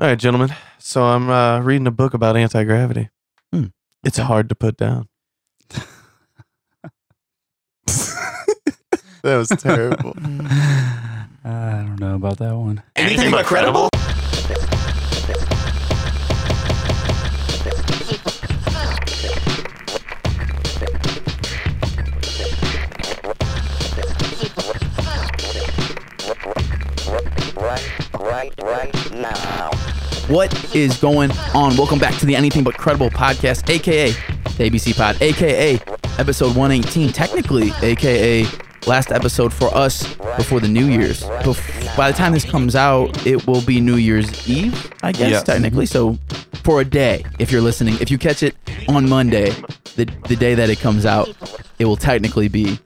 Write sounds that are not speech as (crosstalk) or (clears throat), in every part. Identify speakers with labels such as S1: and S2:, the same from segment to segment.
S1: All right, gentlemen. So I'm uh, reading a book about anti gravity.
S2: Hmm.
S1: It's
S2: Okay.
S1: hard to put down.
S2: (laughs)
S1: That was terrible.
S3: (laughs)
S2: I don't know about that one.
S4: Anything but credible?
S2: What is going on? Welcome back to the Anything But Credible podcast, aka the ABC Pod, aka episode 118, technically, aka last episode for us before the New Year's. Bef- by the time this comes out, it will be New Year's Eve, I guess,
S1: Yes.
S2: technically. So for a day, if you're listening, if you catch it on Monday, the, the day that it comes out, it will technically be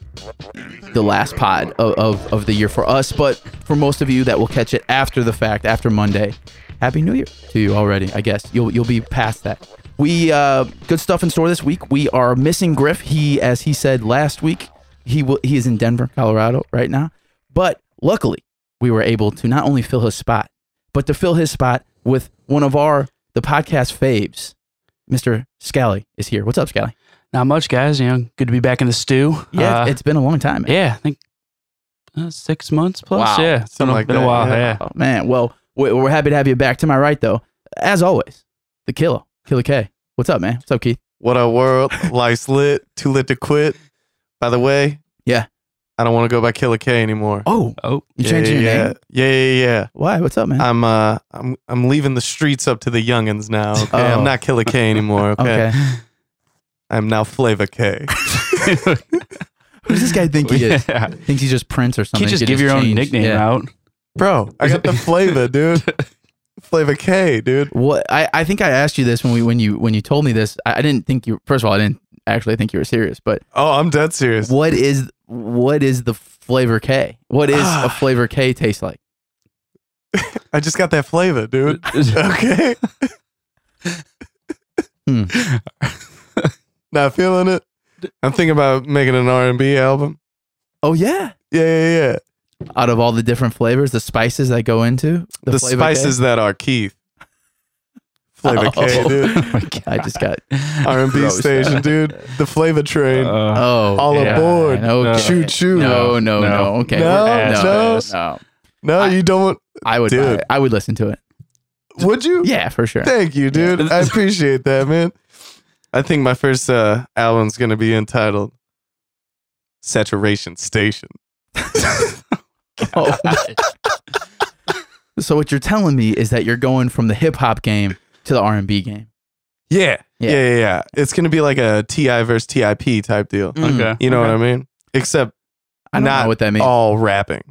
S2: the last pod of, of, of the year for us. But for most of you that will catch it after the fact, after Monday, Happy New Year to you already. I guess you'll you'll be past that. We uh, good stuff in store this week. We are missing Griff. He, as he said last week, he will he is in Denver, Colorado right now. But luckily, we were able to not only fill his spot, but to fill his spot with one of our the podcast faves, Mr. Scally is here. What's up, Scally?
S3: Not much, guys. You know, good to be back in the stew.
S2: Yeah,
S3: Uh,
S2: it's been a long time. man.
S3: yeah. I think uh, six months plus.
S2: Wow.
S3: Yeah, it's been,
S1: Something
S3: a-
S1: like
S3: been
S1: that,
S3: a while.
S1: yeah.
S3: Yeah.
S2: Oh man, well, we- we're happy to have you back. To my right, though, as always, the killer, Killer K. What's up, man? What's up, Keith?
S1: What a world. Life's lit. Too lit to quit. By the way,
S2: Yeah.
S1: I don't want to go by Killer K anymore.
S2: Oh, (laughs)
S3: Oh,
S2: you
S1: yeah,
S2: changing
S1: yeah,
S2: your
S1: yeah.
S2: name?
S1: Yeah, yeah, yeah.
S2: Why? What's up, man?
S1: I'm uh, I'm I'm leaving the streets up to the youngins now. Okay,
S2: Oh.
S1: I'm not Killer
S2: (laughs)
S1: K anymore. Okay,
S2: okay.
S1: I'm now Flavor K.
S2: Who does this guy think (laughs) he is?
S3: yeah.
S2: Thinks he's just Prince or something.
S3: Can't just
S2: Could
S3: give your own
S2: change.
S3: nickname
S2: Yeah. (laughs)
S3: out.
S1: Bro, I got the flavor, dude. Flavor K, dude.
S2: What I, I think I asked you this when we when you when you told me this. I, I didn't think you. First of all, I didn't actually think you were serious. But
S1: Oh, I'm dead serious.
S2: what is what is the flavor K? What is (sighs) a flavor K taste like?
S1: I just got that flavor,
S2: Uh, (laughs)
S1: dude. Okay.
S2: Hmm.
S1: (laughs) Not feeling it. I'm thinking about making an R&B album.
S2: Oh yeah.
S1: Yeah, yeah, yeah.
S2: Out of all the different flavors, the spices that go into
S1: The,
S2: Flavor K?
S1: spices that are Keith. Flavor K,
S2: Oh. (laughs)
S1: dude.
S3: my God.
S2: I just got
S1: R&B station, dude. The flavor train.
S3: Uh,
S2: oh
S1: All
S3: yeah.
S1: aboard.
S2: No,
S1: Choo choo.
S2: No, no, no.
S3: No.
S2: Okay.
S1: No,
S2: we're-
S1: no.
S2: no.
S1: No,
S2: I-
S1: you don't.
S2: I would
S1: Dude.
S2: I, I would listen to it.
S1: Would you?
S2: Yeah, for sure.
S1: Thank you, dude. I appreciate that, man. I think my first uh, album's gonna be entitled "Saturation Station."
S2: Oh, my. so what you're telling me is that you're going from the hip hop game to the R and B game.
S1: Yeah, yeah,
S2: Yeah.
S1: yeah, yeah. It's gonna be like a Ti versus Tip type deal.
S2: Mm.
S3: okay.
S1: You know what I mean? Except
S2: I don't
S1: Not
S2: know what that means.
S1: all rapping.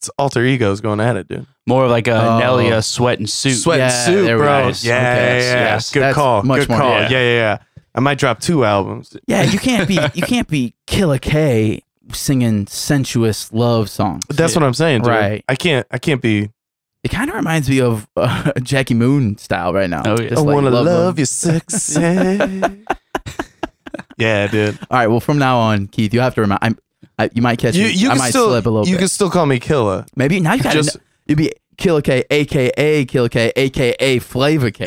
S1: It's alter egos going at it, dude.
S3: More of like a
S2: Oh.
S3: Nelly, a sweat and suit.
S1: Sweat
S2: Yeah,
S1: and suit,
S2: there we
S1: bro.
S2: go.
S1: Yeah,
S3: Nice.
S1: yeah,
S3: Okay.
S1: yeah,
S3: Yes.
S1: Good
S2: That's
S1: call.
S2: much
S1: Good
S2: more-
S1: call.
S3: yeah.
S1: Yeah. yeah, yeah. I might drop two albums.
S2: yeah, you can't be you can't be Killer K singing sensuous love songs.
S1: That's what I'm saying, dude.
S2: Right.
S1: I can't. I can't be.
S2: It kind of reminds me of uh, (laughs) Jackie Moon style right now.
S3: Oh, yeah.
S1: I
S2: Just like
S1: wanna love,
S2: love.
S1: you,
S2: (laughs)
S1: sexy. yeah, dude.
S2: All right. Well, from now on, Keith, you have to remind. I'm, I, you might catch
S1: You,
S2: me.
S1: you
S2: I
S1: can
S2: might
S1: still
S2: slip a little
S1: you
S2: bit.
S1: can still call me Killa.
S2: Maybe now you got
S1: Just-
S2: to you'd be Killer K, aka Killer K, aka Flavor K.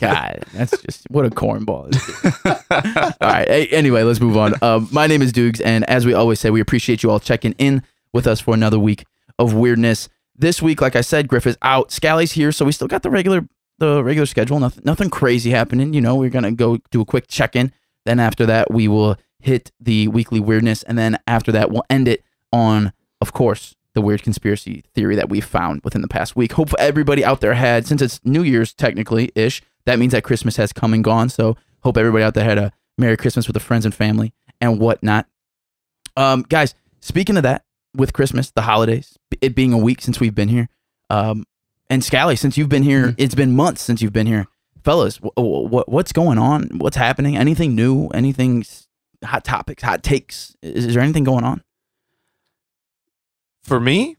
S2: God, that's just what a cornball. This is. (laughs) all right. a- anyway, let's move on. Um, my name is Dukes, and as we always say, we appreciate you all checking in with us for another week of weirdness. This week, like I said, Griff is out. Scally's here, so we still got the regular the regular schedule. Nothing nothing crazy happening. You know, we're gonna go do a quick check in. Then after that, we will hit the weekly weirdness, and then after that, we'll end it on, of course, the weird conspiracy theory that we found within the past week. Hope everybody out there had, since it's New Year's technically ish, that means that Christmas has come and gone. So hope everybody out there had a Merry Christmas with the friends and family and whatnot. Um, guys, speaking of that, with Christmas, the holidays, it being a week since we've been here, um, and Scally, since you've been here, it's been months since you've been here, fellas. wh- wh- wh- what's going on? What's happening? Anything new? Anything? s- Hot topics, hot takes. Is, is there anything going on?
S1: For me,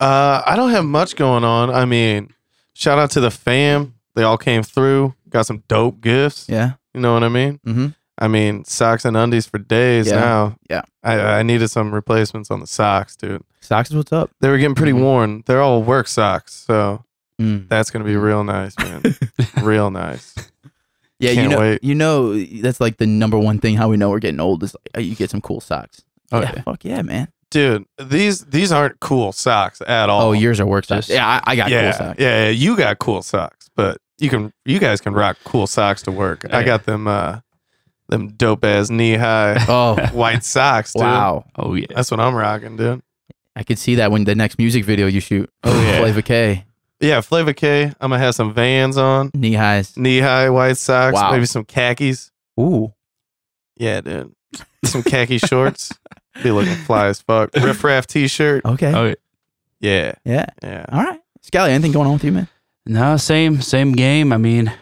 S1: uh, I don't have much going on. I mean, shout out to the fam. They all came through. Got some dope gifts.
S2: Yeah.
S1: You know what I mean?
S2: Mhm.
S1: I mean, socks and undies for days
S2: Yeah.
S1: now.
S2: Yeah.
S1: I, I needed some replacements on the socks, dude.
S2: Socks is what's up.
S1: They were getting pretty
S2: Mhm.
S1: worn. They're all work socks, so
S2: Mm.
S1: That's gonna be real nice,
S2: (laughs)
S1: man. real nice.
S2: Yeah, you
S1: Can't
S2: know,
S1: wait.
S2: you know, that's like the number one thing how we know we're getting old is like, oh, you get some cool socks.
S1: Oh,
S2: yeah,
S1: yeah.
S2: fuck yeah, man.
S1: Dude, these these aren't cool socks at all.
S2: Oh, yours are work socks.
S3: Just-
S2: Yeah, I, I got
S1: yeah, (laughs)
S2: cool socks.
S1: yeah, yeah, you got cool socks, but you can you guys can rock cool socks to work. I
S3: Yeah.
S1: got them uh them dope ass knee
S2: (laughs)
S1: high
S2: Oh,
S1: white socks, dude.
S2: wow.
S3: Oh yeah.
S1: That's what I'm rocking, dude.
S2: I could see that when the next music video you shoot.
S1: Oh, yeah.
S2: Flavor K,
S1: Yeah, Flavor K. I'm gonna have some Vans on,
S2: knee highs.
S1: knee high white socks,
S2: Wow.
S1: maybe some khakis.
S2: Ooh.
S1: Yeah, dude. Some
S2: (laughs)
S1: khaki shorts. Be looking fly as fuck. Riff raff t-shirt.
S2: Okay.
S3: Oh yeah.
S1: Yeah,
S2: Yeah.
S1: yeah.
S2: All right. Scally, anything going on with you, man?
S3: No, same same game. I mean,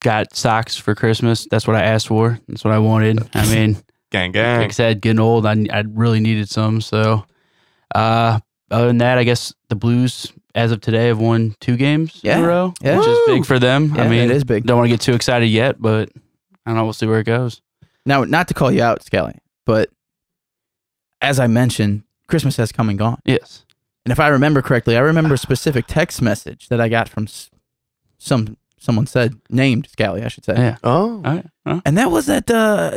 S3: got socks for Christmas. That's what I asked for. That's what I wanted. I mean,
S1: Gang
S3: like
S1: gang.
S3: I said, getting old. I I really needed some. So, uh, other than that, I guess the Blues as of today have won two games in
S2: Yeah.
S3: a row,
S2: Yeah.
S3: which is
S2: Woo.
S3: big for them. I
S2: Yeah,
S3: mean,
S2: it is big.
S3: Don't want to get too excited yet, but I don't know. We'll see where it goes.
S2: Now, not to call you out, Scally, but as I mentioned, Christmas has come and gone.
S3: Yes.
S2: And if I remember correctly, I remember a specific text message that I got from s- some someone said named Scally, I should say.
S3: Yeah.
S1: Oh.
S3: All right. Well,
S2: And that was that. Uh,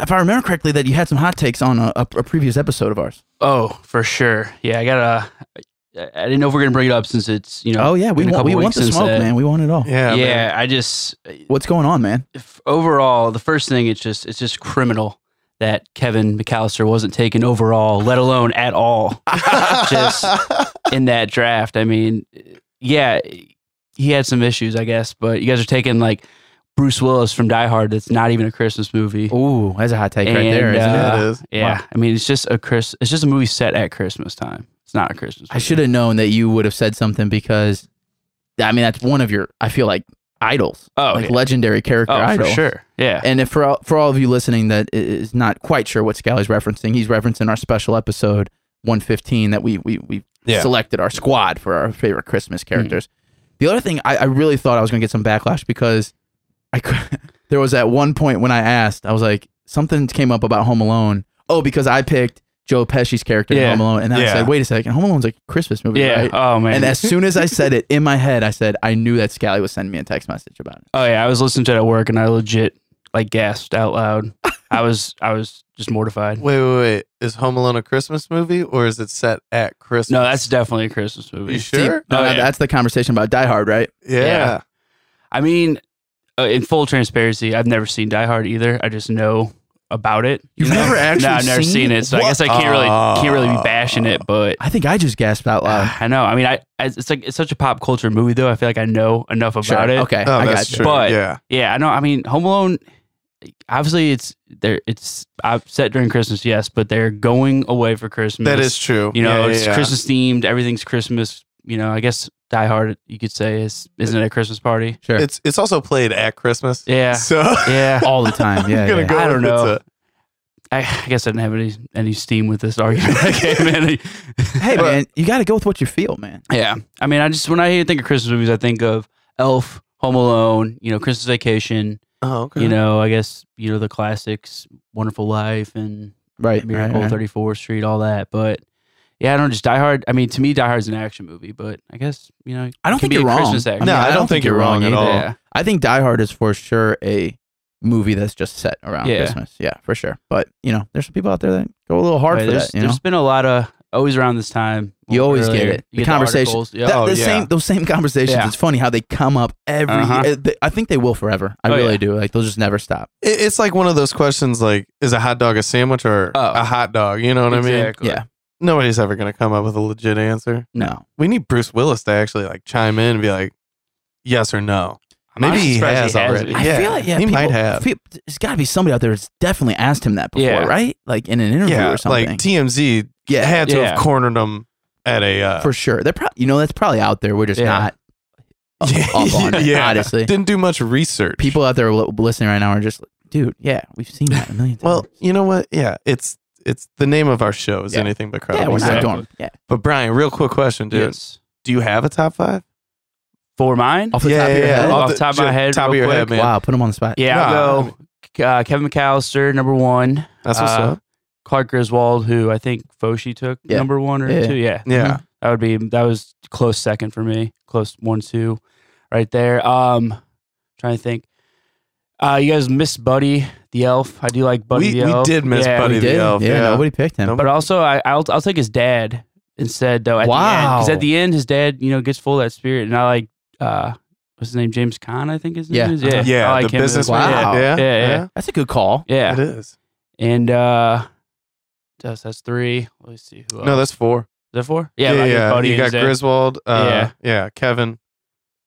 S2: if I remember correctly, that you had some hot takes on a, a, a previous episode of ours.
S3: Oh, for sure. Yeah, I gotta. I I didn't know if we are gonna bring it up since it's you know.
S2: oh yeah, we
S3: been a
S2: want,
S3: couple
S2: we want
S3: weeks
S2: the
S3: since
S2: smoke,
S3: that.
S2: man. We want it all.
S1: Yeah.
S3: yeah.
S1: man.
S3: I just
S2: What's going on, man?
S3: if- overall the first thing it's just it's just criminal that Kevin McAllister wasn't taken overall, let alone at all.
S1: (laughs)
S3: Just- in that draft. I mean, yeah, he had some issues, I guess, but you guys are taking like Bruce Willis from Die Hard. That's not even a Christmas movie.
S2: Ooh, that's a hot take right
S3: And,
S2: there. Isn't it?
S3: uh,
S1: Yeah, it is.
S3: yeah, I mean, it's just a Chris. It's just a movie set at Christmas time. It's not a Christmas.
S2: I should have known that you would have said something because, I mean, that's one of your. I feel like idols,
S3: Oh,
S2: like
S3: yeah.
S2: legendary character
S3: oh,
S2: idol.
S3: for sure. Yeah,
S2: And if for all, for all of you listening that i- is not quite sure what Scally's referencing, he's referencing our special episode 115 that we we we
S1: Yeah.
S2: selected our squad for our favorite Christmas characters. The other thing I, I really thought I was going to get some backlash because I could, (laughs) there was at one point when I asked, I was like something came up about Home Alone. Oh, because I picked Joe Pesci's character in
S3: Yeah.
S2: Home Alone, and then I
S1: Yeah.
S2: said, wait a second, Home Alone's a Christmas movie,
S3: yeah.
S2: right?
S3: Oh man.
S2: And as soon as I said it in my head, I said I knew that Scally was sending me a text message about it.
S3: oh yeah. I was listening to it at work, and I legit like gasped out
S2: (laughs)
S3: loud. I was I was just mortified.
S1: Wait, wait, wait. Is Home Alone a Christmas movie or is it set at Christmas?
S3: No, that's definitely a Christmas
S1: You
S3: movie.
S1: sure?
S2: No,
S3: Oh,
S2: no,
S3: yeah.
S2: that's the conversation about Die Hard, right?
S1: Yeah.
S3: I mean, uh, in full transparency, I've never seen Die Hard either. I just know about it.
S2: You've never
S3: (laughs)
S2: actually
S3: no, I've never
S2: seen
S3: seen,
S2: it?
S3: it, so
S2: What?
S3: I guess I can't really
S1: Ah.
S3: can't really be bashing it. But
S2: I think I just gasped out loud.
S3: (sighs) I know. I mean, I I- it's like it's such a pop culture movie, though. I feel like I know enough about
S2: Sure.
S3: it.
S2: Okay,
S1: Oh,
S2: I
S1: that's
S2: got you.
S1: true.
S3: But-
S1: yeah.
S3: Yeah, I know. I mean, Home Alone. Obviously, it's there. It's I've set during Christmas, yes, but they're going away for Christmas.
S1: That is true.
S3: You know,
S1: Yeah,
S3: it's
S1: yeah, yeah.
S3: Christmas themed. Everything's Christmas. You know, I guess Die Hard. You could say is isn't it a Christmas party?
S2: Sure.
S1: It's it's also played at Christmas.
S3: Yeah.
S1: So
S3: Yeah.
S2: (laughs)
S1: (laughs)
S2: all the time. Yeah,
S1: I'm gonna
S2: yeah.
S1: go
S3: I
S1: with
S3: don't know.
S1: it's
S3: I, I guess I didn't have any any steam with this argument. (laughs) I came in.
S2: (laughs)
S1: (laughs)
S2: Hey man, you got to go with what you feel, man.
S3: Yeah, I mean, I just when I think of Christmas movies, I think of Elf, Home Alone, you know, Christmas Vacation.
S1: a- Oh, okay.
S3: You know, I guess you know the classics, Wonderful Life and
S2: Right,
S3: Miracle on
S2: right, right.
S3: Thirty Fourth Street, all that. But yeah, I don't just Die Hard. I mean, to me, Die Hard's an action movie, but I guess you know,
S2: I
S3: it can
S2: don't think
S3: be a
S2: you're wrong.
S3: Christmas action.
S1: No, I don't think you're wrong at
S2: either.
S1: all.
S3: yeah,
S2: I think Die Hard is for sure a movie that's just set around
S3: Yeah.
S2: Christmas. Yeah, for sure. But you know, there's some people out there that go a little hard
S3: But
S2: for
S3: there's,
S2: that. You know,
S3: there's been a lot of always around this time.
S2: You always get it. The
S3: You
S2: conversation.
S3: articles. Yeah.
S2: That-
S1: oh,
S2: the
S1: yeah.
S2: same those same conversations.
S3: Yeah.
S2: It's funny how they come up every.
S3: Uh-huh.
S2: uh, they- I think they will forever. I
S3: Oh,
S2: really
S3: yeah.
S2: do. Like they'll just never stop.
S1: It- it's like one of those questions like, is a hot dog a sandwich or
S3: Oh.
S1: a hot dog? You know what I mean?
S3: Exactly.
S2: Yeah.
S1: Nobody's ever gonna come up with a legit answer.
S2: No.
S1: We need Bruce Willis to actually like chime in and be like, yes or no.
S3: I'm
S1: Maybe he
S3: honestly surprised
S1: has
S3: he has
S1: already.
S3: it.
S2: I
S1: yeah.
S2: feel like yeah,
S1: he
S2: people,
S1: might have.
S2: fe- There's got to be somebody out there that's definitely asked him that before,
S3: Yeah.
S2: right? Like in an interview
S1: Yeah,
S2: or something.
S1: like TMZ
S2: yeah,
S1: had to
S3: Yeah.
S1: have cornered him at a uh,
S2: for sure. They're probably you know that's probably out there. We're just
S3: Yeah.
S2: not
S1: (laughs)
S2: (laughs) up on it.
S1: Yeah.
S2: Honestly,
S1: didn't do much research.
S2: people out there li- listening right now are just, like, dude, yeah, we've seen that a million times.
S1: Well, you know what? Yeah, it's it's the name of our show is
S2: Yeah.
S1: anything but crowd.
S2: yeah, we're not
S3: Exactly.
S2: doing. Yeah,
S1: But Brian, real quick question, dude.
S3: Yes.
S1: Do you have a top five?
S3: For mine,
S2: off the top of your head.
S3: yeah. Off the top of my
S1: ju-
S3: head,
S1: Top of
S3: real
S1: your head,
S3: quick.
S1: Oh, man.
S2: Wow, put him on the spot.
S3: yeah,
S1: Nah,
S3: I'll go. Uh, Kevin McAllister, number one.
S1: That's what's
S3: Uh,
S1: up.
S3: Clark Griswold, who I think Foshi took
S2: Yeah.
S3: number one or
S2: Yeah.
S3: two. Yeah.
S1: Yeah.
S3: That would be that was close second for me. Close one two, right there. Um, trying to think. Uh, you guys missed Buddy the Elf. I do like Buddy
S1: we,
S3: the
S1: we
S3: Elf.
S1: did miss
S3: Yeah,
S1: Buddy
S2: We
S1: the
S2: Oh, did.
S1: Elf.
S2: yeah,
S1: Yeah,
S2: nobody picked him.
S1: Nope.
S3: But also, I, I'll I'll take his dad instead though. At
S2: Wow.
S3: Because at the end, his dad you know gets full of that spirit, and I like uh, what's his name, James Kahn, I think his name
S2: Yeah.
S3: is. Yeah, Oh,
S1: yeah,
S3: I like
S1: the
S3: him as
S1: businessman.
S3: well.
S2: Wow.
S1: Yeah,
S3: Yeah, yeah.
S2: That's a good call.
S3: Yeah,
S1: It is.
S3: and uh, that's that's three. Let's see who. Else.
S1: No, that's four.
S3: is that four. Yeah,
S1: yeah.
S3: like his buddy
S1: you
S3: and
S1: got
S3: his dad.
S1: Griswold. Uh, yeah,
S3: Yeah.
S1: Kevin,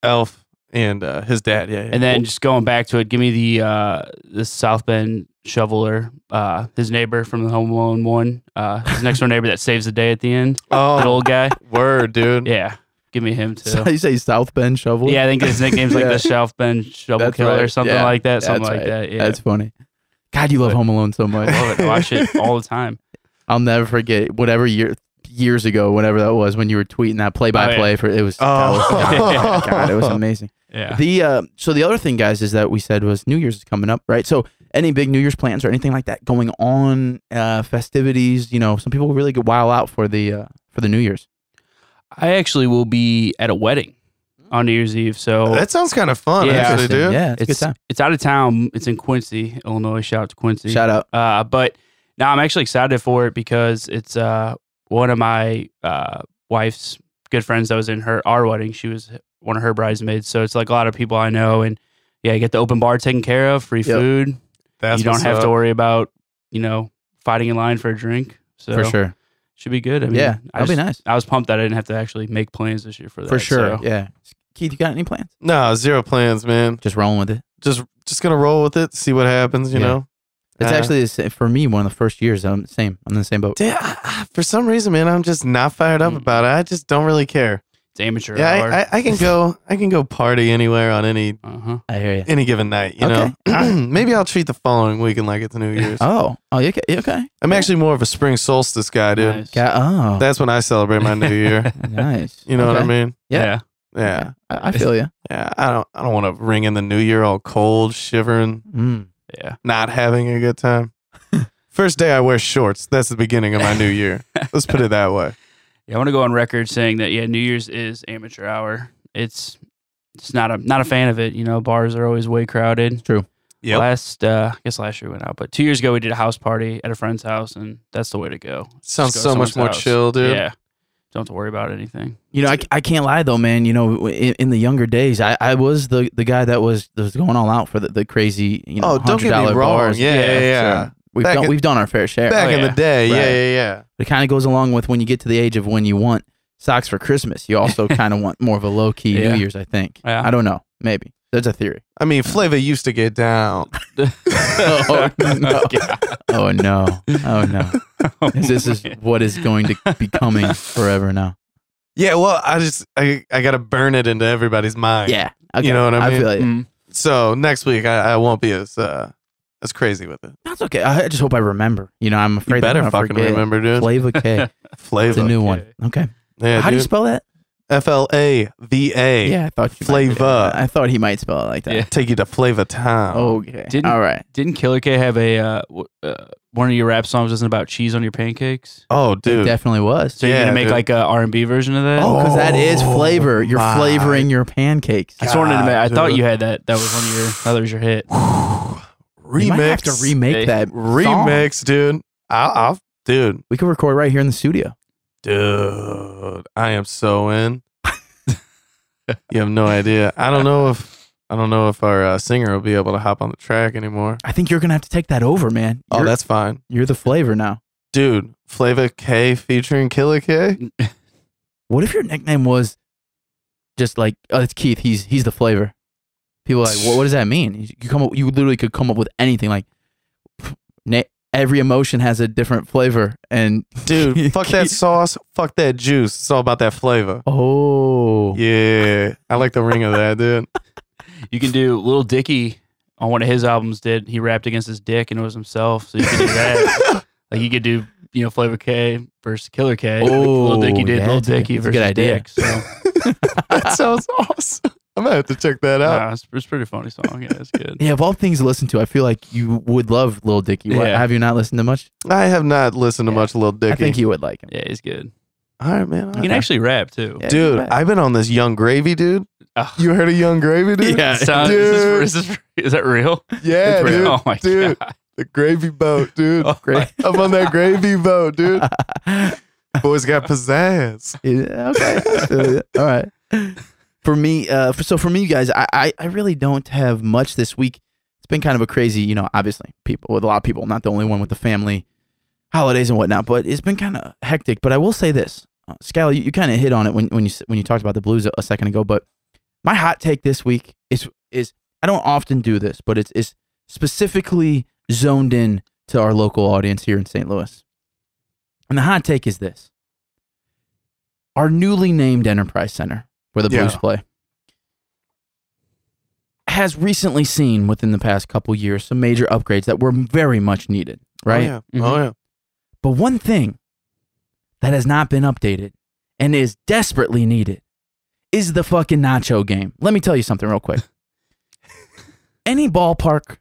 S1: Elf, and uh, his dad. Yeah, yeah.
S3: And then just going back to it, give me the uh the South Bend shoveler, uh his neighbor from the Home Alone one, uh his next door neighbor that saves the day at the end, that
S1: oh,
S3: old
S2: (laughs)
S3: guy.
S1: word, dude.
S3: Yeah, give me him too.
S2: So (laughs) you say South Bend Shovel?
S3: Yeah, I think his nickname's like
S2: (laughs) Yeah.
S3: the South Bend shovel
S2: That's
S3: killer
S2: right.
S3: or something
S2: Yeah.
S3: like that, something
S2: That's
S3: like
S2: right.
S3: that. Yeah,
S2: That's funny. God, you love
S3: But-
S2: Home Alone so
S3: I
S2: much.
S3: love it. I watch
S2: (laughs)
S3: it all the time.
S2: I'll never forget whatever year years ago, whatever that was, when you were tweeting that play by play for it was. that was-
S1: Oh.
S2: God, God, it
S1: (laughs)
S2: was amazing.
S3: Yeah,
S2: The uh, so the other thing, guys, is that we said was New Year's is coming up, right? So any big New Year's plans or anything like that going on, uh, festivities. You know, some people really get wild out for the uh, for the New Year's.
S3: I actually will be at a wedding on New Year's Eve, so
S1: That sounds kind of fun,
S3: Yeah.
S1: actually,
S2: Interesting.
S1: dude.
S2: yeah, it's, a good
S3: it's
S2: time.
S3: it's out of town. It's in Quincy, Illinois. Shout out to Quincy.
S2: Shout out.
S3: Uh, but now I'm actually excited for it because it's uh, one of my uh, wife's good friends that was in her our wedding. She was one of her bridesmaids, so it's like a lot of people I know, and yeah, you get the open bar taken care of, free
S2: Yep.
S3: food.
S1: That's
S3: you don't
S1: what's
S3: have
S1: up.
S3: to worry about you know fighting in line for a drink. So
S2: for sure.
S3: should be good. I mean,
S2: yeah,
S3: I
S2: that'll be
S3: just-
S2: nice.
S3: I was pumped that I didn't have to actually make plans this year for that.
S2: For sure.
S3: so-
S2: Yeah. Keith, you got any plans?
S1: No, zero plans, man.
S2: Just rolling with it.
S1: Just just gonna roll with it, see what happens. You
S2: Yeah.
S1: know.
S2: It's
S1: Uh,
S2: actually the sa- for me one of the first years. I'm the same. I'm in the same boat.
S1: Dude, I- I- for some reason, man, I'm just not fired up
S3: Mm.
S1: about it. I just don't really care.
S3: It's amateur.
S1: Yeah, I, I, I can go. I can go party anywhere on any
S3: uh huh.
S2: I hear you.
S1: any given night. You
S2: Okay.
S1: know, (clears throat) maybe I'll treat the following weekend like it's New Year's.
S2: Oh, oh, you okay, you okay.
S1: I'm actually more of a spring solstice guy, dude.
S3: Nice. (laughs)
S2: Got, oh,
S1: (laughs) That's when I celebrate my New Year.
S2: (laughs) nice.
S1: You know what I
S2: Okay.
S1: mean?
S2: Yeah.
S3: yeah.
S1: Yeah,
S2: I, I feel you.
S1: yeah. I don't. I don't want to ring in the New Year all cold, shivering,
S2: Mm.
S3: Yeah.
S1: not having a good (laughs) time. First day I wear shorts. That's the beginning of my New (laughs) Year. Let's put it that way.
S3: Yeah, I want to go on record saying that yeah, New Year's is amateur hour. It's it's not a not a fan of it. You know, bars are always way crowded.
S2: True.
S1: Yep.
S3: Last uh, I guess last year we went out, but two years ago we did a house party at a friend's house, and that's the way to go.
S1: Sounds
S3: go to
S1: so much
S3: someone's
S1: more
S3: house.
S1: chill, dude.
S3: Yeah. Don't have to worry
S1: (laughs)
S3: about anything. (laughs)
S2: You know, I, I can't lie though, man. You know, in, in the younger days, I, I was the, the guy that was that was going all out for the, the crazy, you know,
S1: Oh, don't get me
S2: $100
S1: wrong.
S2: bars.
S1: Yeah, yeah,
S2: so
S1: yeah.
S2: we've
S1: Back
S2: done
S1: in-
S2: we've done our fair share.
S1: Back
S3: Oh,
S1: in the
S3: yeah.
S1: day,
S2: Right.
S1: yeah, yeah, yeah.
S2: It kind of goes along with when you get to the age of when you want socks for Christmas.
S1: (laughs)
S2: You also kind of want more of a low key
S3: Yeah.
S2: New Year's. I think.
S3: Yeah.
S2: I don't know. Maybe there's a theory.
S1: I mean, Flavor used to get
S2: (laughs)
S1: down.
S2: oh,
S1: (laughs)
S2: no. oh no! Oh no! (laughs)
S3: (laughs)
S2: This is
S3: man.
S2: what is going to be coming forever now.
S1: Yeah, well, I just I, I gotta burn it into everybody's mind.
S2: Yeah, okay.
S1: You know what I mean?
S2: feel you.
S3: Mm.
S1: So next week I, I won't be as uh as crazy with it.
S2: That's okay. I I just hope I remember. You know, I'm afraid
S1: You
S2: that
S1: better
S2: I'm gonna
S1: fucking
S2: forget.
S1: remember, dude. (laughs)
S2: Flava K. It's
S1: Flavor.
S2: a new one. Okay.
S1: Yeah,
S2: How do you
S1: dude.
S2: spell that?
S1: F L A V A.
S2: yeah, I thought you might-
S1: Flava.
S2: I thought he might spell it like that.
S3: Yeah.
S1: Take you to Flavor Town.
S2: Okay.
S3: Didn't-
S2: All right.
S3: Didn't Killer K have a uh, w- uh, one of your rap songs wasn't about cheese on your pancakes?
S1: Oh, dude.
S2: Definitely was.
S3: So you're
S1: Yeah,
S3: gonna make
S1: dude.
S3: like a R and B version of that?
S2: Oh, because that is
S1: Oh,
S2: flavor. You're
S1: my
S2: flavoring your pancakes.
S3: I just wanted to. ma- I
S1: God,
S3: thought
S1: dude.
S3: you had that. That was one of your. I thought it was your hit.
S1: remix.
S2: We might have to remake
S3: Hey,
S2: that. song.
S1: remix, dude. I'll, I'll dude.
S2: We could record right here in the studio.
S1: Dude. I am so (laughs) in. you have no idea. I don't know if I don't know if our uh, singer will be able to hop on the track anymore.
S2: I think you're gonna have to take that over, man.
S1: Oh,
S2: You're-
S1: that's fine.
S2: you're the flavor now.
S1: Dude, Flava K featuring Killer K?
S2: What if your nickname was just like, oh, it's Keith. He's he's the flavor. People are like, what, what does that mean? You could come up, you literally could come up with anything. Like, na- every emotion has a different flavor, and
S1: (laughs) Dude, fuck that sauce. Fuck that juice. It's all about that flavor.
S2: oh,
S1: Yeah. I like the ring of that, (laughs) dude.
S3: You can do Little Dicky on one of his albums. Did he rapped against his dick and it was himself? So you could do that. (laughs) like you could do you know Flavor K versus Killer K. Like,
S2: Oh,
S3: Little Dicky did
S2: yeah,
S3: Little
S2: dude.
S3: Dicky
S2: That's a
S3: versus
S2: good idea.
S3: Dick. So
S2: (laughs)
S1: that sounds awesome. I'm going to have to check that out.
S3: nah, it's, it's a pretty funny song. Yeah, it's good.
S2: (laughs) yeah. Of all things to listen to, I feel like you would love Lil Dicky. Why
S3: Yeah.
S2: Have you not listened to much?
S1: I have not listened to much Lil Dicky.
S2: I think you would like him.
S3: Yeah, he's good.
S1: All right, man.
S3: You can actually rap too.
S2: Yeah,
S1: dude,
S2: right.
S1: I've been on this Young Gravy, dude.
S3: Oh.
S1: You heard of Young Gravy, dude?
S2: Yeah.
S3: Sound-
S1: dude.
S3: is, this, is, this, is that real? (laughs)
S1: (laughs) yeah,
S2: It's
S1: dude.
S3: oh my
S1: dude,
S3: god!
S1: the gravy boat, dude.
S3: Oh,
S2: Great.
S1: I'm on that gravy boat,
S3: (laughs)
S1: dude. Boys got pizzazz. Oh,
S2: Yeah, okay. I feel ya. (laughs) All right. For me, uh, for, so for me, you guys, I, I, I really don't have much this week. It's been kind of a crazy, you know, obviously, people with a lot of people, not the only one with the family, holidays and whatnot, but it's been kind of hectic. But I will say this, uh, Scally, you, you kind of hit on it when, when you s- when you talked about the Blues a, a second ago. But my hot take this week is is I don't often do this, but it's is specifically zoned in to our local audience here in St. Louis. And the hot take is this our newly named Enterprise Center, where the Blues
S1: Yeah.
S2: play, has recently seen within the past couple years some major upgrades that were very much needed, right?
S1: Oh,
S3: Mm-hmm.
S1: yeah. Oh, yeah.
S2: But one thing that has not been updated and is desperately needed is the fucking nacho game. Let me tell you something real quick. any ballpark,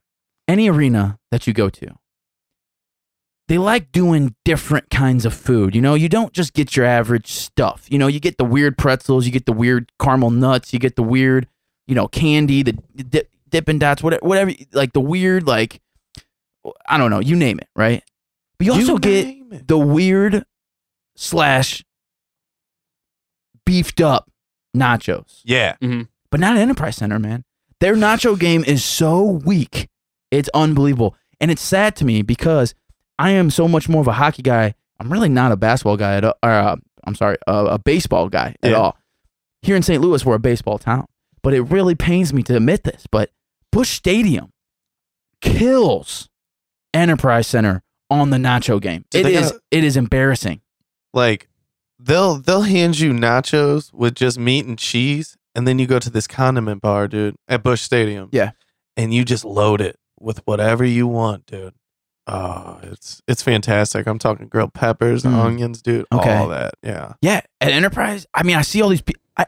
S2: any arena that you go to, they like doing different kinds of food. You know, you don't just get your average stuff. You know, you get the weird pretzels, you get the weird caramel nuts, you get the weird, you know, candy, the dip, dippin' dots, whatever, whatever, like the weird, like, I don't know, you name it, right? But you also get
S1: name it.
S2: the weird slash beefed up nachos,
S1: yeah.
S2: but not Enterprise Center, man. Their nacho game is so weak. It's unbelievable. And it's sad to me because I am so much more of a hockey guy. I'm really not a basketball guy at all. Or, uh, I'm sorry, uh, a baseball guy at
S1: Yeah.
S2: all. Here in St. Louis, we're a baseball town. But it really pains me to admit this. But Bush Stadium kills Enterprise Center on the nacho game.
S1: Dude,
S2: it
S1: they
S2: is
S1: gotta-
S2: it is embarrassing.
S1: Like they'll they'll hand you nachos with just meat and cheese, and then you go to this condiment bar, dude, at Bush Stadium.
S2: Yeah.
S1: And you just load it with whatever you want, dude. Oh, it's it's fantastic. I'm talking grilled peppers,
S2: Mm.
S1: onions, dude.
S2: Okay.
S1: All that. Yeah.
S2: Yeah, at Enterprise, I mean, I see all these people. I,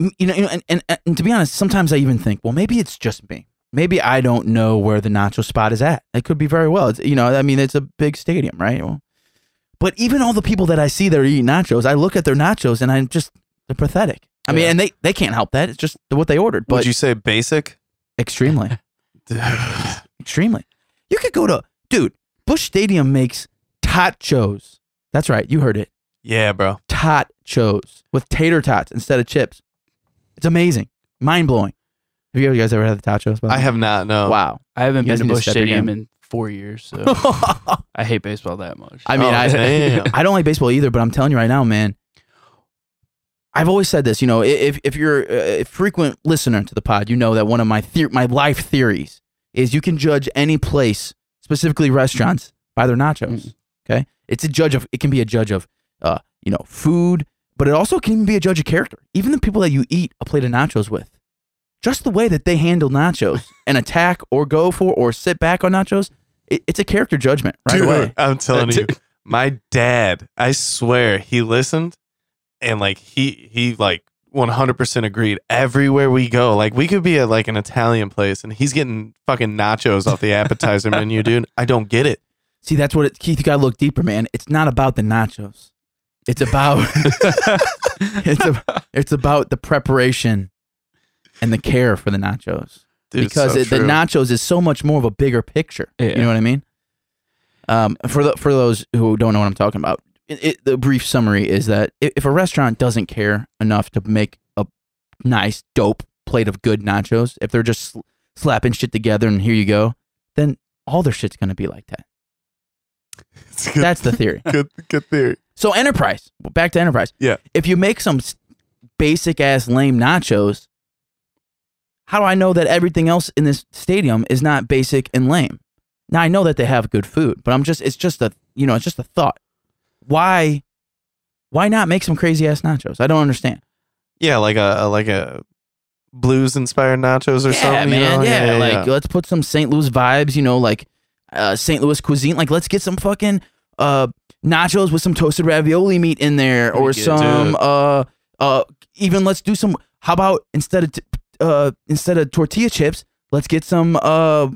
S2: m- you know, you know and, and and to be honest, sometimes I even think, well, maybe it's just me. Maybe I don't know where the nacho spot is at. It could be very well. It's, you know, I mean, it's a big stadium, right? Well, but even all the people that I see that are eating nachos, I look at their nachos and I'm just they're pathetic. I mean,
S1: Yeah.
S2: and they they can't help that. It's just what they ordered. But
S1: Would you say
S2: (laughs)
S1: basic? (laughs)
S2: extremely. Extremely. You could go to dude. Bush Stadium makes tachos. That's right. You heard it.
S1: yeah, bro.
S2: tachos with tater tots instead of chips. It's amazing, mind blowing. Have you guys ever had the tachos? by the
S1: I
S2: way?
S1: have not. No.
S2: Wow.
S3: I haven't
S2: You guys
S3: been to
S2: need to
S3: Bush
S2: step your
S3: Stadium
S2: game.
S3: in four years,
S2: (laughs)
S3: so
S2: I
S3: I hate baseball that much.
S2: mean,
S1: Oh,
S2: (laughs) I,
S1: damn.
S2: I don't like baseball either, but I'm telling you right now, man. I've always said this, you know, i- if if you're uh, a frequent listener to the pod, you know that one of my the- my life theories is you can judge any place, specifically restaurants, by their nachos. Okay, it's a judge of it can be a judge of uh you know food, but it also can even be a judge of character. Even the people that you eat a plate of nachos with, just the way that they handle nachos and attack or go for or sit back on nachos, it, it's a character judgment right
S1: Dude,
S2: away.
S1: I'm telling you,
S3: Dude.
S1: my dad. I swear, he listened, and like he he like 100% agreed. Everywhere we go, like we could be at like an Italian place, and he's getting fucking nachos off the appetizer
S2: (laughs)
S1: menu, dude. I don't get it.
S2: See, that's what it, Keith. You gotta look deeper, man. It's not about the nachos. It's about
S1: (laughs)
S2: (laughs)
S3: (laughs)
S2: it's a, it's about the preparation and the care for the nachos
S1: Dude,
S2: because
S1: so
S2: it, the
S1: true.
S2: nachos is so much more of a bigger picture. You
S3: Yeah.
S2: know what I mean? Um, for the, for those who don't know what I'm talking about, it, it, the brief summary is that i- if a restaurant doesn't care enough to make a nice, dope plate of good nachos, if they're just sl- slapping shit together and here you go, then all their shit's gonna be like that.
S1: (laughs) It's good,
S2: That's the
S1: (laughs)
S2: theory.
S1: good, good theory.
S2: So enterprise, back to enterprise.
S1: Yeah.
S2: If you make some basic ass lame nachos, how do I know that everything else in this stadium is not basic and lame? Now I know that they have good food, but I'm just it's just a you know it's just a thought. Why, why not make some crazy ass nachos? I don't understand.
S1: Yeah, like a like a blues inspired nachos or
S2: yeah,
S1: something. you
S2: man.
S1: know?
S2: yeah, like let's put some St. Louis vibes. You know, like uh, St. Louis cuisine. Like let's get some fucking uh, nachos with some toasted ravioli meat in there, or
S3: Pretty good,
S2: some
S1: dude.
S2: uh, uh, even let's do some. How about instead of t- uh, instead of tortilla chips, let's get some uh,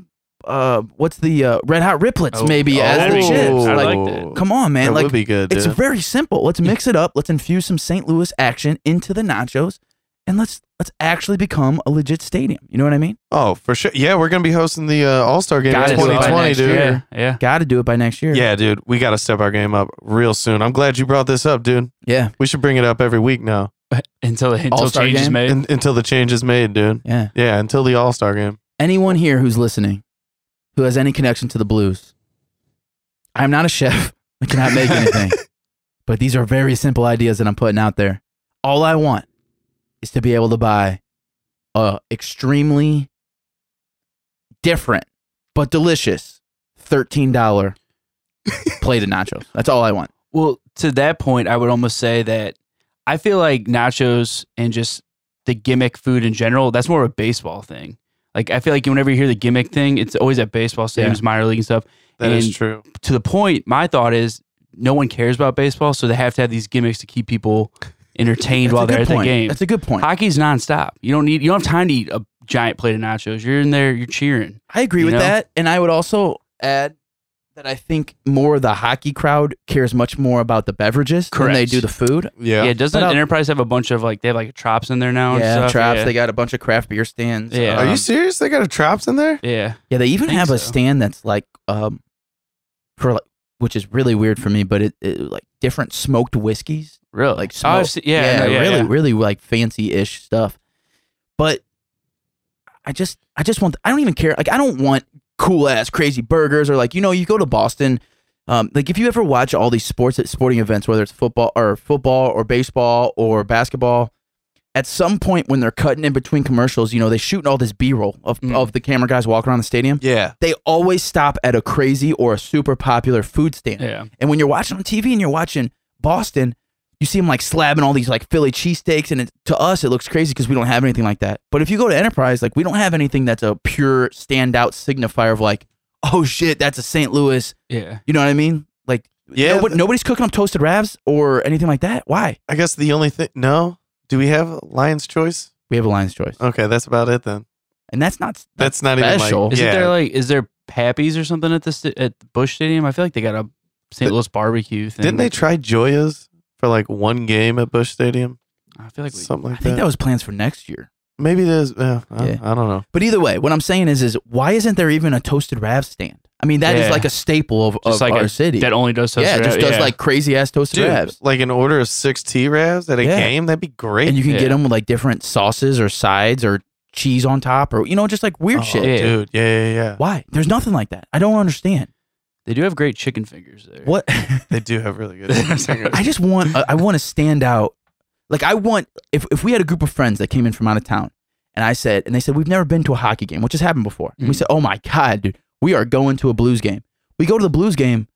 S2: uh, what's the uh, Red Hot Riplets
S3: Oh.
S2: maybe
S3: Oh.
S2: as the
S3: That'd be good.
S2: chips.
S3: I
S2: Like,
S3: like that.
S2: come on, man.
S1: that
S2: like,
S1: would be good.
S2: it's
S1: dude.
S2: very simple. Let's mix it up. Let's infuse some St. Louis action into the nachos, and let's let's actually become a legit stadium. You know what I mean?
S1: oh, for sure. Yeah, we're gonna be hosting the uh, All Star game
S3: Gotta
S1: in
S3: do it by
S1: 2020,
S3: next
S1: dude.
S3: year. Yeah.
S2: Got to do it by next year.
S1: Yeah, dude, we got to step our game up real soon. I'm glad you brought this up, dude.
S2: yeah,
S1: We should bring it up every week now
S3: Until until
S2: All-star
S3: change is
S2: game?
S3: made.
S1: un- until the change is made, dude.
S2: yeah.
S1: Yeah, until the All Star game.
S2: Anyone here who's listening, who has any connection to the blues, I'm not a chef. (laughs) I cannot make anything, but these are very simple ideas that I'm putting out there. All I want is to be able to buy a extremely different but delicious thirteen dollar plate of nachos. That's all I want.
S3: Well, to that point, I would almost say that I feel like nachos and just the gimmick food in general, that's more of a baseball thing. Like, I feel like whenever you hear the gimmick thing, it's always at baseball stadiums, minor league and stuff.
S1: That is
S3: And-
S1: true.
S3: To the point, my thought is no one cares about baseball, so they have to have these gimmicks to keep people entertained
S2: That's
S3: while
S2: a good
S3: they're at the
S2: point.
S3: game.
S2: That's a good point. I,
S3: Hockey's nonstop. You don't need, you don't have time to eat a giant plate of nachos. You're in there, you're cheering.
S2: agree
S3: you
S2: with
S3: know?
S2: that, and I would also add that I think more of the hockey crowd cares much more about the beverages than they
S3: Correct.
S2: do the food.
S1: Yeah.
S3: Yeah, doesn't
S2: But I'll-
S3: Enterprise have a bunch of like, they have like traps in there now? and
S2: yeah,
S3: stuff?
S2: traps.
S3: Yeah.
S2: They got a bunch of craft beer stands.
S3: Yeah.
S1: Are
S2: Um,
S1: you serious? They got a traps in there?
S3: yeah.
S2: yeah, they even
S3: think
S2: have a
S3: so.
S2: stand that's like um for like which is really weird for me, but it, it like different smoked whiskeys
S3: Really?
S2: like
S3: Oh,
S2: smoke.
S3: I've seen- yeah, no, yeah,
S2: really,
S3: yeah.
S2: really like fancy ish stuff. But I just, I just want. I don't even care. Like, I don't want cool ass crazy burgers or like you know, you go to Boston. Um, like if you ever watch all these sports at sporting events, whether it's football or football or baseball or basketball, at some point when they're cutting in between commercials, you know, they shooting all this B roll of,
S3: Mm.
S2: of the camera guys walking around the stadium.
S1: Yeah.
S2: They always stop at a crazy or a super popular food stand.
S3: Yeah.
S2: And when you're watching on TV and you're watching Boston, you see them like slabbing all these like Philly cheesesteaks. And it, to us, it looks crazy because we don't have anything like that. But if you go to Enterprise, like we don't have anything that's a pure standout signifier of like, oh shit, that's a St. Louis.
S3: Yeah.
S2: You know what I mean? Like,
S1: Yeah,
S2: nobody-
S1: th-
S2: nobody's cooking up toasted ravs or anything like that. Why?
S1: I guess the only thing. No. Do we have Lion's Choice?
S2: We have a Lion's Choice.
S3: Uh,
S1: Okay, that's about it then.
S2: And that's not,
S1: That's not even
S2: Special.
S1: like.
S3: Isn't
S1: yeah.
S3: there like is there Pappy's or something at the st- at Bush Stadium? I feel like they got a St.
S1: Th-
S3: Louis barbecue thing.
S1: Didn't they try Joya's for like one game at Bush Stadium?
S3: I feel like we,
S1: Something
S2: I
S1: like
S2: think
S1: that.
S2: that was plans for next year.
S1: Maybe there's. Yeah, I,
S2: Yeah.
S1: I don't know.
S2: But either way, what I'm saying is, is why isn't there even a toasted rav stand? I mean, that is
S3: Yeah.
S2: like a staple of,
S3: Just
S2: of
S3: like
S2: our
S3: a-
S2: city.
S3: that only does
S2: yeah,
S3: toasted
S2: it just
S3: rav-
S2: does
S3: yeah.
S2: like crazy ass toasted
S1: Dude,
S2: ravs.
S1: like an order of six T Ravs at a
S2: Yeah.
S1: game? That'd be great.
S2: and you can get 'em get
S3: Yeah.
S2: them with like different sauces or sides or cheese on top or you know just like weird
S1: Oh,
S2: shit.
S3: Uh-huh. Yeah.
S1: Dude, yeah, yeah, yeah.
S2: Why? There's nothing like that. I don't understand.
S3: they do have great chicken fingers there. (laughs)
S2: What? (laughs)
S1: They do have really good. (laughs)
S2: I just want uh, I want to stand out. Like I want if if we had a group of friends that came in from out of town and I said and they said we've never been to a hockey game, which has happened before. And we
S3: Mm.
S2: said, "Oh my god, dude, we are going to a Blues game." We go to the Blues game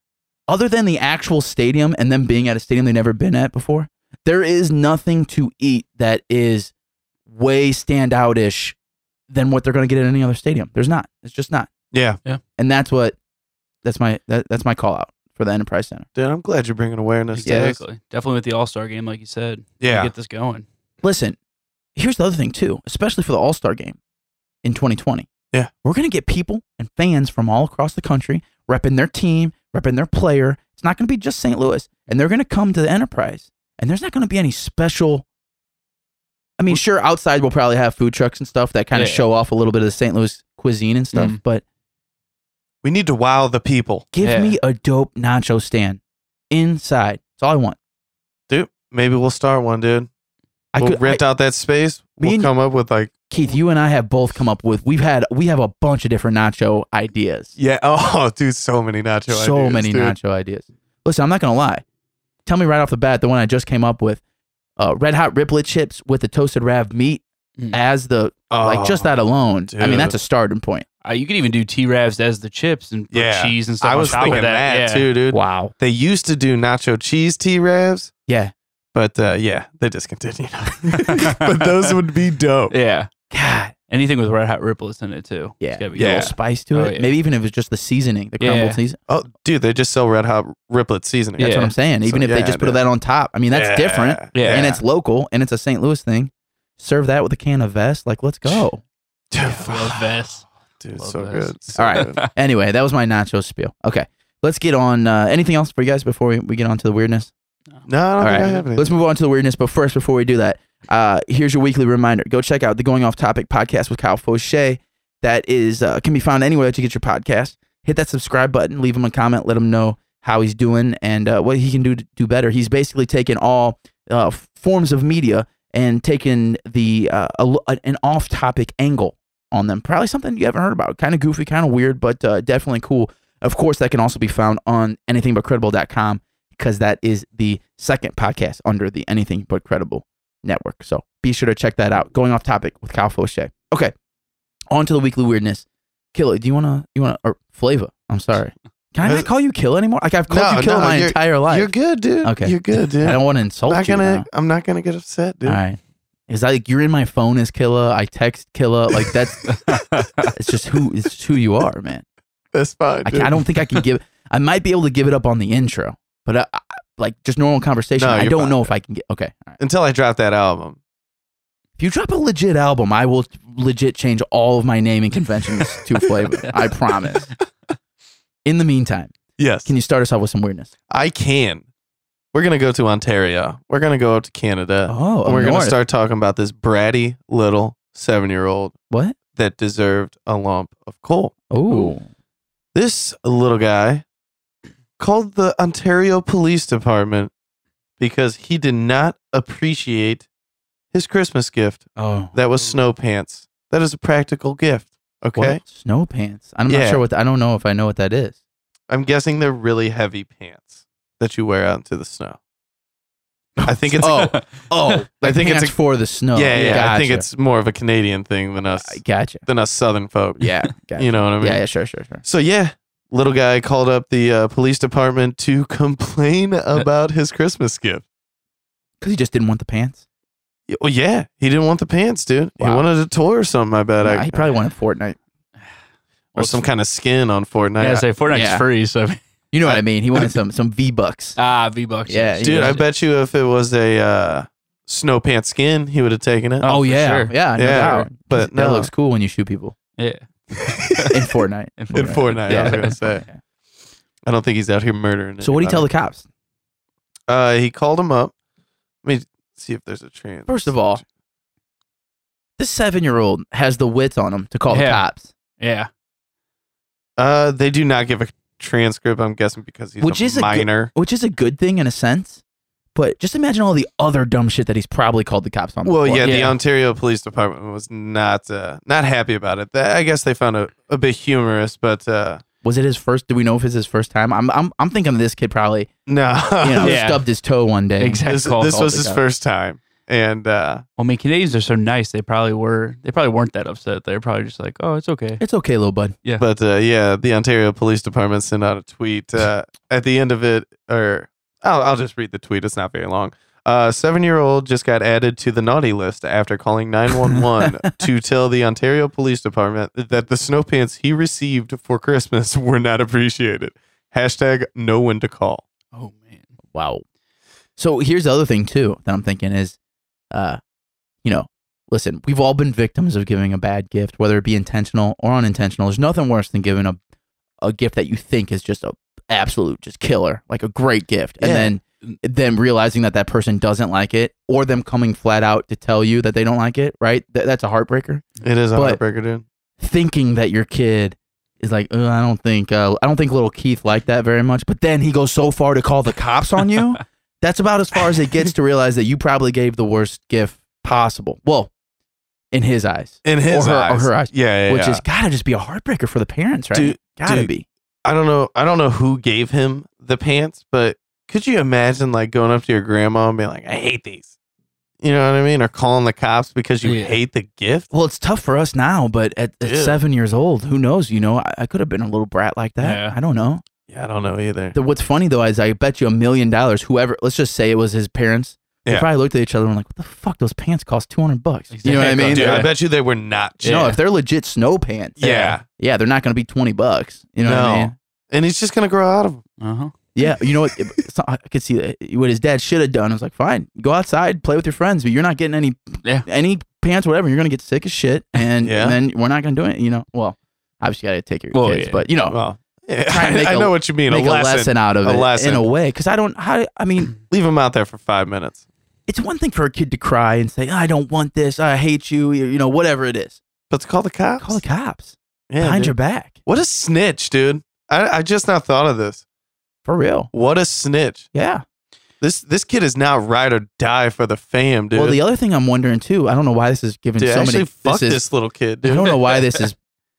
S2: other than the actual stadium and them being at a stadium they've never been at before. There is nothing to eat that is way standout-ish than what they're going to get at any other stadium. There's not. It's just not.
S1: yeah,
S2: And that's what that's my that, that's my call out for the Enterprise Center.
S1: dude, I'm glad you're bringing awareness to this.
S3: Exactly. Definitely with the All Star game, like you said.
S1: Yeah,
S3: Get this going.
S2: listen, here's the other thing too, especially for the All Star game in 2020.
S1: Yeah.
S2: We're going to get people and fans from all across the country repping their team, repping their player. It's not going to be just St. Louis. And they're going to come to the Enterprise. And there's not going to be any special. I mean, sure, outside we'll probably have food trucks and stuff that kind of
S3: Yeah.
S2: show off a little bit of the St. Louis cuisine and stuff.
S3: Mhm.
S2: But
S1: we need to wow the people,
S2: give
S3: Yeah.
S2: me a dope nacho stand inside. That's all I want.
S1: dude. Maybe we'll start one, dude.
S2: I
S1: we'll
S2: could, I-
S1: rent out that space.
S2: Me
S1: We'll
S2: and-
S1: come up with like,
S2: Keith, you and I have both come up with. We've had we have a bunch of different nacho ideas.
S1: yeah, (laughs) oh, dude, so many nacho,
S2: so
S1: ideas,
S2: many
S1: dude.
S2: nacho ideas. Listen, I'm not gonna lie. Tell me right off the bat the one I just came up with: uh, red hot riplet chips with the toasted rav meat
S3: Mm.
S2: as the
S1: Oh,
S2: like just that alone. I mean,
S1: dude.
S2: that's a starting point.
S3: Uh, you could even do T Ravs as the chips and put
S1: Yeah.
S3: cheese and stuff
S1: Oh, I was
S3: on top
S1: thinking
S3: of
S1: that,
S3: that. yeah.
S1: too, dude.
S2: Wow.
S1: They used to do nacho cheese T Ravs,
S2: Yeah.
S1: but uh, yeah, they
S2: (laughs)
S1: discontinued. (laughs) but those would be dope.
S3: Yeah.
S2: God.
S3: Anything with red hot ripplets in it too.
S2: Yeah.
S3: It's gotta be
S2: A
S1: Yeah.
S2: little spice to
S3: Oh,
S2: it.
S3: yeah.
S2: Maybe even if it's just the seasoning, the
S3: Yeah.
S2: crumbled season.
S1: Oh, dude, they just sell Red Hot Riplet seasoning.
S2: That's
S3: Yeah.
S2: what I'm saying.
S1: So,
S2: Even if they
S1: yeah,
S2: just put
S1: dude.
S2: that on top, I mean, that's
S1: Yeah.
S2: different.
S3: Yeah.
S2: And it's local and it's
S1: (laughs)
S2: a St. Louis thing. Serve that with a can of vest. Like, let's go.
S1: Dude,
S3: cool. Yeah, I love this.
S1: dude.
S3: Love
S1: so
S3: those.
S1: good. So
S2: All right. (laughs)
S1: good.
S2: Anyway, that was my nacho spiel. Okay. Let's get on. Uh, anything else for you guys before we, we get on to the weirdness?
S1: No, I don't
S2: All
S1: think I
S2: right.
S1: have anything.
S2: Let's move on to the weirdness. But first, before we do that, uh, here's your weekly reminder. Go check out the Going Off Topic podcast with Kyle Fauché. That is uh, can be found anywhere that you get your podcast. Hit that subscribe button. Leave him a comment. Let him know how he's doing and uh, what he can do to do better. He's basically taken all uh, f- forms of media and taken the uh, a l an off topic angle on them. Probably something you haven't heard about. Kind of goofy, kind of weird, but uh, definitely cool. Of course, that can also be found on anythingbutcredible.com because that is the second podcast under the Anything But Credible network. So be sure to check that out. Going off topic with Kyle Fauché. Okay, on to the weekly weirdness. Killer, do you wanna you wanna or Flavor?
S1: (laughs)
S2: I'm sorry. Can I not call you Kill anymore? Like I've called
S1: No,
S2: you Kill
S1: no,
S2: my
S1: you're-
S2: entire life.
S1: You're good, dude.
S2: Okay.
S1: You're good, dude.
S2: (laughs)
S1: I'm
S2: I don't want to insult
S1: not
S2: you.
S1: gonna.
S2: now.
S1: I'm not gonna get upset, dude.
S2: All right. Is that like you're in my phone as Killer? I text Killer. Like that's it's just who it's just who you are, man.
S1: That's fine.
S2: I,
S1: Dude.
S2: can, I don't think I can give. I might be able to give it up on the intro, but uh, I, I, like just normal conversation.
S1: No,
S2: I
S1: you're
S2: don't
S1: fine.
S2: know if I can get. Okay, all right.
S1: Until I drop that album.
S2: If you drop a legit album, I will legit change all of my name and conventions
S1: (laughs)
S2: to flavor. I promise. In the meantime,
S1: Yes.
S2: can you start us off with some weirdness?
S1: I can. We're gonna go to Ontario. We're gonna go up to Canada.
S2: Oh,
S1: and we're
S2: going
S1: gonna start talking about this bratty little seven-year-old
S2: What?
S1: that deserved a lump of coal.
S2: Oh,
S1: This little guy called the Ontario Police Department because he did not appreciate his Christmas gift.
S2: oh,
S1: That was snow pants. That is a practical gift. Okay.
S2: What? Snow pants. I'm not
S1: Yeah.
S2: sure what. I don't know if I know what that is.
S1: I'm guessing they're really heavy pants that you wear out into the snow. I think it's
S2: (laughs)
S1: (laughs)
S2: Oh, oh,
S1: I think it's
S2: pants
S1: a-
S2: for the snow.
S1: yeah, yeah. I think
S2: Gotcha.
S1: it's more of a Canadian thing than us
S2: I gotcha.
S1: than us Southern folk.
S2: Yeah,
S1: (laughs)
S2: gotcha.
S1: you know what I mean.
S2: yeah, yeah, sure, sure, sure.
S1: So yeah, little guy called up the uh, police department to (laughs) complain
S2: (laughs)
S1: about his Christmas gift.
S2: Because he just didn't want the pants.
S1: Y- Well, yeah, he didn't want the pants, dude. He
S2: Wow.
S1: wanted a toy or something. I bet.
S2: Nah,
S1: I,
S2: he probably wanted Fortnite.
S1: or some kind of skin on Fortnite.
S3: Yeah, I say Fortnite's
S2: Yeah.
S3: free, so
S2: You know what I mean? He wanted some some V bucks.
S3: ah, V bucks.
S2: Yeah,
S1: dude, I bet you if it was a uh, snow pants skin, he would have taken it.
S3: (laughs) Oh,
S2: Oh,
S3: for
S2: yeah,
S3: sure.
S2: yeah, no
S1: Yeah,
S2: doubt.
S1: but
S2: that
S1: no.
S2: looks cool when you shoot people
S3: yeah.
S2: (laughs) in Fortnite.
S3: In
S1: in Fortnite, I
S2: Yeah.
S1: was gonna say.
S2: (laughs) Yeah.
S1: I don't think he's out here murdering.
S2: So what do you tell the
S1: anybody.
S2: cops?
S1: Uh, he called him up. Let me see if there's a chance.
S2: First of all, this seven year old has the wits on him to call the
S3: Yeah.
S2: cops,
S3: Yeah.
S1: Uh, they do not give a transcript. I'm guessing because he's
S2: Which
S1: a
S2: is a good-
S1: minor.
S2: which is a good thing in a sense. But just imagine all the other dumb shit that he's probably called the cops on.
S1: well,
S2: before.
S1: yeah, the
S3: yeah.
S1: Ontario Police Department was not uh, not happy about it. That, I guess they found it a bit humorous, but uh,
S2: Was it his first? Do we know if it's his first time? I'm I'm I'm thinking this kid probably
S1: no, (laughs)
S2: you know
S3: Yeah.
S2: stubbed his toe one day.
S3: Exactly.
S1: this,
S3: Called-
S1: this
S2: called
S1: was
S2: the
S1: his
S2: cops.
S1: first time, and uh,
S3: Well, I mean, Canadians are so nice. They probably were. They probably weren't that upset. They were probably just like, "Oh, it's okay."
S2: It's okay, little bud.
S1: (laughs) but uh, yeah, the Ontario Police Department sent out a tweet uh, at the end of it, or I'll, I'll just read the tweet. It's not very long. Uh, seven-year-old just got added to the naughty list after calling
S2: (laughs)
S1: 911 to tell the Ontario Police Department that the snow pants he received for Christmas (laughs) were not appreciated. Hashtag know when to call.
S3: Oh man.
S2: Wow. So here's the other thing too that I'm thinking is, uh, you know, listen, we've all been victims of giving a bad gift, whether it be intentional or unintentional. There's nothing worse than giving a a gift that you think is just a absolute just killer, like a great gift,
S1: Yeah.
S2: and then them realizing that that person doesn't like it, or them coming flat out to tell you that they don't like it. Right? Th- that's a heartbreaker.
S1: It is a
S2: But-
S1: heartbreaker, dude.
S2: thinking that your kid is like, "Uh, I don't think, uh, I don't think little Keith liked that very much. But then he goes so far to call the cops on
S1: (laughs)
S2: you. That's about as far as it gets to realize that you probably gave the worst gift possible. Well, in his eyes,
S1: In his
S2: Or her- or
S1: eyes.
S2: her eyes.
S1: Yeah, yeah.
S2: which
S1: yeah.
S2: has gotta just be a heartbreaker for the parents, right?
S1: Dude-
S2: gotta
S1: dude.
S2: be.
S1: I don't know. I don't know who gave him the pants, but could you imagine like going up to your grandma and being like, "I hate these," you know what I mean, or calling the cops because you
S3: Yeah.
S1: hate the gift?
S2: Well, it's tough for us now, but at, at
S1: Yeah.
S2: seven years old, who knows? You know, I, I could have been a little brat like that.
S3: Yeah.
S2: I don't know.
S1: Yeah, I don't know either.
S2: The, what's funny though is I bet you a million dollars, whoever, let's just say it was his parents, they
S1: Yeah.
S2: probably looked at each other and were like, what the fuck? Those pants cost 200 bucks. You know what I
S3: Exactly.
S2: mean?
S1: Dude,
S3: Yeah.
S1: I bet you they were not. cheap.
S2: No, if they're legit snow pants,
S1: yeah.
S2: yeah, they're not going to be twenty bucks. You know what I
S1: No.
S2: mean?
S1: and he's just gonna grow out of them.
S3: Uh huh.
S2: Yeah, you know what? (laughs) it's not- I could see that. what his dad should have done. was like, fine, go outside, play with your friends, but you're not getting any
S3: Yeah.
S2: any pants, whatever. You're going to get sick as shit,
S1: (laughs)
S2: and,
S1: Yeah.
S2: and then we're not going to do it. You know? Well,
S1: Well,
S2: kids,
S1: yeah.
S2: but you know,
S1: well, yeah,
S2: Oh.
S1: (laughs)
S2: try and make
S1: I
S2: a-
S1: know what you mean.
S2: make
S1: a lesson.
S2: out of
S1: a
S2: it in
S1: lesson.
S2: a way. Because I don't, how, I mean,
S1: Leave them out there for five minutes.
S2: it's one thing for a kid to cry and say, "I don't want this. I hate you." You you know, whatever it is,
S1: But to call the cops.
S2: call the cops
S1: yeah,
S2: behind
S1: dude.
S2: your back
S1: What a snitch, dude. I, I just now thought of this.
S2: for real.
S1: What a snitch.
S2: Yeah.
S1: This this kid is now ride or die for the fam, dude.
S2: Well, the other thing I'm wondering too, I don't know why this is giving
S1: dude,
S2: so
S1: actually,
S2: many.
S1: fuck this,
S2: is-
S1: little kid,
S2: I
S1: dude. (laughs)
S2: don't know why this is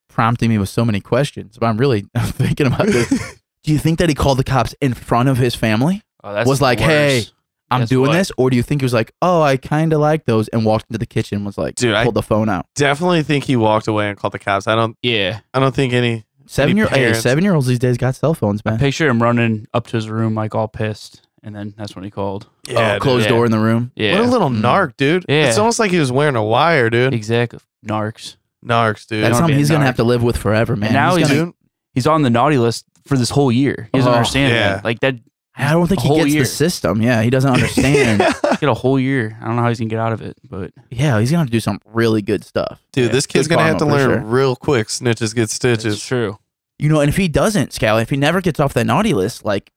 S2: prompting me with so many questions, but I'm really (laughs) I'm thinking
S1: (laughs)
S2: about this. Do you think that he called the cops in front of his family?
S3: Oh, that's
S2: Was like,
S3: worse.
S2: hey, I'm
S3: Guess
S2: doing
S3: what?
S2: this, or do you think he was like, "Oh, I kind of like those," and walked into the kitchen and was like,
S1: Dude, I-
S2: pulled the phone out.
S1: Definitely think he walked away and called the cops. I don't.
S3: Yeah.
S1: I don't think any.
S2: Seven year hey,
S1: parents-
S2: seven year olds these days got cell phones,
S3: (laughs)
S2: man.
S3: Picture him running up to his room like all pissed, and then that's when he called.
S2: oh, closed
S3: yeah.
S2: door in the room.
S3: Yeah.
S1: What a little
S2: Mm.
S1: narc, dude.
S3: Yeah.
S1: It's almost like he was wearing a wire, dude.
S3: exactly. Narcs.
S1: Narcs, dude.
S2: That's
S3: Don't
S2: something
S3: be a
S2: he's gonna
S3: narc.
S2: have to live with forever, man.
S3: And now
S2: he's
S3: he's
S2: gonna,
S1: dude.
S3: He's on the naughty list for this whole year. He doesn't
S2: Oh,
S3: understand
S1: yeah.
S3: that. Like that
S2: I don't think
S3: a
S2: he
S3: whole
S2: gets
S3: year.
S2: the system. Yeah, he
S1: (laughs)
S2: doesn't
S3: (laughs)
S2: understand. yeah.
S3: get a whole year. I don't know how he's gonna get out of it, but
S2: he's gonna have to do some really good stuff.
S1: Dude,
S3: Yeah,
S1: this kid's
S2: good
S1: gonna have to
S2: karma for
S1: learn
S2: sure.
S1: real quick. Snitches get
S3: it's
S1: stitches.
S3: true.
S2: You know, and if he doesn't, Scally, if he never gets off that naughty list, like,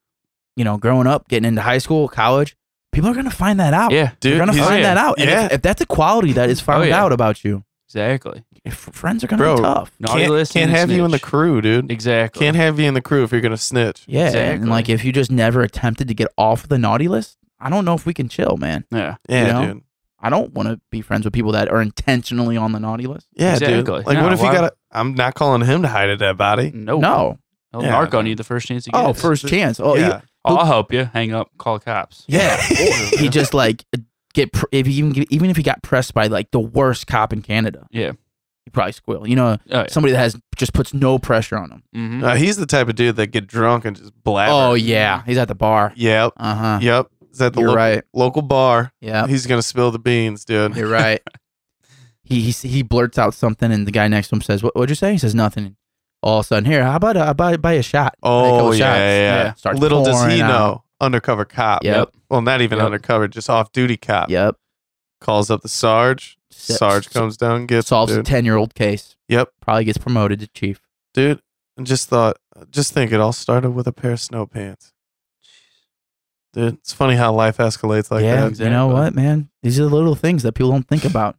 S2: you know, growing up, getting into hie school, college, people are gonna find that out.
S3: Yeah,
S2: They're
S1: Dude,
S2: gonna
S1: he's-
S2: find
S3: yeah. Oh,
S2: that out. And
S1: Yeah.
S2: if, if that's a quality that is found
S3: yeah.
S2: out about you,
S3: exactly.
S2: if friends are gonna
S1: Bro,
S2: be tough.
S3: Naughty
S1: can't,
S3: list.
S1: can't
S3: and
S1: have you in the
S3: snitch.
S1: crew, dude.
S3: Exactly.
S1: Can't have you in the crew if you're gonna snitch.
S2: Yeah. And
S3: exactly.
S2: like if you just never attempted to get off the naughty list, I don't know if we can chill, man.
S3: yeah.
S1: Yeah,
S2: You know?
S1: dude.
S2: I don't wanna be friends with people that are intentionally on the naughty list.
S1: Yeah, dude.
S3: Exactly.
S1: Like,
S3: No,
S1: what if you
S3: why-
S1: got? I'm not calling him to hide a dead body.
S3: No.
S2: No.
S3: He'll
S1: Yeah.
S3: narc on you the Oh, first chance he gets.
S2: Oh, first chance. Oh, yeah.
S1: yeah.
S3: Oh, I'll help you. Hang up. Call the cops.
S1: (laughs)
S2: Yeah, Or he just like get pr- if he even even if he got pressed by like the worst cop in Canada,
S3: Yeah.
S2: he probably squeal. You know,
S3: Oh, yeah.
S2: somebody that has just puts no pressure on him.
S3: Mhm.
S1: Uh, he's the type of dude that get drunk and just blabber.
S2: Oh yeah, he's at the bar.
S1: Yep.
S2: Uh huh.
S1: Yep. Is that the
S2: You're
S1: lo-
S2: right.
S1: local bar?
S2: Yeah,
S1: He's gonna spill the beans, dude. (laughs)
S2: you're right. He he he blurts out something, and the guy next to him says, "What what'd you say?" He says nothing. All of a sudden, here, how about I buy buy a shot? Like a couple
S1: Oh yeah, yeah,
S2: shots.
S3: Yeah.
S1: yeah.
S2: Starts
S1: Little does he
S2: pouring out.
S1: know, undercover cop.
S2: Yep.
S1: Well, not even
S3: Yep.
S1: undercover, just off duty cop.
S2: Yep.
S1: Calls up the sarge.
S2: S-
S1: Sarge
S2: s-
S1: comes down, gets
S2: solves a
S1: dude.
S2: ten year old case.
S1: Yep,
S2: Probably gets promoted to chief.
S1: dude. And just thought, just think, it all started with a pair of snow pants. Dude, it's funny how life escalates like
S2: yeah,
S1: that.
S2: you know
S3: Exactly.
S2: what, man? These are the little things that people don't think about.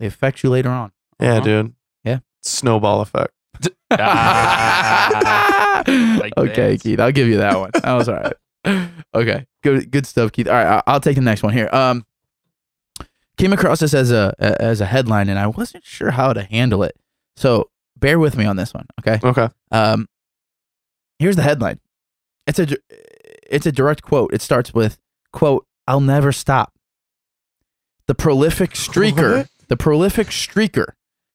S2: They affect you
S1: (laughs)
S2: later on. (laughs)
S1: Yeah,
S3: Uh-huh.
S1: dude.
S2: Yeah.
S1: Snowball effect.
S3: Ah. Like
S2: okay,
S3: that.
S2: Keith, I'll give you that one. That was all
S1: (laughs)
S2: right. Okay, good, good stuff, Keith. All right, I- I'll take the next one here. Um, came across this as a a- as a headline, and I wasn't sure how to handle it, so bear with me on this one. Okay,
S1: Okay.
S2: um, here's the headline. It's a dir- it's a direct quote. It starts with quote I'll never stop. The prolific streaker,
S1: What?
S2: the prolific streaker,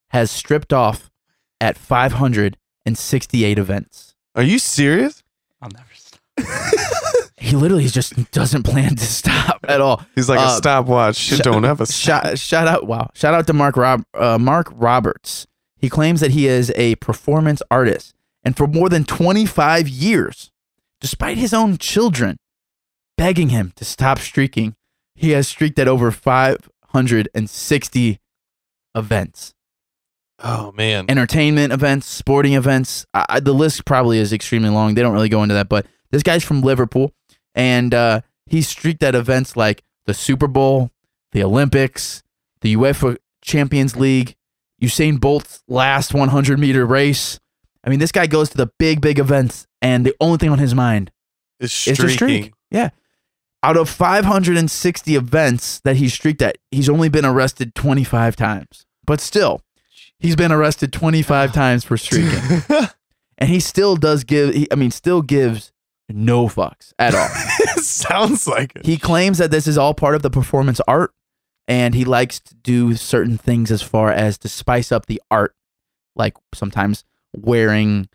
S2: has stripped off at 568 events.
S1: Are you
S2: (laughs)
S1: serious?
S3: I'll never stop.
S2: He literally just doesn't plan to (laughs) stop at all.
S1: He's like
S2: Uh,
S1: a stopwatch. Shit
S2: sh-
S1: don't ever stop.
S2: Shout, shout out! Wow! Shout out to Mark Rob uh, Mark Roberts. He claims that he is a performance artist, and for more than 25 years, despite his own children begging him to stop streaking, he has streaked at over 560 events,
S1: Oh man.
S2: entertainment events, sporting events. I, I- the list probably is extremely long. They don't really go into that, but this guy's from Liverpool, and uh, he streaked at events like the Super Bowl, the Olympics, the UEFA Champions League, Usain Bolt's last 100 meter race. I mean, this guy goes to the big, big events, and the only thing on his mind
S1: it's
S2: is
S1: streaking.
S2: to streak. Yeah. Out of 560 events that he streaked at, he's only been arrested 25 times. But still, he's been arrested 25 times for streaking.
S1: (laughs)
S2: And he still does give, he, I mean, still gives no fucks at all.
S1: (laughs) it sounds like it.
S2: he claims that this is all part of the performance art and he likes to do certain things as far as to spice up the art like sometimes wearing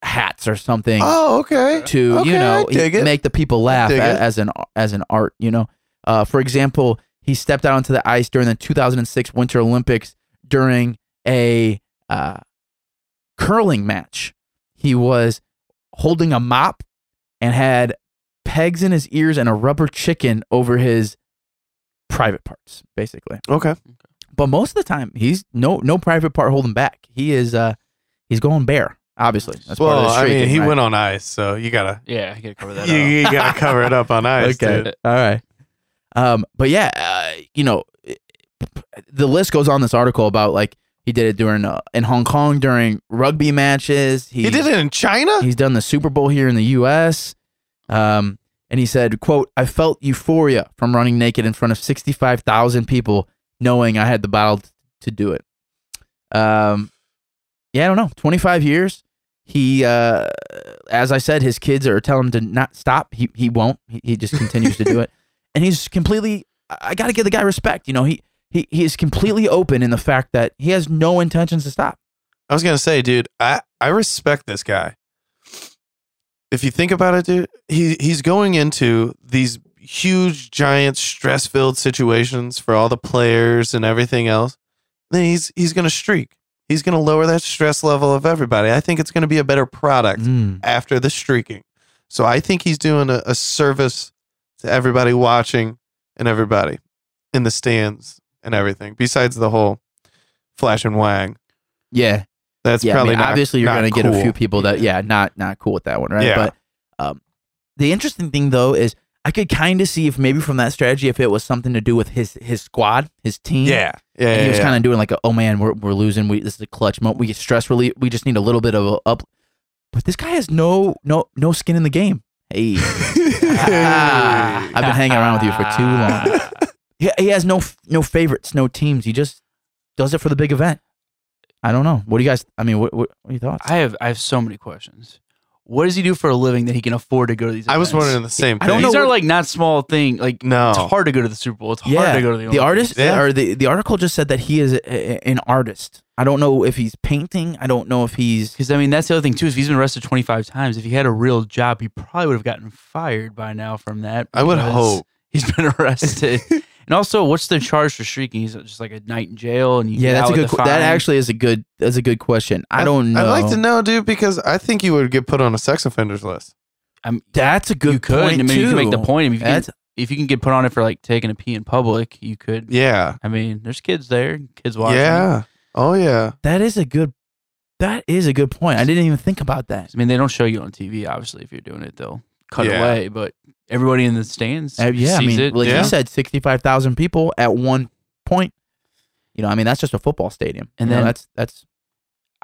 S2: hats or something
S1: Oh, okay.
S2: to
S1: okay,
S2: you know
S1: I dig it.
S2: make the people laugh
S1: dig
S2: a-
S1: it.
S2: as an as an art you know uh, for example he stepped out onto the ice during the 2006 winter olympics during a uh, curling match he was holding a mop and had pegs in his ears and a rubber chicken over his private parts basically
S1: okay.
S2: but most of the time he's no no private part holding back he is uh he's going bare Obviously, that's part
S1: well,
S2: of the
S1: I mean,
S2: streaking,
S1: he
S2: right?
S1: went on ice, so you gotta
S3: Yeah, you gotta cover that
S1: you,
S3: up.
S1: you
S3: (laughs)
S1: gotta (laughs) cover it up on ice.
S2: Okay,
S1: dude.
S2: all right. Um, but yeah, uh, you know, it- the list goes on this article about like he did it during uh, in Hong Kong during rugby matches.
S1: He, did it in China.
S2: He's done the Super Bowl here in the U.S. Um, and he said, "quote I felt euphoria from running naked in front of sixty-five thousand people, knowing I had the battle to do it." Um, yeah, I don't know. Twenty-five years. He, uh, as I said, his kids are telling him to not stop. He he won't. He, he just continues to do it, and he's completely. I- I got to give the guy respect. You know, he he he is completely open in the fact that he has no intentions to stop.
S1: I was gonna say, dude, I I respect this guy. If you think about it, dude, he he's going into these huge, giant, stress filled situations for all the players and everything else. Then he's he's gonna streak. He's gonna lower that stress level of everybody. I think it's gonna be a better product
S2: Mm.
S1: after the streaking. So I think he's doing a, a service to everybody watching and everybody in the stands and everything. Besides the whole flash and wang.
S2: Yeah,
S1: That's
S2: yeah,
S1: probably
S2: I mean,
S1: not,
S2: obviously you're
S1: not
S2: going to get a
S1: cool.
S2: few people that yeah, not not cool with that one, right?
S1: Yeah.
S2: But um, the interesting thing though is I could kind of see if maybe from that strategy if it was something to do with his his squad, his team.
S1: Yeah, yeah.
S2: And
S1: yeah,
S2: he was
S1: yeah.
S2: kind of doing like, a, oh man, we're, we're losing. We this is a clutch moment. We get stress relief. We just need a little bit of a up. But this guy has no no no skin in the game. Hey, ah, I've been hanging around with you for too long. He, he has no f- no favorites, no teams. He just does it for the big event. I don't know. What do you guys? I mean, what what, what are your thoughts?
S3: I have I have so many questions. What does he do for a living that he can afford to go to
S1: (laughs)
S3: these?
S1: I was
S3: events?
S1: wondering the same thing.
S2: I don't
S3: These
S2: know
S3: are
S2: what-
S3: like not small thing. Like
S1: No,
S3: it's hard to go to the Super Bowl. It's hard to go to Oh. the.
S2: the
S3: Olympics.
S2: artist
S1: Yeah.
S2: or the, the article just said that he is a, a- an artist. I don't know if he's painting. I don't know if he's
S3: Because I mean, that's the other thing too. Is he's been arrested 25 times. If he had a real job, he probably would have gotten fired by now from that.
S1: I would
S3: because
S2: (laughs)
S1: hope.
S3: he's been (laughs) arrested. and also, what's the charge for shrieking? He's just like a night in jail, and you
S2: yeah.
S3: get
S2: That's
S3: out
S2: a
S3: with
S2: good.
S3: the
S2: que- That
S3: fine?
S2: actually is a good. That's a good question. I
S1: I'd-
S2: don't know.
S1: (laughs) I'd like to know, dude, because I think you would get put on a sex offenders list.
S3: I'm,
S2: That's a good
S3: you could.
S2: point
S3: I mean, you can make the
S2: too.
S3: point. I mean, if, you can,
S2: That's
S3: if you can get put on it for like taking a pee in public, you could.
S1: Yeah,
S3: I mean, there's kids there, kids watching.
S1: yeah. Oh yeah.
S2: that is a good. That is a good point. I didn't even think about that.
S3: I mean, they don't show you on TV, obviously. If you're doing it, they'll cut
S1: Yeah.
S3: away. But everybody in the stands,
S2: Uh, yeah, I
S3: sees
S2: mean,
S3: it.
S2: like
S1: yeah.
S2: you said, sixty-five thousand people at one point. You know, I mean, that's just a football stadium,
S3: And
S2: You know,
S3: then-
S2: that's that's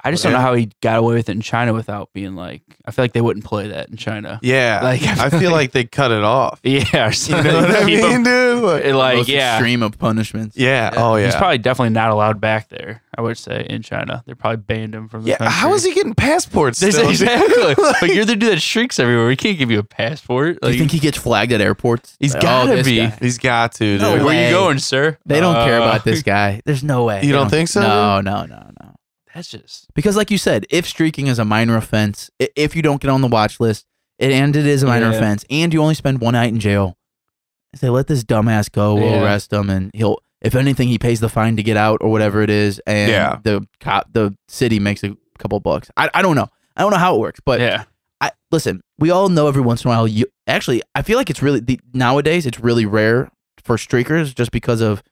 S3: I just don't know how he got away with it in China without being like. I feel like they wouldn't play that in China.
S1: Yeah.
S3: Like,
S1: I
S2: (laughs)
S1: feel like they cut it off.
S3: (laughs) Yeah, or
S1: You
S3: (laughs) something.
S1: know what I
S3: Keep him-
S1: mean, dude? Like,
S3: it, (laughs) like
S2: most
S3: yeah.
S2: extreme of punishments.
S1: yeah. Oh
S3: He's
S1: yeah.
S3: probably definitely not allowed back there. I would say in China, they probably banned him from the
S1: Yeah.
S3: country.
S1: How is he getting passports?
S3: (laughs) There's
S1: (laughs) still, dude?
S3: (laughs) exactly.
S1: Like-
S3: but you're the dude that shrieks everywhere. We can't give you a passport.
S2: Do you think he gets flagged at airports?
S3: He's
S2: Like, oh,
S3: gotta
S2: this
S3: be.
S2: guy.
S1: He's got to. Dude.
S2: No
S3: Like,
S2: way.
S3: where you going, sir?
S2: They don't care
S3: Uh,
S1: (laughs)
S2: about this guy. There's no way.
S1: You
S2: They
S1: don't think so,
S2: No, no, no, no.
S3: (laughs) That's just
S2: Because, like you said, if streaking is a minor offense, i- if you don't get on the watch list, it, and it is a minor
S3: Yeah.
S2: offense, and you only spend one night in jail, say, let this dumbass go. We'll
S3: Yeah.
S2: arrest him, and he'll, if anything, he pays the fine to get out or whatever it is, and
S1: Yeah.
S2: the cop, the city makes a couple bucks. I, I don't know. I don't know how it works, but
S3: yeah.
S2: I listen. We all know every once in a while. You actually, I feel like it's really the, nowadays. It's really rare for streakers just because of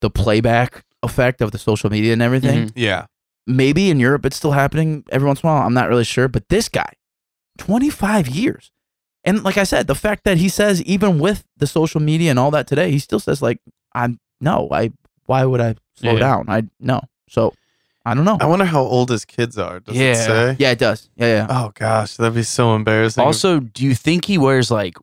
S2: the playback effect of the social media and everything.
S3: Mhm.
S1: Yeah.
S2: Maybe in Europe it's still happening every once in a while. I'm not really sure, but this guy, 25 years, and like I said, the fact that he says even with the social media and all that today, he still says like, "I'm no, I. Why would I slow
S3: Yeah.
S2: down? I no." So I don't know.
S1: I wonder how old his kids are. Does
S3: Yeah.
S1: it say?
S2: yeah, it does. Yeah, yeah.
S1: Oh gosh, that'd be so embarrassing.
S3: Also, do you think he wears like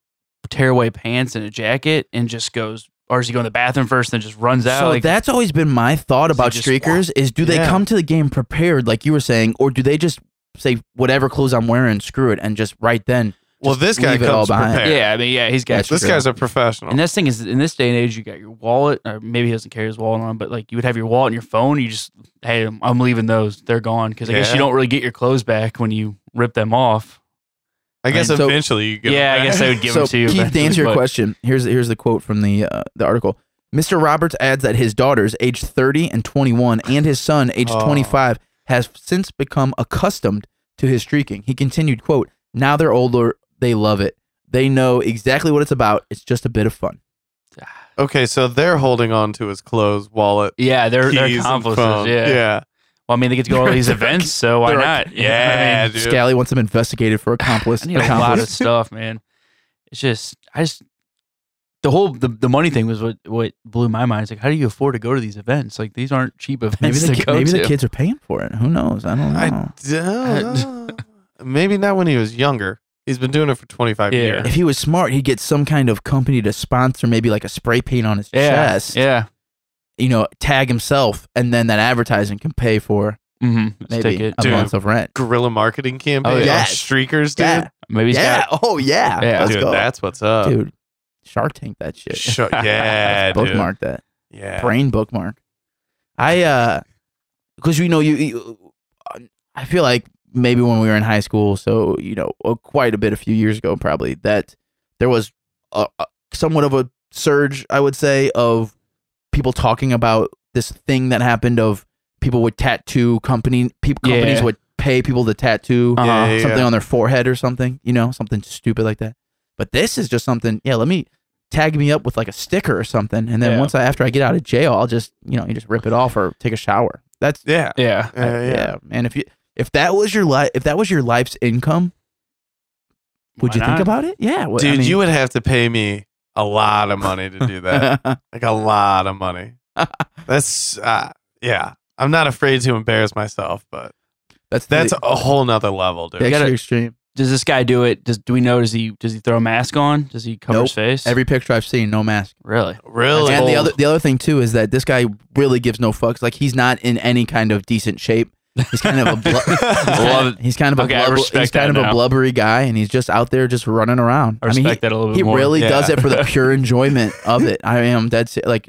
S3: tearaway pants and a jacket and just goes, or is he going to the bathroom first and just runs out?
S2: So
S3: like,
S2: that's always been my thought
S3: Does he
S2: about
S3: just
S2: streakers is do they
S1: Yeah.
S2: come to the game prepared like you were saying or do they just say whatever clothes I'm wearing screw it and just right then
S1: well, this guy
S2: leave it all
S1: comes
S2: behind.
S1: prepared.
S3: yeah, I mean, yeah, he's got
S2: That's
S1: This
S2: true.
S1: guy's a professional.
S3: And this thing is in this day and age, you got your wallet, or maybe he doesn't carry his wallet on, but like you would have your wallet and your phone. You just, hey, I'm, I'm leaving those. They're gone because I guess
S1: Yeah.
S3: you don't really get your clothes back when you rip them off.
S1: I guess
S2: And so-
S1: eventually you get.
S3: yeah, I
S1: him
S3: guess
S1: back. (laughs)
S3: I would give
S2: so
S3: them to you.
S2: Keith, to
S3: eventually,
S2: answer your
S3: (laughs) but-
S2: question, here's here's the quote from the uh, the article. Mr. Roberts adds that his daughters, aged 30 and 21, and his son, aged
S1: Oh.
S2: 25, has since become accustomed to his streaking. He continued, "quote Now they're older, they love it. They know exactly what it's about. It's just a bit of fun."
S1: Okay, so they're holding on to his clothes, wallet,
S3: Yeah, they're,
S1: keys,
S3: they're
S1: and
S3: accomplices.
S1: phone.
S3: Yeah.
S4: Well, I mean, they get to go to
S1: (laughs)
S4: all these events, so why
S2: they're
S4: not?
S2: (laughs)
S1: yeah,
S4: I, mean,
S1: dude.
S2: Scally wants him investigated for accomplice.
S4: I need a
S1: (laughs)
S4: lot of stuff, man. It's just, I just the whole the, the money thing was what what blew my mind. It's like, how do you afford to go to these events? Like, these aren't cheap events
S2: maybe the,
S4: to
S2: ki-
S4: go
S2: maybe
S4: to.
S2: the kids are paying for it. Who knows? I don't know.
S1: I don't know. Maybe not when he was younger. He's been doing it for 25
S4: Yeah.
S1: years.
S2: (laughs) if he was smart, he'd get some kind of company to sponsor maybe like a spray paint on his
S4: yeah,
S2: chest.
S4: yeah.
S2: You know, tag himself, and then that advertising can pay for
S4: Mm-hmm.
S2: maybe a
S1: Dude.
S2: month of rent.
S1: Guerrilla marketing campaign.
S4: Oh,
S1: on
S2: yes.
S1: Streakers, dude.
S2: Yeah,
S4: Maybe he's
S2: yeah.
S4: got
S2: Oh yeah.
S4: Yeah,
S2: Let's
S1: dude,
S2: go,
S1: that's what's up.
S2: dude. Shark Tank that shit. (laughs)
S1: Sure- yeah, dude.
S2: bookmark that.
S1: Yeah.
S2: brain bookmark. I uh, because you know you, you, I feel like maybe when we were in high school, so you know, uh, quite a bit a few years ago, probably that there was a, a somewhat of a surge, I would say, of people talking about this thing that happened of people would tattoo company people companies
S4: Yeah.
S2: would pay people to tattoo
S4: Uh-huh.
S1: Yeah, yeah,
S2: something
S1: yeah.
S2: on their forehead or something, you know, something stupid like that. But this is just something, yeah, let me tag me up with like a sticker or something. And then
S4: Yeah.
S2: once I, after I get out of jail, I'll just, you know, you just rip it off or take a shower. That's,
S1: Yeah.
S4: yeah.
S1: Uh, yeah.
S2: yeah, man. If you, if that was your life, if that was your life's income, would
S4: Why
S2: you think
S4: not?
S2: about it? Yeah. well, I
S1: Dude,
S2: mean- (laughs)
S1: you would have to pay me a lot of money to do that. like a lot of money. That's uh, yeah. I'm not afraid to embarrass myself, but
S2: that's,
S1: that's
S2: the,
S1: a whole nother level, dude.
S2: the extra
S4: gotta-
S2: extreme.
S4: Does this guy do it? Does do we know? Does he does he throw a mask on? Does he cover his face?
S2: Every picture I've seen, no mask.
S4: really?
S1: Really,
S2: and the
S1: old. (laughs)
S2: other the other thing too is that this guy really gives no fucks. Like he's not in any kind of decent shape. He's kind of a blu- he's, kind
S4: Love
S2: of, he's kind of a
S4: Okay, I
S2: blubber-
S4: respect
S2: he's kind
S4: that
S2: of a
S4: now.
S2: blubbery guy, and he's just out there just running around.
S4: I respect
S2: mean,
S4: that a little
S2: he,
S4: bit
S2: he
S4: more.
S2: really
S1: Yeah.
S2: does
S4: (laughs)
S2: it for the pure enjoyment of it. I am that's it. like.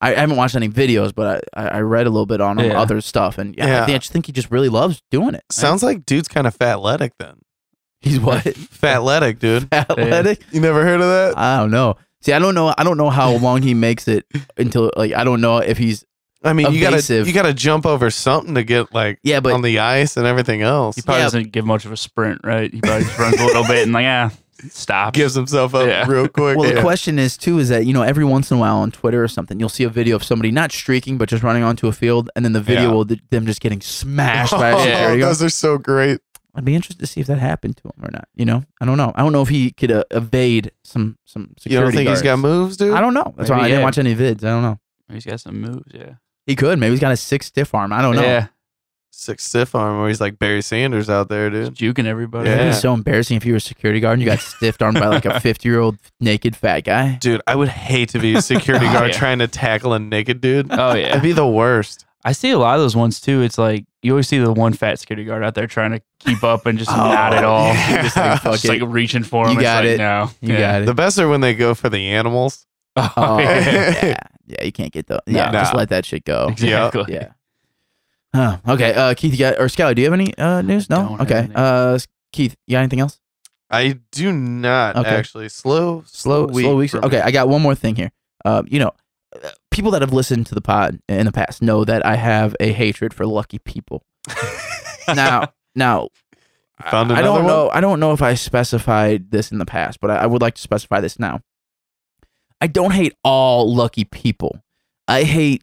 S2: I I haven't watched any videos, but I, I I read a little bit on him,
S4: Yeah.
S2: other stuff, and yeah,
S1: Yeah.
S2: I, think, I just think he just really loves doing it.
S1: sounds like dude's kind of fatletic then.
S2: (laughs) He's what (laughs)
S1: Fatletic, dude.
S2: athletic.
S1: You never heard of that?
S2: I don't know. See, I don't know. I don't know how long he makes it until like I don't know if he's
S1: I mean,
S2: Evasive.
S1: you gotta you gotta jump over something to get like
S2: yeah, but
S1: on the ice and everything else.
S4: He probably
S2: Yeah.
S4: doesn't give much of a sprint, right? He probably just runs a little bit and like, ah, stop.
S1: Gives himself up
S4: Yeah.
S1: real (laughs) quick.
S2: Well, the
S1: Yeah.
S2: question is too is that you know every once in a while on Twitter or something you'll see a video of somebody not streaking but just running onto a field, and then the video
S1: Yeah.
S2: will them just getting smashed by
S1: (laughs)
S2: a
S1: Oh,
S2: security guard.
S1: those are so great.
S2: I'd be interested to see if that happened to him or not. You know, I don't know. I don't know if he could uh, evade some some
S1: You
S2: security.
S1: don't think he's got
S2: guards.
S1: moves, dude?
S2: I don't know. That's why
S4: Maybe,
S2: I didn't
S4: yeah.
S2: watch any vids. I don't know.
S4: He's got some moves, yeah.
S2: He could. Maybe he's got a sick stiff arm. I don't know.
S4: Yeah.
S1: Six stiff arm, where he's like Barry Sanders out there,
S4: He's
S1: dude.
S4: juking everybody.
S1: Yeah.
S2: It'd be so embarrassing if you were a security
S1: (laughs)
S2: guard and you got stiffed armed by like a fifty year old naked fat guy.
S1: Dude, I would hate to be a
S4: (laughs)
S1: security
S4: Oh,
S1: guard
S4: yeah.
S1: trying to tackle a naked dude.
S4: Oh
S1: That'd
S4: yeah.
S1: be the worst.
S4: I see a lot of those ones too. It's like you always see the one fat security guard out there trying to keep up and just
S2: (laughs) Oh,
S4: not at all.
S1: yeah. (laughs)
S4: Just, like,
S2: Fuck
S4: just, like,
S2: it.
S4: reaching for him.
S2: You
S4: It's
S2: got
S4: like,
S2: it.
S4: No.
S2: You
S4: yeah.
S2: got it.
S1: The best are when they go for the (laughs) animals.
S4: (laughs) Oh,
S2: Oh,
S4: yeah.
S1: (laughs)
S2: yeah, yeah, you can't get the yeah.
S1: Nah.
S2: Just let that shit go.
S4: (laughs) Exactly.
S2: Oh. Yeah. Huh. Okay. Uh, Keith, you got or Skylar, do you have any uh, news? No.
S4: don't have
S2: okay.
S4: anything.
S2: Uh, Keith, you got anything else?
S1: I do not
S2: Okay.
S1: actually. Slow, slow, week
S2: slow weeks.
S1: for me.
S2: Okay, I got one more thing here. Uh, you know, uh, people that have listened to the pod in the past know that I have a hatred for lucky people. now, now,
S1: Found
S2: I- I
S1: another
S2: don't
S1: one?
S2: know. I don't know if I specified this in the past, but I, I would like to specify this now. I don't hate all lucky people. I hate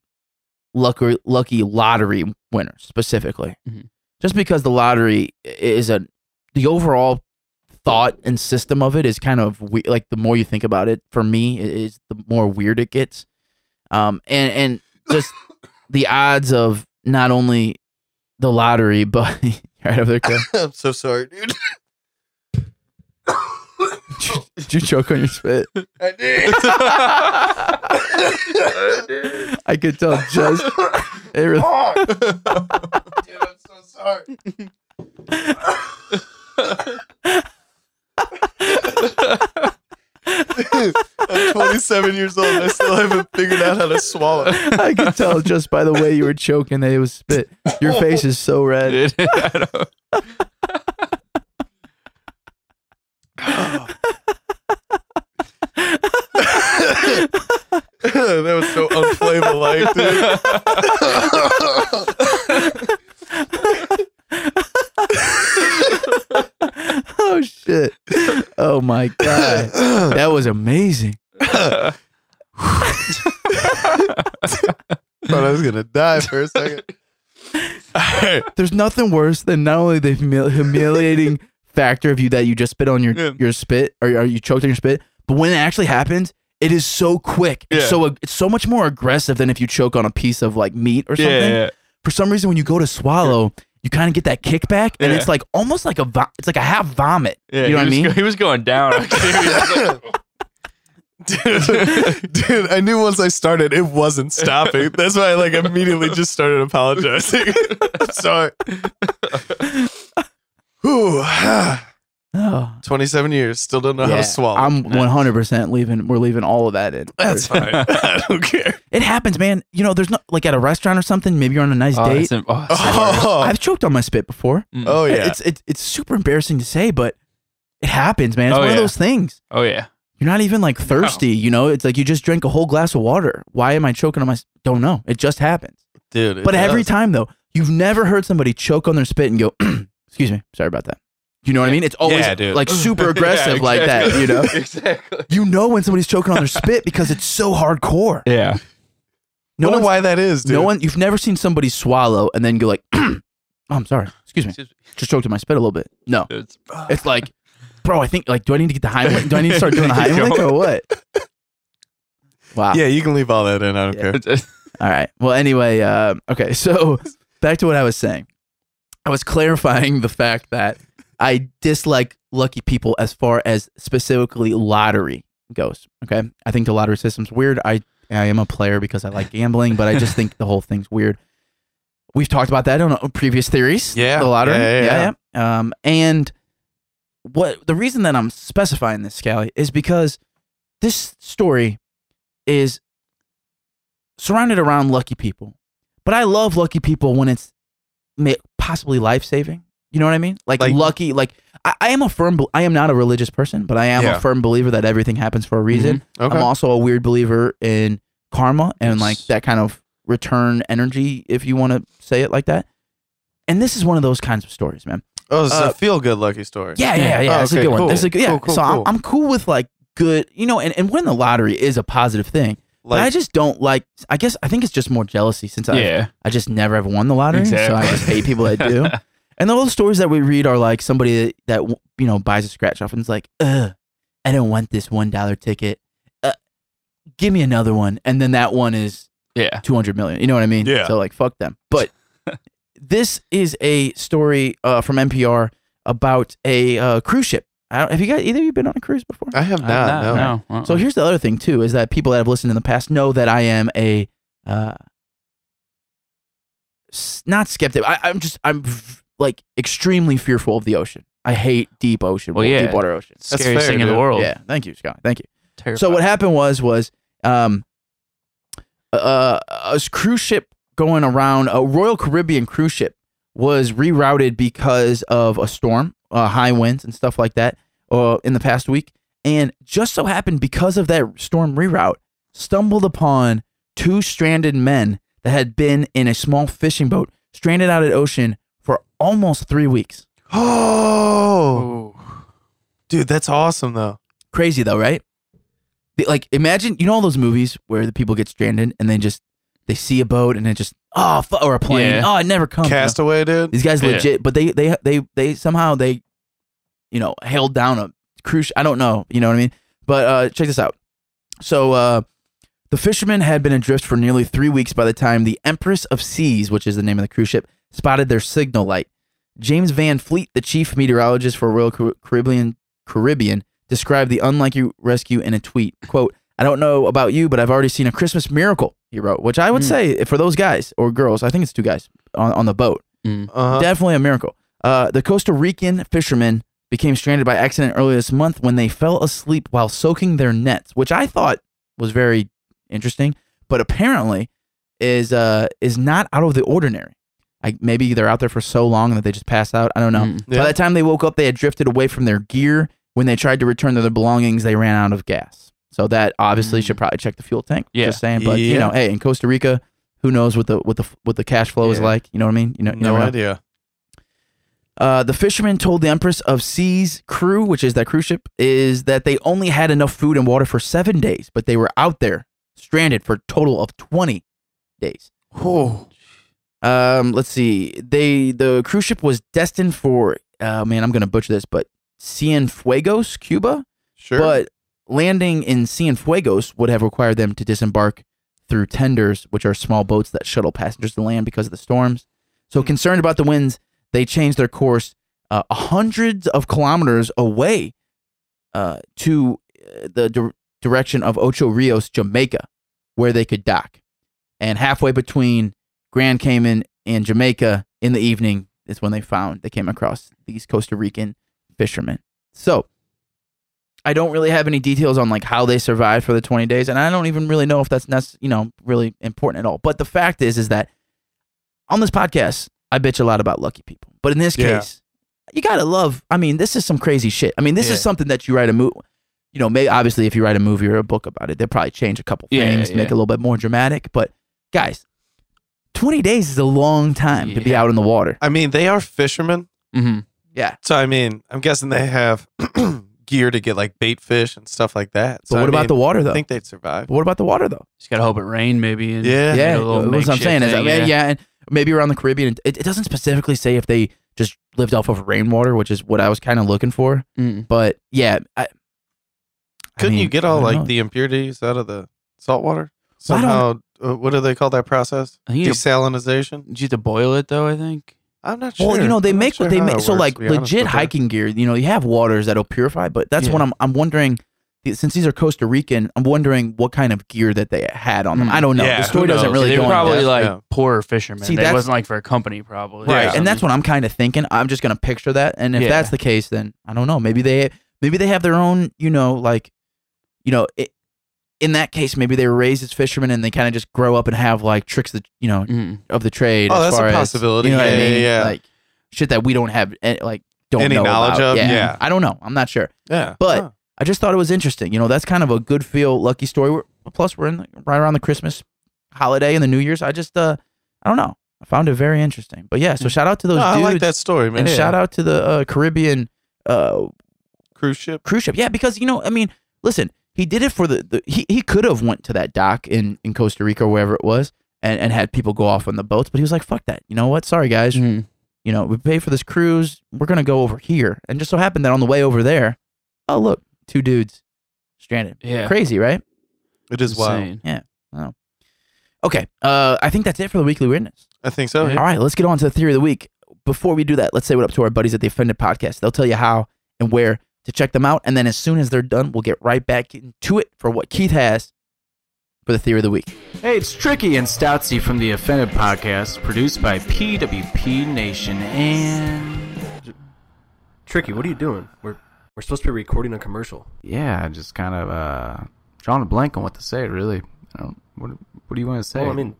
S2: lucky lucky lottery winners specifically,
S1: Mm-hmm.
S4: Mhm.
S2: just because the lottery is a the overall thought and system of it is kind of we- like the more you think about it, for me, i- is the more weird it gets, um, and and
S1: (coughs)
S2: just the odds of not only the lottery, but (laughs) right over there. Kyle.
S1: (laughs) I'm so sorry, dude.
S2: Did you- Did you choke on your spit?
S1: I did.
S2: I could tell just. It really,
S1: Dude, I'm so sorry. I'm 27 years old and I still haven't figured out how to swallow. (laughs)
S2: I could tell just by the way you were choking that it was spit. Your face is so red.
S3: (laughs)
S4: Dude, I know.
S1: that was so unflavor like, dude.
S2: Oh shit! Oh my god, that was amazing.
S1: Thought I was gonna die for a second. Alright.
S2: There's nothing worse than not only the humil- humiliating factor of you that you just spit on your
S1: Yeah.
S2: your spit or, or you choked on your spit, but when it actually happens, it is so quick. It's
S1: Yeah.
S2: so ag- it's so much more aggressive than if you choke on a piece of like meat or something. For some reason, when you go to swallow, you kind of get that kickback, and
S1: Yeah.
S2: it's like almost like a vo- it's like a half vomit.
S1: yeah.
S2: You know what I mean?
S4: He was
S3: (laughs)
S4: going down.
S1: dude, (laughs) dude, I knew once I started, it wasn't stopping. That's why I like immediately just started apologizing. (laughs) Sorry. Whew.
S2: (sighs)
S1: (sighs)
S2: Oh,
S1: 27 years, still don't know how
S2: yeah.
S1: to swallow.
S2: I'm 100 percent leaving. We're leaving all of that in.
S1: That's
S2: (laughs)
S1: fine. I don't care.
S2: It happens, man. You know, there's not like at a restaurant or something. Maybe you're on a nice date.
S1: (laughs) Oh,
S2: I've choked on my spit before.
S1: oh yeah.
S2: It's it's it's super embarrassing to say, but it happens, man. It's
S4: Oh,
S2: one of
S4: yeah.
S2: those things.
S4: oh yeah.
S2: You're not even like thirsty, you know. It's like you just drank a whole glass of water. Why am I choking on my? s- Don't know. It just happens.
S1: dude.
S2: But every time though, you've never heard somebody choke on their spit and go, (clears throat) "Excuse me, sorry about that." You know what I mean? It's always
S1: Yeah, dude. (laughs)
S2: like super aggressive like that. You know,
S4: exactly.
S2: you know when somebody's choking on their spit because it's so hardcore.
S4: Yeah.
S2: No
S1: wonder
S2: one,
S1: why that is, dude.
S2: no one. You've never seen somebody swallow and then go like, (clears throat) "Oh, "I'm sorry, excuse me, just choked on my spit a little bit."
S1: (laughs)
S2: No, It's like, bro, I think like, do I need to get the Heimlich? Do I need to start
S1: (laughs)
S2: doing the
S4: Keep
S2: Heimlich or what? Wow.
S1: Yeah, you can leave all that in. I don't
S2: Yeah.
S1: care.
S2: All right. Well, anyway, um, okay. So (laughs) back to what I was saying. I was clarifying the fact that I dislike lucky people as far as specifically lottery goes. Okay. I think the lottery system's weird. I I am a player because I like gambling, but I just think the whole thing's weird. We've talked about that on previous theories.
S1: Yeah.
S2: The lottery.
S1: Yeah, yeah,
S2: yeah. Um, and what the reason that I'm specifying this, Scally, is because this story is surrounded around lucky people. But I love lucky people when it's ma- possibly life saving. You know what I mean? Like,
S1: Like-
S2: lucky. Like I, I am a firm. bel- I am not a religious person, but I am
S1: Yeah. Mm-hmm.
S2: a firm believer that everything happens for a reason.
S3: Mm-hmm.
S2: I'm also a weird believer in karma and like
S4: Yes.
S2: that kind of return energy, if you want to say it like that. And this is one of those kinds of stories, man.
S1: Oh, it's
S2: Uh,
S1: a feel good lucky story.
S2: Yeah, yeah, yeah.
S1: Oh,
S2: that's
S1: okay,
S2: a good one.
S1: cool.
S2: That's a good. Yeah.
S1: Cool, cool,
S2: so
S1: cool.
S2: I'm, I'm cool with like good, you know, and, and winning the lottery is a positive thing. but I
S1: Like,
S2: just don't like. I guess I think it's just more jealousy since I
S4: Yeah.
S2: I just never have won the lottery, so I
S4: Exactly.
S2: just hate people that
S3: (laughs)
S2: do. And all the stories that we read are like somebody that, that you know buys a scratch off and is like, "Ugh, I don't want this one dollar ticket. Uh, give me another one." And then that one is
S4: Yeah.
S2: two hundred million. You know what I mean?
S1: Yeah.
S2: So like, fuck them. But this is a story uh, from NPR about a uh, cruise ship. I don't, have you guys either of you been on a cruise before?
S1: I have not. no.
S4: no.
S2: So here's the other thing too is that people that have listened in the past know that I am a uh, s- not skeptic. I, I'm just I'm v- like extremely fearful of the ocean. I hate deep ocean.
S4: Well, yeah.
S2: deep water ocean.
S1: That's
S4: scariest
S1: fair,
S4: thing in the
S1: dude.
S4: world.
S2: Yeah, thank you, Scott. Thank you.
S4: Terrifying.
S2: So what happened was was um uh, a cruise ship going around a Royal Caribbean cruise ship was rerouted because of a storm, uh, high winds and stuff like that uh, in the past week, and just so happened because of that storm reroute, stumbled upon two stranded men that had been in a small fishing boat stranded out at ocean for almost three weeks.
S1: (gasps) Oh,
S4: Ooh.
S1: dude, that's awesome though.
S2: Crazy though, right? The- like imagine you know all those movies where the people get stranded and they just they see a boat and it just oh fu- or a plane
S4: Yeah.
S2: oh it never comes. you know?
S1: Castaway, dude.
S2: These guys
S4: Yeah.
S2: legit, but they they they they somehow they you know held down a cruise. sh- I don't know, you know what I mean? But uh, check this out. So uh, the fishermen had been adrift for nearly three weeks by the time the Empress of Seas, which is the name of the cruise ship, spotted their signal light. James Van Fleet, the chief meteorologist for Royal Car- Caribbean Caribbean, described the unlikely rescue in a tweet. Quote, I don't know about you, but I've already seen a Christmas miracle, he wrote, which I would
S4: Mm.
S2: say for those guys or girls, I think it's two guys on, on the boat.
S1: Uh-huh.
S2: Definitely a miracle. Uh, the Costa Rican fishermen became stranded by accident earlier this month when they fell asleep while soaking their nets, which I thought was very interesting, but apparently is uh, is not out of the ordinary. Like maybe they're out there for so long that they just pass out. I don't
S3: Mm-hmm.
S2: know.
S4: Mm.
S1: Yeah.
S2: By the time they woke up, they had drifted away from their gear. When they tried to return to their belongings, they ran out of gas. So that obviously
S4: Mm.
S2: should probably check the fuel tank.
S4: Yeah.
S2: Just saying, but you
S1: Yeah.
S2: know, hey, in Costa Rica, who knows what the what the what the cash flow is
S4: Yeah.
S2: like? You know what I mean? You know, you
S1: no
S2: never know.
S1: idea.
S2: Uh, the fishermen told the Empress of Seas crew, which is that cruise ship, is that they only had enough food and water for seven days, but they were out there stranded for a total of 20 days.
S1: Oh,
S2: Um, let's see. They the cruise ship was destined for. Uh, man, I'm gonna butcher this, but Cienfuegos, Cuba.
S1: Sure.
S2: But landing in Cienfuegos would have required them to disembark through tenders, which are small boats that shuttle passengers to land because of the storms. So, concerned about the winds, they changed their course uh, hundreds of kilometers away uh, to uh, the dir- direction of Ocho Rios, Jamaica, where they could dock. And halfway between Grand Cayman and Jamaica in the evening is when they found they came across these Costa Rican fishermen. So, I don't really have any details on like how they survived for the 20 days, and I don't even really know if that's nec- you know really important at all. But the fact is, is that on this podcast, I bitch a lot about lucky people, but in this
S1: Yeah.
S2: case, you gotta love. I mean, this is some crazy shit. I mean, this
S1: Yeah.
S2: is something that you write a movie. You know, maybe obviously if you write a movie or a book about it, they'll probably change a couple
S3: Yeah,
S2: things,
S3: yeah,
S2: make it
S3: yeah.
S2: a little bit more dramatic. But guys, 20 days is a long time to be
S3: Yeah.
S2: out in the water.
S1: I mean, they are fishermen.
S4: Mm-hmm.
S1: So I mean, I'm guessing they have (clears throat) gear to get like bait fish and stuff like that.
S2: But
S1: So,
S2: what
S1: I
S2: about the
S1: mean,
S2: water though?
S1: I think they'd survive.
S2: But what about the water though?
S3: Just gotta hope it rained, maybe. And
S1: Yeah.
S3: a
S2: yeah,
S3: little
S2: that's what I'm
S3: makeshift
S2: saying. is
S3: thing,
S2: that- yeah.
S3: yeah.
S2: and maybe around the Caribbean. It, it doesn't specifically say if they just lived off of rainwater, which is what I was kind of looking for.
S3: Mm.
S2: But yeah, I, I
S1: Couldn't
S2: mean,
S1: you get
S2: I
S1: all
S2: don't
S1: like
S2: know.
S1: the impurities out of the salt water?
S2: Well, I don't-
S1: Somehow, uh, what do they call that process?
S3: I think you have,
S1: Desalinization.
S3: you have to boil it though. I think.
S1: I'm not sure.
S2: Well, you know, they
S1: I'm not
S2: make
S1: sure
S2: what they
S1: how
S2: make.
S1: it
S2: So,
S1: works,
S2: like,
S1: to be honest
S2: legit
S1: with you.
S2: hiking gear. You know, you have waters that'll purify, but that's
S3: Yeah.
S2: what I'm. I'm wondering. Since these are Costa Rican, I'm wondering what kind of gear that they had on them.
S3: Mm.
S2: I don't know.
S1: Yeah.
S2: the
S1: Who
S2: story doesn't
S1: knows?
S2: really
S3: they
S2: go
S3: were
S2: in
S3: probably
S2: depth.
S3: like
S1: Yeah.
S3: poor fishermen.
S2: See,
S3: See,
S2: that's-
S3: that wasn't like for a company, probably.
S1: Right,
S3: or
S2: and that's
S3: something.
S2: what I'm kind of thinking. I'm just gonna picture that, and if
S3: Yeah.
S2: that's the case, then I don't know. Maybe they maybe they have their own, you know, like, you know, it, in that case, maybe they were raised as fishermen and they kind of just grow up and have like tricks that you know
S3: Mm.
S2: of the trade.
S1: Oh,
S2: as
S1: that's a
S2: far as-
S1: possibility.
S2: you know
S1: Yeah,
S2: what I
S1: yeah,
S2: mean?
S1: yeah.
S2: Like shit that we don't have, eh, like don't
S1: Any
S2: know
S1: knowledge of?
S2: about.
S1: Yeah.
S2: I don't know. I'm not sure.
S1: Yeah,
S2: But-
S1: Huh.
S2: I just thought it was interesting. You know, that's kind of a good feel, lucky story. We're, plus, we're in the, right around the Christmas holiday and the New Year's. I just, uh, I don't know. I found it very interesting. But yeah, so shout out to those
S1: Hmm. No, I
S2: dudes.
S1: like that story, man.
S2: And
S1: Yeah.
S2: shout out to the uh, Caribbean uh,
S1: cruise ship.
S2: cruise ship. Yeah, because you know, I mean, listen, he did it for the, the he, he could have went to that dock in, in Costa Rica or wherever it was and, and had people go off on the boats, but he was like, fuck that. You know what? Sorry guys.
S3: Mhm.
S2: You know, we paid for this cruise. We're gonna go over here. And just so happened that on the way over there, oh look, two dudes stranded.
S3: Yeah.
S2: Crazy, right?
S1: It is wild.
S3: Insane.
S2: Okay. Uh I think that's it for the weekly witness.
S1: I think so.
S2: All right, let's get on to the theory of the week. Before we do that, let's say what up to our buddies at the Offended Podcast. They'll tell you how and where to check them out. And then as soon as they're done, we'll get right back into it for what Keith has for the theory of the week.
S5: Hey, it's Tricky and Stoutsy from the Offended Podcast, produced by PWP Nation. And
S6: Tricky, what are you doing? We're we're supposed to be recording a commercial.
S5: yeah, I just kind of uh, drawing a blank on what to say. Really, I don't, what what do you want to say?
S6: Well, I mean,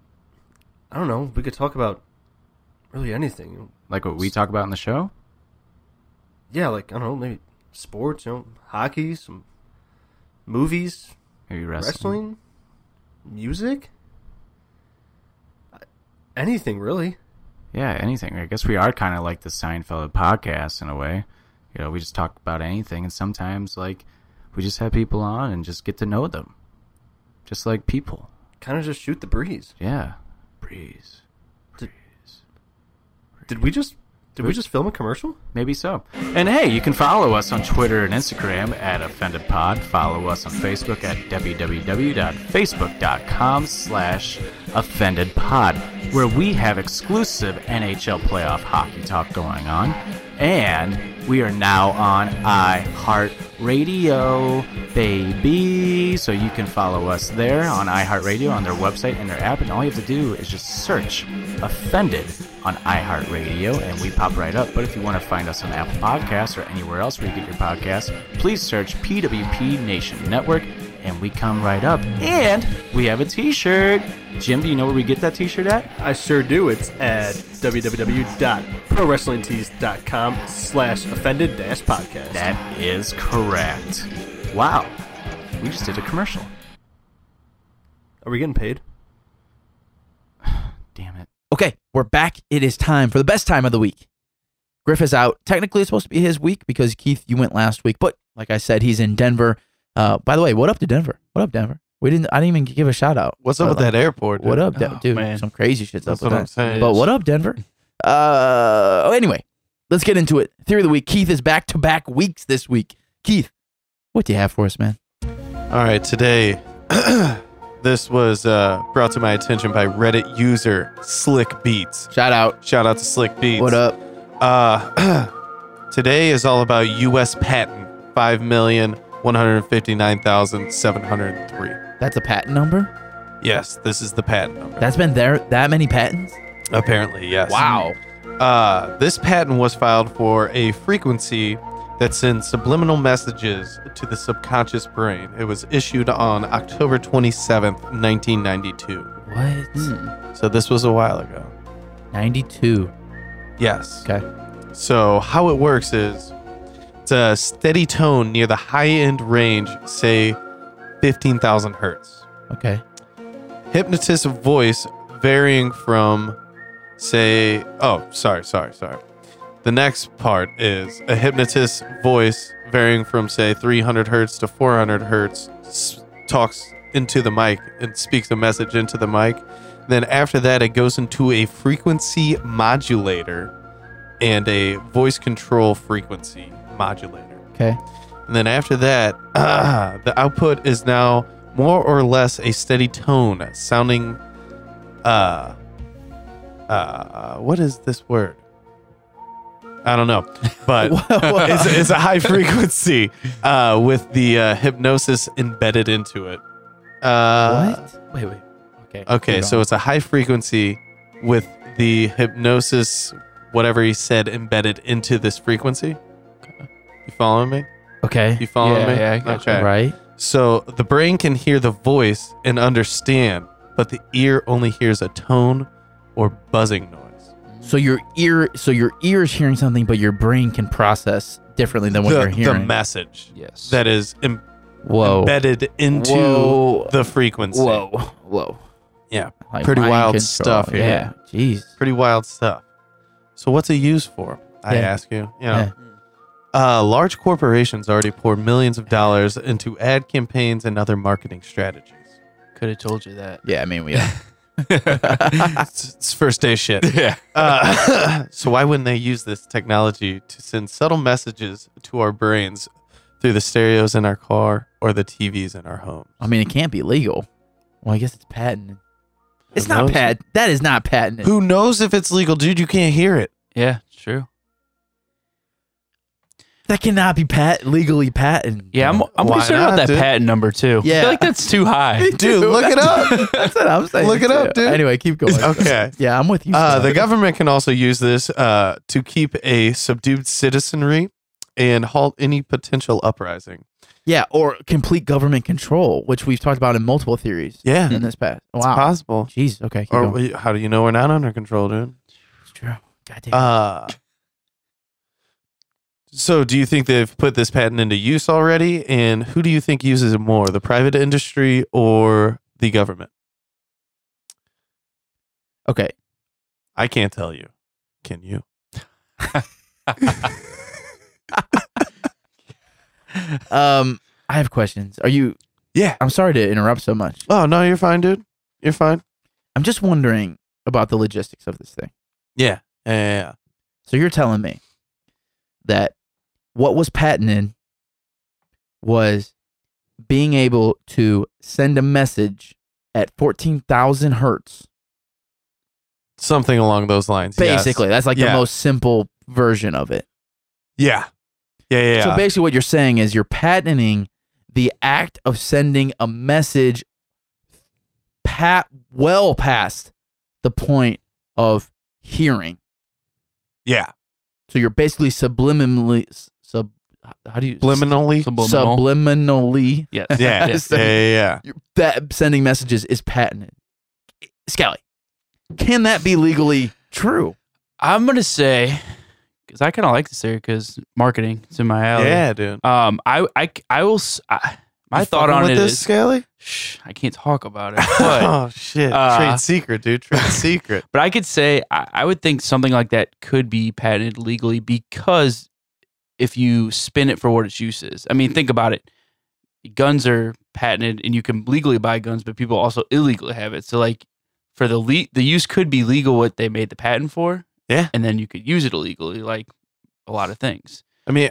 S6: I don't know. We could talk about really anything.
S5: like what we talk about in the show.
S6: Yeah, like I don't know, maybe sports, you know, hockey, some movies,
S5: Maybe wrestling.
S6: wrestling, music, I- anything really.
S5: Yeah, anything. I guess we are kind of like the Seinfeld podcast in a way. You know, we just talk about anything, and sometimes like we just have people on and just get to know them, just like people.
S6: Kind of just shoot the breeze.
S5: Yeah, breeze.
S6: Did we just did we just film a commercial?
S5: Maybe so. And hey, you can follow us on Twitter and Instagram at OffendedPod. Follow us on Facebook at www.facebook.com slash OffendedPod, where we have exclusive NHL playoff hockey talk going on. And we are now on iHeartRadio, baby. So you can follow us there on iHeartRadio, on their website and their app. And all you have to do is just search Offended on iHeartRadio, and we pop right up. But if you want to find us on Apple Podcasts or anywhere else where you get your podcasts, please search PWP Nation Network, and we come right up. And we have a T-shirt. Jim, do you know where we get that T-shirt at?
S6: I sure do. It's at www.prowrestlingtees.com slash offended dash podcast.
S5: That is correct. Wow, we just did a commercial.
S6: Are we getting paid?
S5: Damn it.
S2: Okay, we're back. It is time for the best time of the week. Griff is out. Technically, it's supposed to be his week because Keith, you went last week, but like I said, he's in Denver. Uh, by the way, what up to Denver? What up, Denver? We didn't. I didn't even give a shout out.
S1: What's up
S2: Uh,
S1: with that airport? dude?
S2: What up, De-
S4: Oh,
S2: dude?
S4: man.
S2: Some crazy shit's
S1: That's
S2: up with
S1: what I'm
S2: that.
S1: saying.
S2: But what up, Denver? Uh, oh, anyway, let's get into it. Theory of the week. Keith is back to back weeks this week. Keith, what do you have for us, man?
S1: All right, today (clears throat) this was uh, brought to my attention by Reddit user Slick Beats.
S2: Shout out.
S1: Shout out to Slick Beats.
S2: What up?
S1: Uh, (clears throat) today is all about U.S. patent five million one hundred fifty-nine thousand seven hundred three.
S2: That's a patent number.
S1: Yes, this is the patent number.
S2: That's been there that many patents.
S1: Apparently, yes.
S2: Wow.
S1: Uh, this patent was filed for a frequency that sends subliminal messages to the subconscious brain. It was issued on October 27th, 1992.
S2: What?
S1: Hmm. So this was a while ago.
S2: Ninety-two.
S1: Yes.
S2: Okay.
S1: So how it works is it's a steady tone near the high end range, say 15,000 hertz.
S2: Okay.
S1: hypnotist voice varying from say oh sorry sorry sorry the next part is a hypnotist voice varying from say 300 hertz to 400 hertz s- talks into the mic and speaks a message into the mic then after that it goes into a frequency modulator and a voice control frequency modulator
S2: Okay.
S1: and then after that, (clears throat) the output is now more or less a steady tone, sounding, uh, uh, what is this word? I don't know, but (laughs) it's, it's a high frequency uh, with the uh, hypnosis embedded into it. Uh,
S2: what? Wait, wait. Okay.
S1: Okay,
S2: Keep
S1: so
S2: going.
S1: it's a high frequency with the hypnosis, whatever he said, embedded into this frequency. You following me?
S2: okay.
S1: You following
S4: Yeah,
S1: me?
S4: yeah, I gotcha.
S1: Okay.
S2: Right.
S1: So the brain can hear the voice and understand, but the ear only hears a tone or buzzing noise.
S2: So your ear, so your ear is hearing something, but your brain can process differently than what
S1: the,
S2: you're hearing.
S1: the message
S4: Yes.
S1: that is em-
S2: Whoa.
S1: embedded into
S2: Whoa.
S1: the frequency.
S2: Whoa. Whoa.
S1: Yeah.
S2: Like
S1: Pretty
S2: mind
S1: wild
S2: control.
S1: stuff here.
S2: Yeah. Jeez.
S1: Pretty wild stuff. So what's it used for? I
S2: Yeah.
S1: ask you. You know, uh, large corporations already pour millions of dollars into ad campaigns and other marketing strategies.
S4: Could have told you that.
S2: Yeah. I mean, we. Yeah.
S1: it's, it's first day shit.
S4: Yeah.
S1: Uh, (laughs) so why wouldn't they use this technology to send subtle messages to our brains through the stereos in our car or the TVs in our home?
S2: I mean, it can't be legal. Well, I guess it's patented. It's
S1: Who
S2: not
S1: knows?
S2: patent. That is not patented.
S1: Who knows if it's legal, dude? You can't hear it.
S4: Yeah, it's true.
S2: That cannot be pat legally patented.
S4: Yeah, I'm, I'm
S1: Why
S4: concerned about
S1: not,
S4: that
S1: dude?
S4: patent number too.
S2: Yeah.
S4: I feel like that's
S1: (laughs)
S4: too high.
S1: Dude, look it up.
S2: (laughs) That's what I'm saying.
S1: Look it up,
S2: too.
S1: dude.
S2: Anyway, keep going.
S1: Okay.
S2: (laughs) Yeah, I'm with you.
S1: Uh,
S2: son.
S1: the government can also use this uh, to keep a subdued citizenry and halt any potential uprising.
S2: yeah, or complete government control, which we've talked about in multiple theories
S1: Yeah,
S2: in this past.
S1: it's
S2: Wow.
S1: possible.
S2: Jeez. Okay. Keep
S1: Or
S2: going.
S1: we- how do you know we're not under control, dude?
S2: It's true. God damn.
S1: Uh, so, do you think they've put this patent into use already? And who do you think uses it more, the private industry or the government?
S2: okay.
S1: I can't tell you. Can you?
S2: Um, I have questions. Are you?
S1: Yeah.
S2: I'm sorry to interrupt so much.
S1: Oh, no, you're fine, dude. You're fine.
S2: I'm just wondering about the logistics of this thing.
S1: Yeah. Yeah. yeah,
S2: So you're telling me that what was patented was being able to send a message at 14,000 hertz.
S1: Something along those lines. yes.
S2: Basically, that's like
S1: Yeah.
S2: the most simple version of it.
S1: Yeah. Yeah. Yeah.
S2: So
S1: yeah.
S2: basically, what you're saying is you're patenting the act of sending a message pat well past the point of hearing.
S1: yeah.
S2: So you're basically subliminally sub. How do you
S1: Subliminally.
S4: Subliminal.
S2: subliminally
S4: yes.
S1: (laughs)
S3: (laughs)
S1: yeah. Yeah.
S2: Yes.
S1: Yeah. Yeah.
S2: that sending messages is patented. Scally, can that be legally true?
S4: I'm gonna say because I kind of like this area because marketing it's in my
S1: Yeah,
S4: alley.
S1: yeah dude.
S4: Um. I. I. I will. s I my
S1: You
S4: thought
S1: fucking
S4: on
S1: with
S4: it
S1: this,
S4: is.
S1: Scaly?
S4: Shh, I can't talk
S1: (laughs)
S4: about it. But
S1: oh shit!
S4: uh,
S1: Trade secret, dude. Trade secret.
S4: But I could say I, I would think something like that could be patented legally because if you spin it for what its use is, I mean, think about it. Guns are
S3: patented and you can legally buy guns, but people also illegally have it. So like for the le- the use could be legal what they made the patent for.
S1: Yeah.
S3: And then you could use it illegally, like a lot of things.
S1: I mean,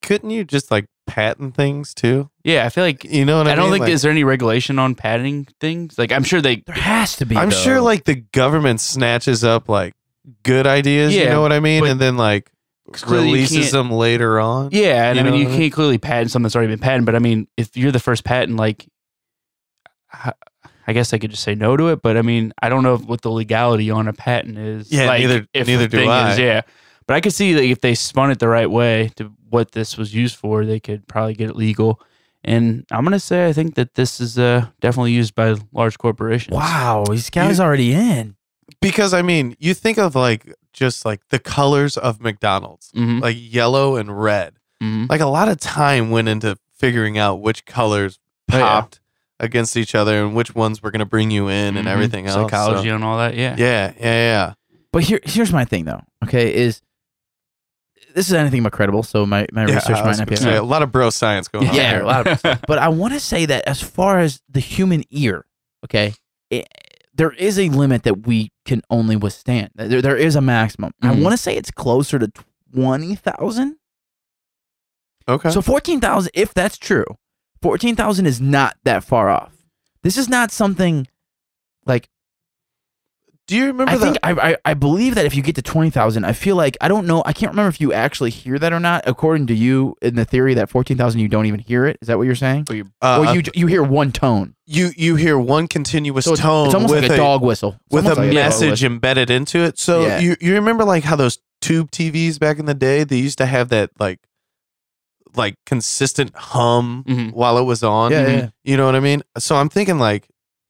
S1: couldn't you just like patent things too?
S3: Yeah, I feel like
S1: You know what I,
S3: I, don't
S1: mean?
S3: think
S1: Like,
S3: is there any regulation on patenting things. Like I'm sure they
S2: There has to be.
S1: I'm
S2: though.
S1: sure like the government snatches up like good ideas, you
S3: Yeah,
S1: know what I mean,
S3: but
S1: and then like
S3: clearly you
S1: releases
S3: can't-
S1: them later on.
S3: Yeah, and
S1: You
S3: I mean,
S1: know
S3: you
S1: what I
S3: can't
S1: mean?
S3: clearly patent something that's already been patented. But I mean, if you're the first patent, like, I I guess I could just say no to it. But I mean, I don't know if- what the legality on a patent is.
S1: Yeah,
S3: like,
S1: neither-
S3: if the
S1: neither do
S3: thing
S1: I.
S3: Is, yeah, but I could see that if they spun it the right way to what this was used for, they could probably get it legal. And I'm gonna say I think that this is uh, definitely used by large corporations.
S2: Wow, this guy's already in.
S1: Because I mean, you think of like just like the colors of McDonald's,
S3: Mhm,
S1: like yellow and red.
S3: mhm.
S1: Like a lot of time went into figuring out which colors
S3: Oh, yeah.
S1: popped against each other and which ones were going to bring you in and
S3: Mhm.
S1: everything else. so-
S3: psychology and all that. Yeah,
S1: Yeah, yeah, yeah.
S2: But here, here's my thing though. Okay, is this is anything but credible? So my, my
S1: Yeah,
S2: research
S1: I
S2: might
S1: was
S2: not be.
S1: gonna say, a lot of bro science going on.
S2: Yeah,
S1: here.
S2: a lot of But I want to say that as far as the human ear, okay, it, there is a limit that we can only withstand. There, there is a maximum. I
S1: Mm-hmm.
S3: Mhm.
S2: want to say it's closer to twenty thousand.
S1: Okay.
S2: So fourteen thousand, if that's true, fourteen thousand is not that far off. This is not something like
S1: do you remember
S2: I
S1: that?
S2: think I, I I believe that if you get to twenty thousand, I feel like I don't know. I can't remember if you actually hear that or not. According to you, in the theory that fourteen thousand, you don't even hear it. Is that what you're saying?
S1: uh,
S2: or you you hear one tone.
S1: you you hear one continuous
S2: So it's,
S1: tone
S2: it's almost
S1: with
S2: like a, dog whistle. It's
S1: with a
S2: almost like dog
S1: message
S2: whistle.
S1: embedded into it. So
S2: Yeah.
S1: you you remember like how those tube TVs back in the day they used to have that like like consistent hum
S3: Mhm.
S1: while it was on.
S2: Mm-hmm. Yeah, yeah.
S1: You know what I mean? So I'm thinking like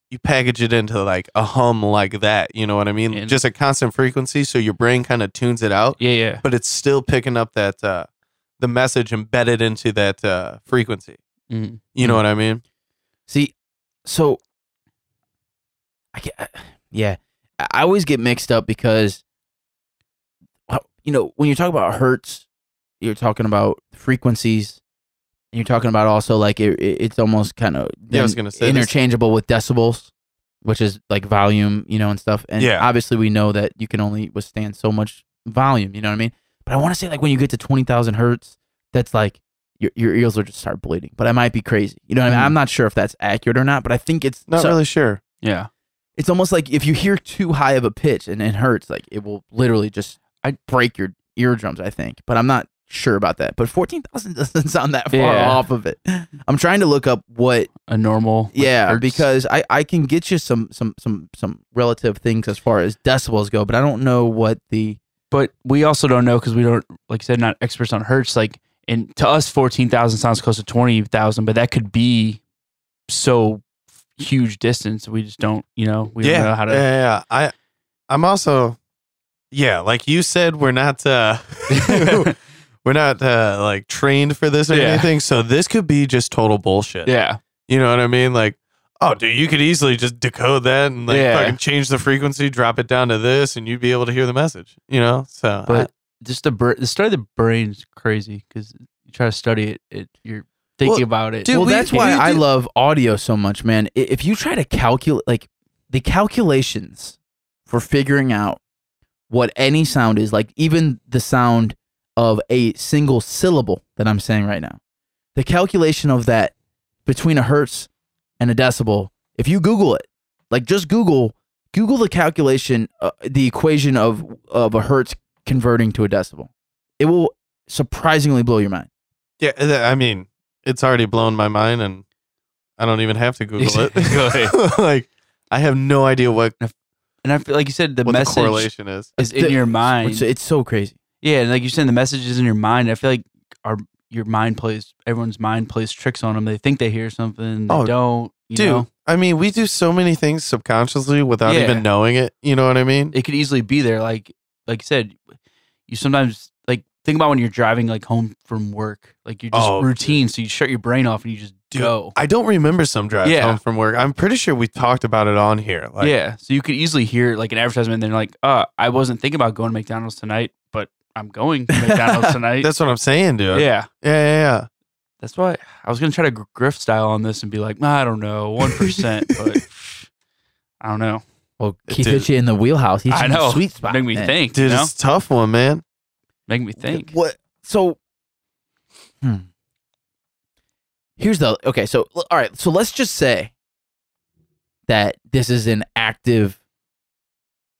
S1: you package it into like a hum like that, you know what I mean?
S3: And-
S1: Just a constant frequency so your brain kind of tunes it out,
S3: (laughs) yeah, yeah.
S1: but it's still picking up that uh the message embedded into that uh frequency.
S3: Mhm.
S1: You know
S2: Mm-hmm.
S1: what I mean?
S2: See, so I get, yeah, I I always get mixed up because uh, you know when you're talking about hertz, you're talking about frequencies, and you're talking about also like it, it- it's almost kind of
S1: Yeah, I was gonna say this-
S2: interchangeable with decibels, which is like volume, you know, and stuff. And
S1: Yeah.
S2: obviously, we know that you can only withstand so much volume. You know what I mean? But I want to say like when you get to twenty thousand hertz, that's like your your ears will just start bleeding. But I might be crazy. You know what I mean? I'm not sure if that's accurate or not, but I think it's
S1: Not
S2: so-
S1: really sure.
S3: Yeah,
S2: It's almost like if you hear too high of a pitch and it hurts, like it will literally just I break your eardrums. I think, but I'm not sure about that. But fourteen thousand (laughs) doesn't sound that far
S3: Yeah.
S2: off of it. I'm trying to look up what
S3: a normal. like,
S2: yeah
S3: hertz.
S2: because I I can get you some some some some relative things as far as decibels go, but I don't know what the
S3: but we also don't know because we don't like I said not experts on hertz like and to us 14,000 sounds close to 20,000 but that could be so huge distance we just don't you know we don't know how to
S1: Yeah, yeah, yeah. I I'm also yeah, like you said, we're not
S3: (laughs)
S1: uh we're not uh like trained for this or
S3: Yeah.
S1: anything. So this could be just total bullshit.
S3: yeah
S1: You know what I mean? Like, oh dude, you could easily just decode that and like
S3: Yeah.
S1: fucking change the frequency, drop it down to this, and you'd be able to hear the message. You know? So
S3: but just the br- the study of the brain's crazy because you try to study it, it you're thinking
S1: Well,
S3: about it
S1: dude,
S2: well,
S1: we-
S2: that's
S1: we
S2: why I
S1: do-
S2: love audio so much, man. I- If you try to calculate, like the calculations for figuring out what any sound is, like even the sound of a single syllable that I'm saying right now, the calculation of that between a hertz and a decibel, if you Google it, like just Google, Google the calculation, uh, the equation of of a hertz converting to a decibel, it will surprisingly blow your mind.
S1: yeah, th- I mean, it's already blown my mind and I don't even have to Google
S3: (laughs)
S1: it. (laughs)
S3: Exactly.
S1: like I have no idea what,
S3: and I feel like you said the
S1: what the
S3: message
S1: correlation is.
S3: is in
S2: The-
S3: your mind
S2: It's, it's so crazy.
S3: yeah and like you said the message is in your mind I feel like our your mind plays everyone's mind plays tricks on them they think they hear something they
S1: Oh,
S3: don't you
S1: Dude,
S3: know
S1: I mean, we do so many things subconsciously without
S3: Yeah.
S1: even knowing it. You know what I mean?
S3: it could easily be there. Like like I said, you sometimes like think about when you're driving like home from work, like you're just
S1: Oh,
S3: routine, so you shut your brain off and you just
S1: Dude,
S3: go.
S1: I don't remember some drives
S3: Yeah.
S1: home from work. I'm pretty sure we talked about it on here. Like,
S3: yeah, so you could easily hear like an advertisement, and they're like, "Uh, I wasn't thinking about going to
S1: (laughs)
S3: McDonald's tonight, but I'm going to McDonald's tonight."
S1: that's what I'm saying, dude.
S3: yeah,
S1: yeah, yeah. yeah.
S4: That's why I was gonna try to gr- grift style on this and be like, "Nah, I don't know, one percent,
S1: (laughs)
S4: but I don't know.
S2: Well, Keith
S1: Dude.
S2: hit you in the wheelhouse. He's
S4: I
S2: in the
S4: know.
S2: sweet spot.
S4: Make me
S2: man.
S4: think,
S1: Dude,
S4: you know?
S1: it's a tough one, man.
S4: Make me think.
S2: What? So, hmm. here's the okay. So, l- all right. So let's just say that this is an active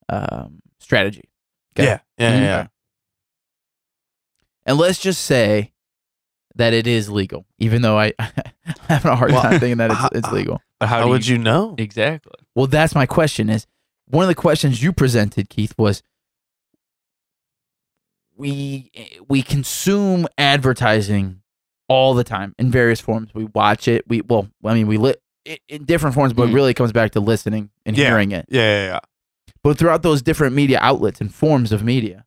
S2: um, strategy, Okay.
S1: Yeah. Yeah, yeah.
S2: and let's just say that it is legal, even though I (laughs) I'm having a hard
S1: Well,
S2: time thinking that it's,
S1: uh,
S2: it's legal.
S4: But how,
S1: How
S4: do
S1: would you know?
S4: exactly?
S2: Well, that's my question. Is one of the questions you presented, Keith, was we we consume advertising all the time in various forms. We watch it. We well, I mean, we li- i in different forms, but it
S4: Mhm.
S2: really comes back to listening and
S1: Yeah.
S2: hearing it.
S1: Yeah, yeah, yeah.
S2: But throughout those different media outlets and forms of media,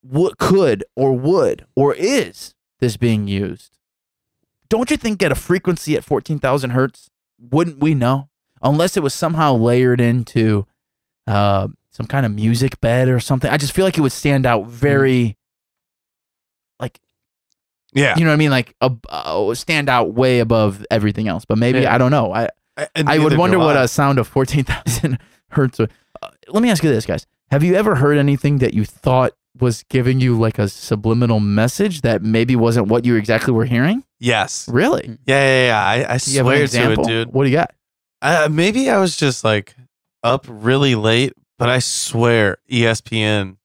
S2: what could or would or is this being used? Don't you think at a frequency at 14,000 hertz, wouldn't we know? Unless it was somehow layered into uh, some kind of music bed or something. I just feel like it would stand out very,
S1: Yeah.
S2: you know what I mean? Like, a, uh, stand out way above everything else. But maybe,
S4: Yeah.
S2: I don't know. I,
S1: I, and
S2: I
S1: neither
S2: would
S1: do
S2: wonder what
S1: I.
S2: a sound of 14,000 (laughs) hertz would. Uh, let me ask you this, guys. Have you ever heard anything that you thought was giving you like a subliminal message that maybe wasn't what you exactly were hearing?
S1: Yes.
S2: Really?
S1: Yeah, yeah, yeah. I, I
S2: Do you have
S1: Mm.
S2: an
S1: swear to it,
S2: example?
S1: dude.
S2: What do you got?
S1: Uh, maybe I was just like up really late, but I swear E ESPN,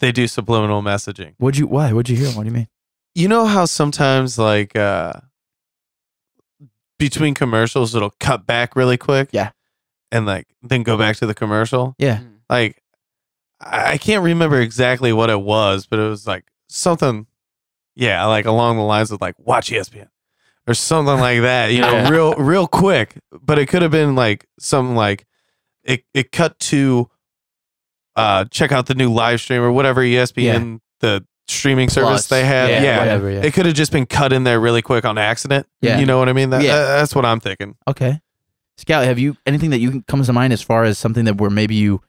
S1: they do subliminal messaging.
S2: What'd you, why? What'd you hear? What do you mean?
S1: You know how sometimes, like, uh, between commercials, it'll cut back really quick?
S2: Yeah.
S1: And, like, then go back to the commercial?
S2: Yeah.
S1: Like, I I can't remember exactly what it was, but it was like something, yeah, like along the lines of, like, watch E ESPN. Or something like that,
S2: (laughs)
S1: you know,
S4: Yeah.
S1: real real quick. But it could have been like something like it it cut to uh check out the new live stream or whatever E ESPN the streaming service
S2: Plus.
S1: they have. Yeah.
S2: Whatever. Yeah.
S1: It could have just been cut in there really quick on accident.
S2: Yeah.
S1: You know what I mean? That,
S2: Yeah.
S1: that- that's what I'm thinking.
S2: okay. Scout, have you anything that you can comes to mind as far as something that where maybe you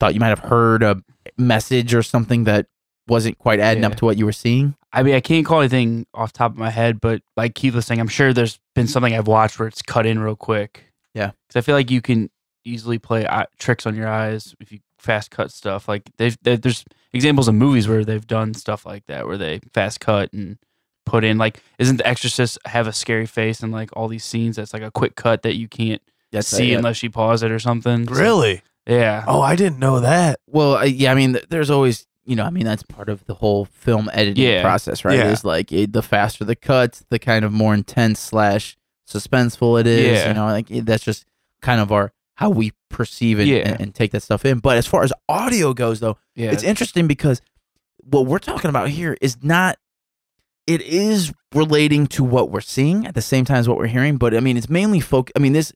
S2: thought you might have heard a message or something that wasn't quite adding
S4: Yeah.
S2: up to what you were seeing?
S4: I mean, I can't call anything off the top of my head, but like Keith was saying, I'm sure there's been something I've watched where it's cut in real quick.
S2: Yeah.
S4: because I feel like you can easily play eye- tricks on your eyes if you fast cut stuff. Like they've there- there's examples of movies where they've done stuff like that, where they fast cut and put in like isn't The Exorcist have a scary face and like all these scenes that's like a quick cut that you can't see
S2: it.
S4: unless you pause it or something. So,
S1: Really?
S4: yeah.
S1: Oh, I didn't know that.
S2: Well, I- yeah, I mean, th- there's always, you know, I mean, that's part of the whole film editing
S4: Yeah.
S2: process, right?
S1: Yeah.
S2: Is like it, the faster the cuts, the kind of more intense slash suspenseful it is.
S4: Yeah.
S2: You know, like it- that's just kind of our how we perceive it
S4: Yeah.
S2: and, and take that stuff in. But as far as audio goes, though,
S4: Yeah,
S2: it's interesting because what we're talking about here is not. It is relating to what we're seeing at the same time as what we're hearing, but I mean, it's mainly folk. I mean, this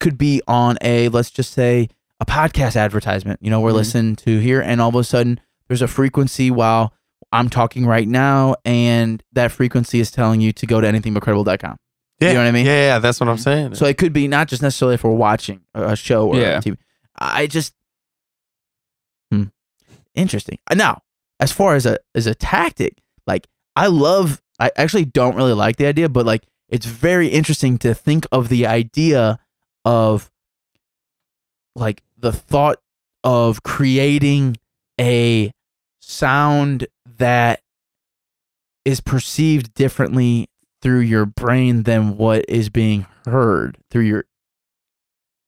S2: could be on a let's just say a podcast advertisement. You know, we're
S4: Mhm.
S2: listening to here, and all of a sudden there's a frequency while I'm talking right now, and that frequency is telling you to go to anythingbutcredible.com.
S1: Yeah.
S2: You know what I mean?
S1: Yeah, yeah, that's what I'm saying.
S2: So it could be not just necessarily if we're watching a a show or
S4: Yeah.
S2: TV. I just hmm. interesting. Uh, Now, as far as a as a tactic, like I love I actually don't really like the idea, but like it's very interesting to think of the idea of like the thought of creating a sound that is perceived differently through your brain than what is being heard through your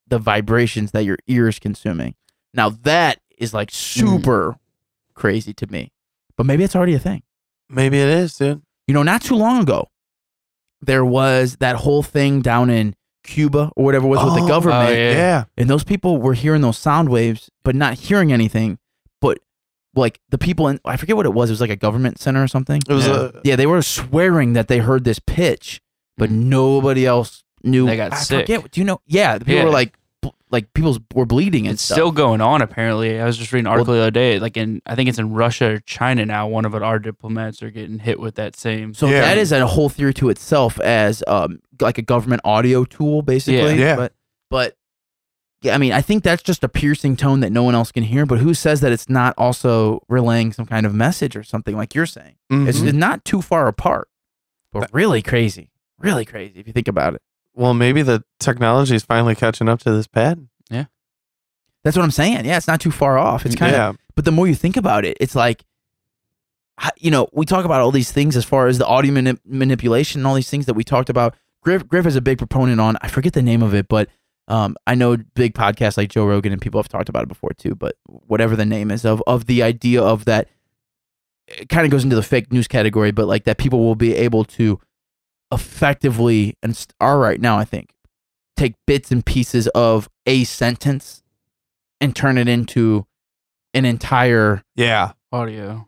S2: the vibrations that your ear is consuming. Now that is like super crazy to me. But maybe it's already a thing.
S1: Maybe it is, dude.
S2: You know, not too long ago, there was that whole thing down in Cuba or whatever it was with
S1: Oh,
S2: the government.
S4: oh, Yeah.
S1: Yeah.
S2: And those people were hearing those sound waves, but not hearing anything. But like the people in, I forget what it was. It was like a government center or something.
S1: It was
S4: Yeah.
S1: a.
S2: Yeah, they were swearing that they heard this pitch, but nobody else knew.
S4: Mm. They got
S2: I
S4: sick.
S2: Forget, do you know? Yeah, the people
S4: Yeah.
S2: were like, bl- like people were bleeding and
S4: it's
S2: stuff.
S4: still going on apparently i was just reading an
S2: Well-
S4: article the other day like in i think it's in russia or china now one of our diplomats are getting hit with that same
S2: so
S1: Yeah.
S2: that is a whole theory to itself as um like a government audio tool basically.
S1: Yeah. Yeah.
S2: But but yeah, I mean, I think that's just a piercing tone that no one else can hear. But who says that it's not
S4: Mm-hmm.
S2: also relaying some kind of message or something like you're saying?
S1: Mhm.
S2: It's not too far apart. but really crazy, really crazy if you think about it.
S1: Well, maybe the technology is finally catching up to this pad.
S2: That's what I'm saying. Yeah, it's not too far off.
S4: Mm,
S2: It's kind of
S1: yeah.
S2: But the more you think about it, it's like, h- you know, we talk about all these things as far as the audio mani- manipulation and all these things that we talked about. Griff, Griff is a big proponent on, I forget the name of it, but um, I know big podcasts like Joe Rogan and people have talked about it before too, but whatever the name is of, of the idea of that, it kind of goes into the fake news category, but like that people will be able to effectively and st- are right now, I think, take bits and pieces of a sentence and turn it into an entire
S1: Yeah.
S4: Audio.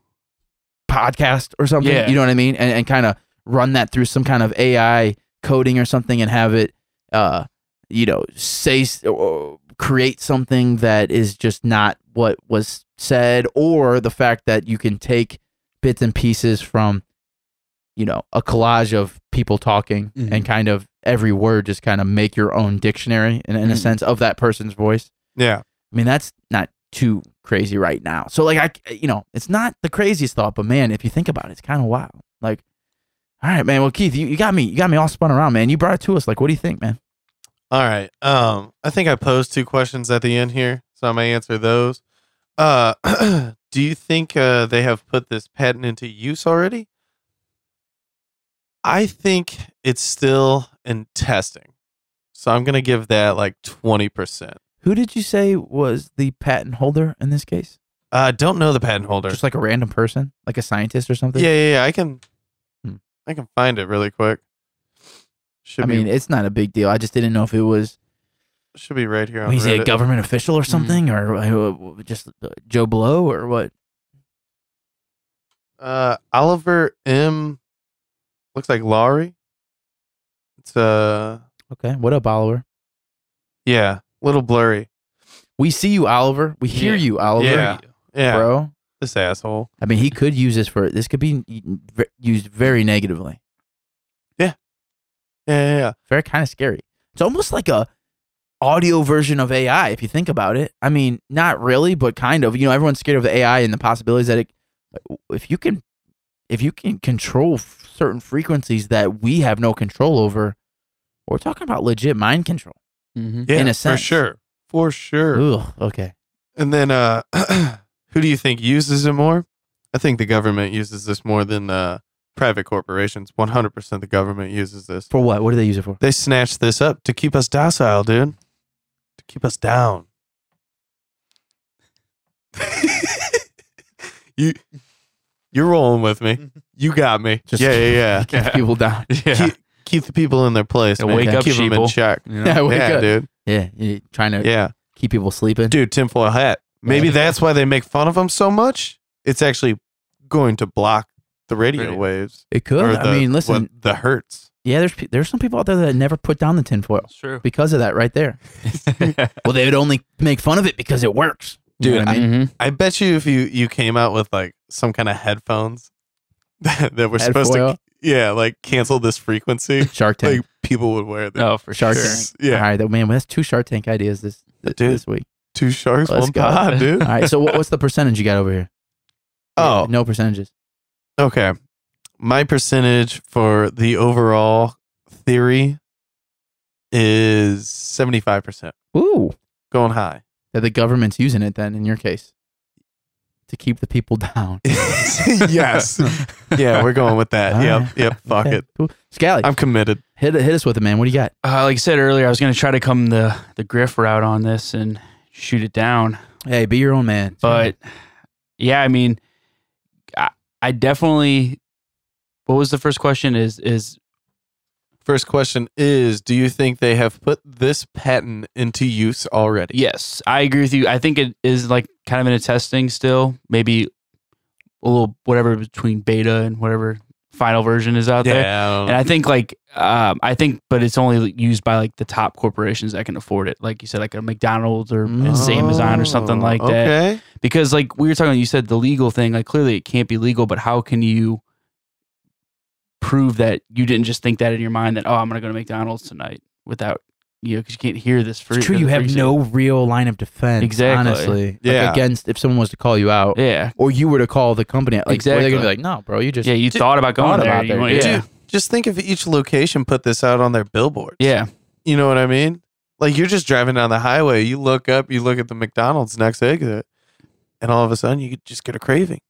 S2: podcast or something.
S4: Yeah.
S2: You know what I mean? And, and kind of run that through some kind of AI coding or something and have it, uh, you know, say, s- or create something that is just not what was said, or the fact that you can take bits and pieces from, you know, a collage of people talking
S3: Mhm.
S2: and kind of every word just kind of make your own dictionary in, in a
S3: Mhm.
S2: sense of that person's voice.
S1: Yeah.
S2: I mean, that's not too crazy right now. So, like, I, you know, it's not the craziest thought, but man, if you think about it, it's kind of wild. Like, all right, man. Well, Keith, you, you got me, you got me all spun around, man. You brought it to us. Like, what do you think, man?
S1: All right. Um, I think I posed two questions at the end here, so I'm gonna answer those. Uh, (clears throat) do you think uh, they have put this patent into use already? I think it's still in testing, so I'm gonna give that like twenty percent.
S2: Who did you say was the patent holder in this case?
S1: Uh, I don't know the patent holder.
S2: Just like a random person, like a scientist or something.
S1: yeah, yeah, yeah. I can,
S2: Hmm.
S1: I can find it really quick. Should
S2: I
S1: be,
S2: mean, it's not a big deal. I just didn't know if it was
S1: should be right here on
S2: when you say a
S1: Reddit.
S2: government official or something,
S1: Mm.
S2: or uh, just uh, Joe Blow or what.
S1: Uh, Oliver M. Looks like Laurie. It's uh,
S2: Okay, what up, Oliver?
S1: yeah, little blurry.
S2: We see you, Oliver. We hear
S4: Yeah.
S2: you, Oliver.
S1: Yeah, yeah.
S2: bro.
S1: This asshole.
S2: I mean, he could use this for this could be v- used very negatively.
S1: Yeah, yeah, yeah.
S2: Very kind of scary. It's almost like a audio version of AI if you think about it. I mean, not really, but kind of. You know, everyone's scared of the AI and the possibilities that it if you can if you can control f- certain frequencies that we have no control over, we're talking about legit mind control.
S4: Mm-hmm.
S1: yeah
S2: In a
S1: for
S2: sense.
S1: sure, for sure.
S2: Ugh, okay.
S1: And then, uh, (clears throat) who do you think uses it more? I think the government uses this more than uh, private corporations. One hundred percent, the government uses this.
S2: For what? What do they use it for?
S1: They snatched this up to keep us docile, dude. To keep us down. you you're rolling with me. You got me.
S2: Just-
S1: yeah, yeah,
S2: (laughs) Keep (laughs)
S4: (laughs)
S2: people down.
S1: yeah. Keep, (laughs) keep the people in their place.
S4: Yeah,
S1: man.
S4: wake up,
S1: keep them in
S4: sheeple.
S1: check.
S4: You know?
S2: Yeah, (laughs) wake
S1: yeah,
S2: up.
S1: dude.
S2: Yeah, you're trying to
S1: Yeah,
S2: keep people sleeping.
S1: dude. Tinfoil hat. Maybe
S2: Yeah.
S1: that's why they make fun of them so much. It's actually going to block the radio
S4: Radio.
S1: waves.
S2: it could.
S1: or
S2: I
S1: the-
S2: mean, listen,
S1: what- the
S2: (laughs)
S1: hertz.
S2: Yeah, there's pe- there's some people out there that never put down the tinfoil
S3: It's true.
S2: because of that
S1: (laughs)
S2: right there. well, they would only make fun of it because it works. You know
S1: Dude,
S2: what I mean?
S4: Mhm.
S1: I bet you if you you came out with like some kind of headphones (laughs) that, that were supposed to
S2: Tinfoil?
S1: yeah like cancel this (laughs)
S2: (laughs)
S1: frequency,
S2: Shark Tank.
S1: like people would wear them.
S4: Oh, for
S2: Shark
S4: sure.
S2: Tank.
S1: Yeah,
S2: All right, though, man, that's two Shark Tank ideas this th-
S1: Dude.
S2: this week.
S1: two sharks,
S2: Let's
S1: one
S2: go.
S1: pod, dude.
S2: All right, so what, what's
S1: (laughs)
S2: the percentage you got over here?
S1: Oh,
S2: no percentages.
S1: okay. My percentage for the overall theory is seventy five percent,
S2: Ooh,
S1: going
S2: (laughs)
S1: high. (laughs)
S2: that the government's using it then in your case to keep the people (laughs) down.
S1: yes,
S2: (laughs)
S1: yeah, we're going with that.
S2: All
S1: yep,
S2: right.
S1: yep. Fuck
S2: Okay,
S1: it,
S2: cool. Scally,
S1: I'm committed.
S2: hit hit us with it, man. What do you got?
S4: Uh, like I said earlier, I was going to try to come the the griff route on this and shoot it down.
S2: Hey, be your own man.
S4: But yeah, I mean, I, I definitely. What was the first question? Is is
S1: First question is: Do you think they have put this patent into use already?
S4: yes, I agree with you. I think it is like kind of in a testing still, maybe a little whatever between beta and whatever final version is out there.
S1: I don't
S4: And I think like um, I think, but it's only used by like the top corporations that can afford it. Like you said, like a McDonald's or
S2: Mm.
S4: it's Amazon or something like
S2: Oh,
S4: that.
S1: Oh, Okay.
S4: because like we were talking you said the legal thing like clearly it can't be legal but how can you prove that you didn't just think that in your mind that oh i'm gonna go to mcdonald's tonight without you know because you can't hear this free
S2: It's true.
S4: the
S2: You have
S4: freezing.
S2: no real line of defense.
S4: Exactly.
S2: Honestly, Like,
S1: Yeah.
S2: against if someone was to call you out,
S4: yeah
S2: or you were to call the company, like, exactly. they're
S4: Exactly.
S2: gonna be like, "No, bro, you just
S4: yeah you thought about going
S2: thought
S4: there,
S2: about
S4: you
S2: that,
S4: went-
S2: dude.
S4: yeah.
S1: Just think if each location put this out on their billboard.
S3: Yeah.
S1: You know what I mean? Like you're just driving down the highway, you look up, you look at the McDonald's next exit, and all of a sudden you just get a craving.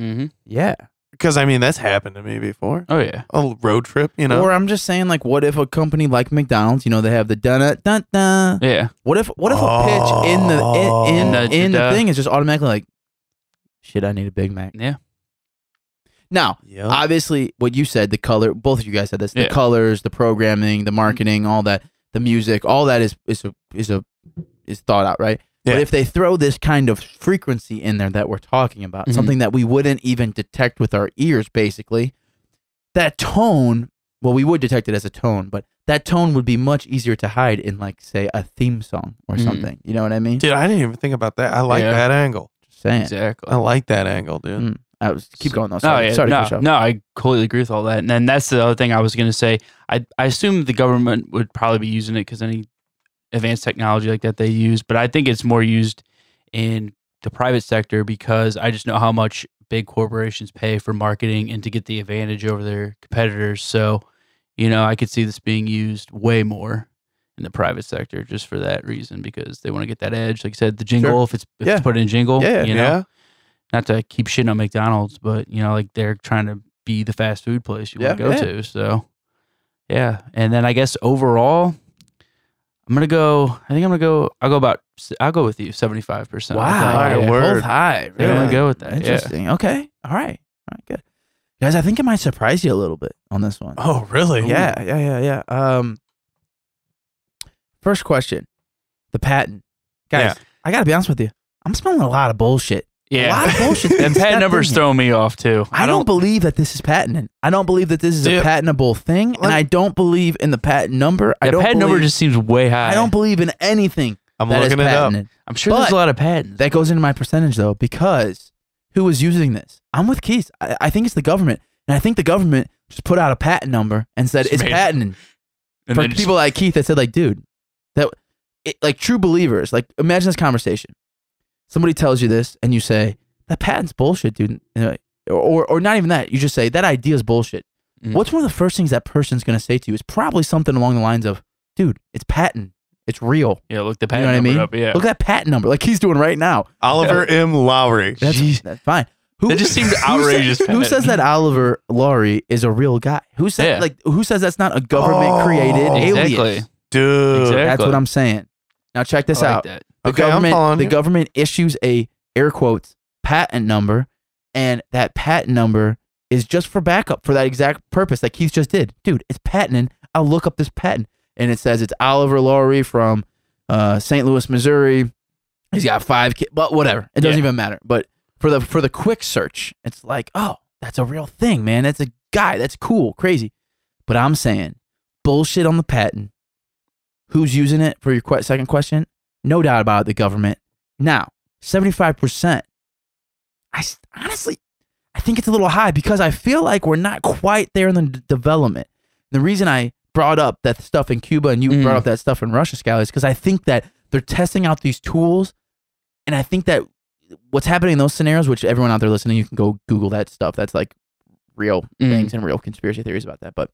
S7: Mm-hmm.
S2: Yeah.
S1: Because I mean that's happened to me before.
S3: Oh yeah.
S1: A road trip, you know.
S2: Or I'm just saying, like, what if a company like McDonald's, you know, they have the dun dun dun.
S3: Yeah.
S2: What if what if a pitch in the in in,
S3: Oh.
S2: in, the
S3: Da-da-da.
S2: thing is just automatically like, shit, I need a Big Mac.
S3: Yeah.
S2: Now,
S1: yeah.
S2: obviously, what you said, the color, both of you guys said this, the
S3: Yeah.
S2: colors, the programming, the marketing, all that, the music, all that is is a is a is thought out, right? But
S1: Yeah.
S2: if they throw this kind of frequency in there that we're talking about,
S3: Mhm.
S2: something that we wouldn't even detect with our ears, basically, that tone, well, we would detect it as a tone, but that tone would be much easier to hide in, like, say, a theme song or
S3: Mhm.
S2: something. You know what I mean?
S1: Dude, I didn't even think about that. I like
S3: Yeah.
S1: that angle.
S2: Just saying.
S3: Exactly.
S1: I like that angle, dude.
S2: Mm. I was, keep going though.
S3: No,
S2: Sorry,
S3: Oh, yeah,
S2: sorry
S3: no,
S2: to push
S3: no, I completely agree with all that. And then that's the other thing I was going to say. I I assume the government would probably be using it because any advanced technology like that they use, but I think it's more used in the private sector because I just know how much big corporations pay for marketing and to get the advantage over their competitors. So, you know, I could see this being used way more in the private sector just for that reason because they want to get that edge. Like I said, the jingle, if it's if
S1: Yeah.
S3: it's put in a
S4: Mm.
S3: jingle,
S1: Yeah,
S3: you know
S1: yeah.
S3: not to keep shitting on McDonald's, but you know, like they're trying to be the fast food place you want
S2: Yeah,
S3: to go
S2: yeah.
S3: to. So, yeah. And then I guess overall, I'm gonna go. I think I'm gonna go. I'll go about. I'll go with you. Seventy five percent.
S1: Alright,
S2: Wow,
S1: yeah.
S2: both
S1: word.
S3: Yeah,
S2: high.
S3: I'm
S2: really.
S3: gonna go with that. Yeah.
S2: Interesting. Okay. All right. All right. Good. Guys, I think it might surprise you a little bit on this one.
S1: Oh, really?
S2: Yeah, yeah, yeah, yeah. Um, first question, the patent, guys. I gotta be honest with you. I'm smelling a lot of bullshit.
S3: Yeah.
S2: A lot of bullshit.
S3: (laughs) and
S2: Step
S3: pad
S2: in
S3: numbers
S2: here.
S3: throw me off too.
S2: I don't believe that this is patented. I don't believe that this is a
S1: Dude.
S2: patentable thing, and
S1: Let-
S2: I don't believe in the patent number. I
S3: The
S2: don't
S3: pad number
S2: believe-
S3: just seems way high.
S2: I don't believe in anything
S1: I'm
S2: that is
S1: looking it up.
S2: (laughs) patented.
S3: I'm sure there's
S2: but-
S3: a lot of patents.
S2: That goes into my percentage though, because who was using this? I'm with Keith. I, I think it's the government, and I think the government just put out a patent number and said
S3: Just
S2: it's
S3: made it.
S2: patented.
S3: and
S2: for
S3: then just-
S2: people like Keith that said like, dude, that it, like true believers, like imagine this conversation. Somebody tells you this and you say, that patent's bullshit, dude. And they're like- or, or not even that. You just say, that idea's bullshit.
S3: Mm.
S2: What's one of the first things that person's going to say to you is probably something along the lines of, dude, it's patent. It's real.
S3: yeah, look the
S2: You
S3: pad
S2: know what I
S3: number
S2: mean?
S3: up. Yeah.
S2: Look at that patent number like he's doing right now.
S1: Oliver M. Lowry.
S2: That's, that's fine. Who,
S3: That just seems
S2: who said-
S3: outrageous,
S2: Who
S3: Pat.
S2: says that Oliver Laurie is a real guy? Who said
S3: Yeah.
S2: like who says that's not a government created
S1: Oh,
S2: alias?
S3: Exactly.
S1: Dude.
S3: Exactly.
S2: That's what I'm saying. Now check this
S3: I like
S2: out.
S3: that.
S2: The
S1: Okay, I'm
S2: government
S1: following
S2: the
S1: you.
S2: government issues a air quotes patent number, and that patent number is just for backup for that exact purpose that Keith just did. Dude, it's patenting. I'll look up this patent, and it says it's Oliver Laurie from uh, St. Louis, Missouri. He's got five kids, but whatever. It doesn't
S3: Yeah.
S2: even matter. But for the for the quick search, it's like, oh, that's a real thing, man. That's a guy. That's cool, crazy. But I'm saying bullshit on the patent. Who's using it for your que- second question? No doubt about it, the government. Now, 75%. I s- honestly, I think it's a little high because I feel like we're not quite there in the d- development. The reason I brought up that stuff in Cuba and you
S3: Mm.
S2: brought up that stuff in Russia, Skylar, is because I think that they're testing out these tools. And I think that what's happening in those scenarios, which everyone out there listening, you can go Google that stuff. That's like real
S3: Mm.
S2: things and real conspiracy theories about that. But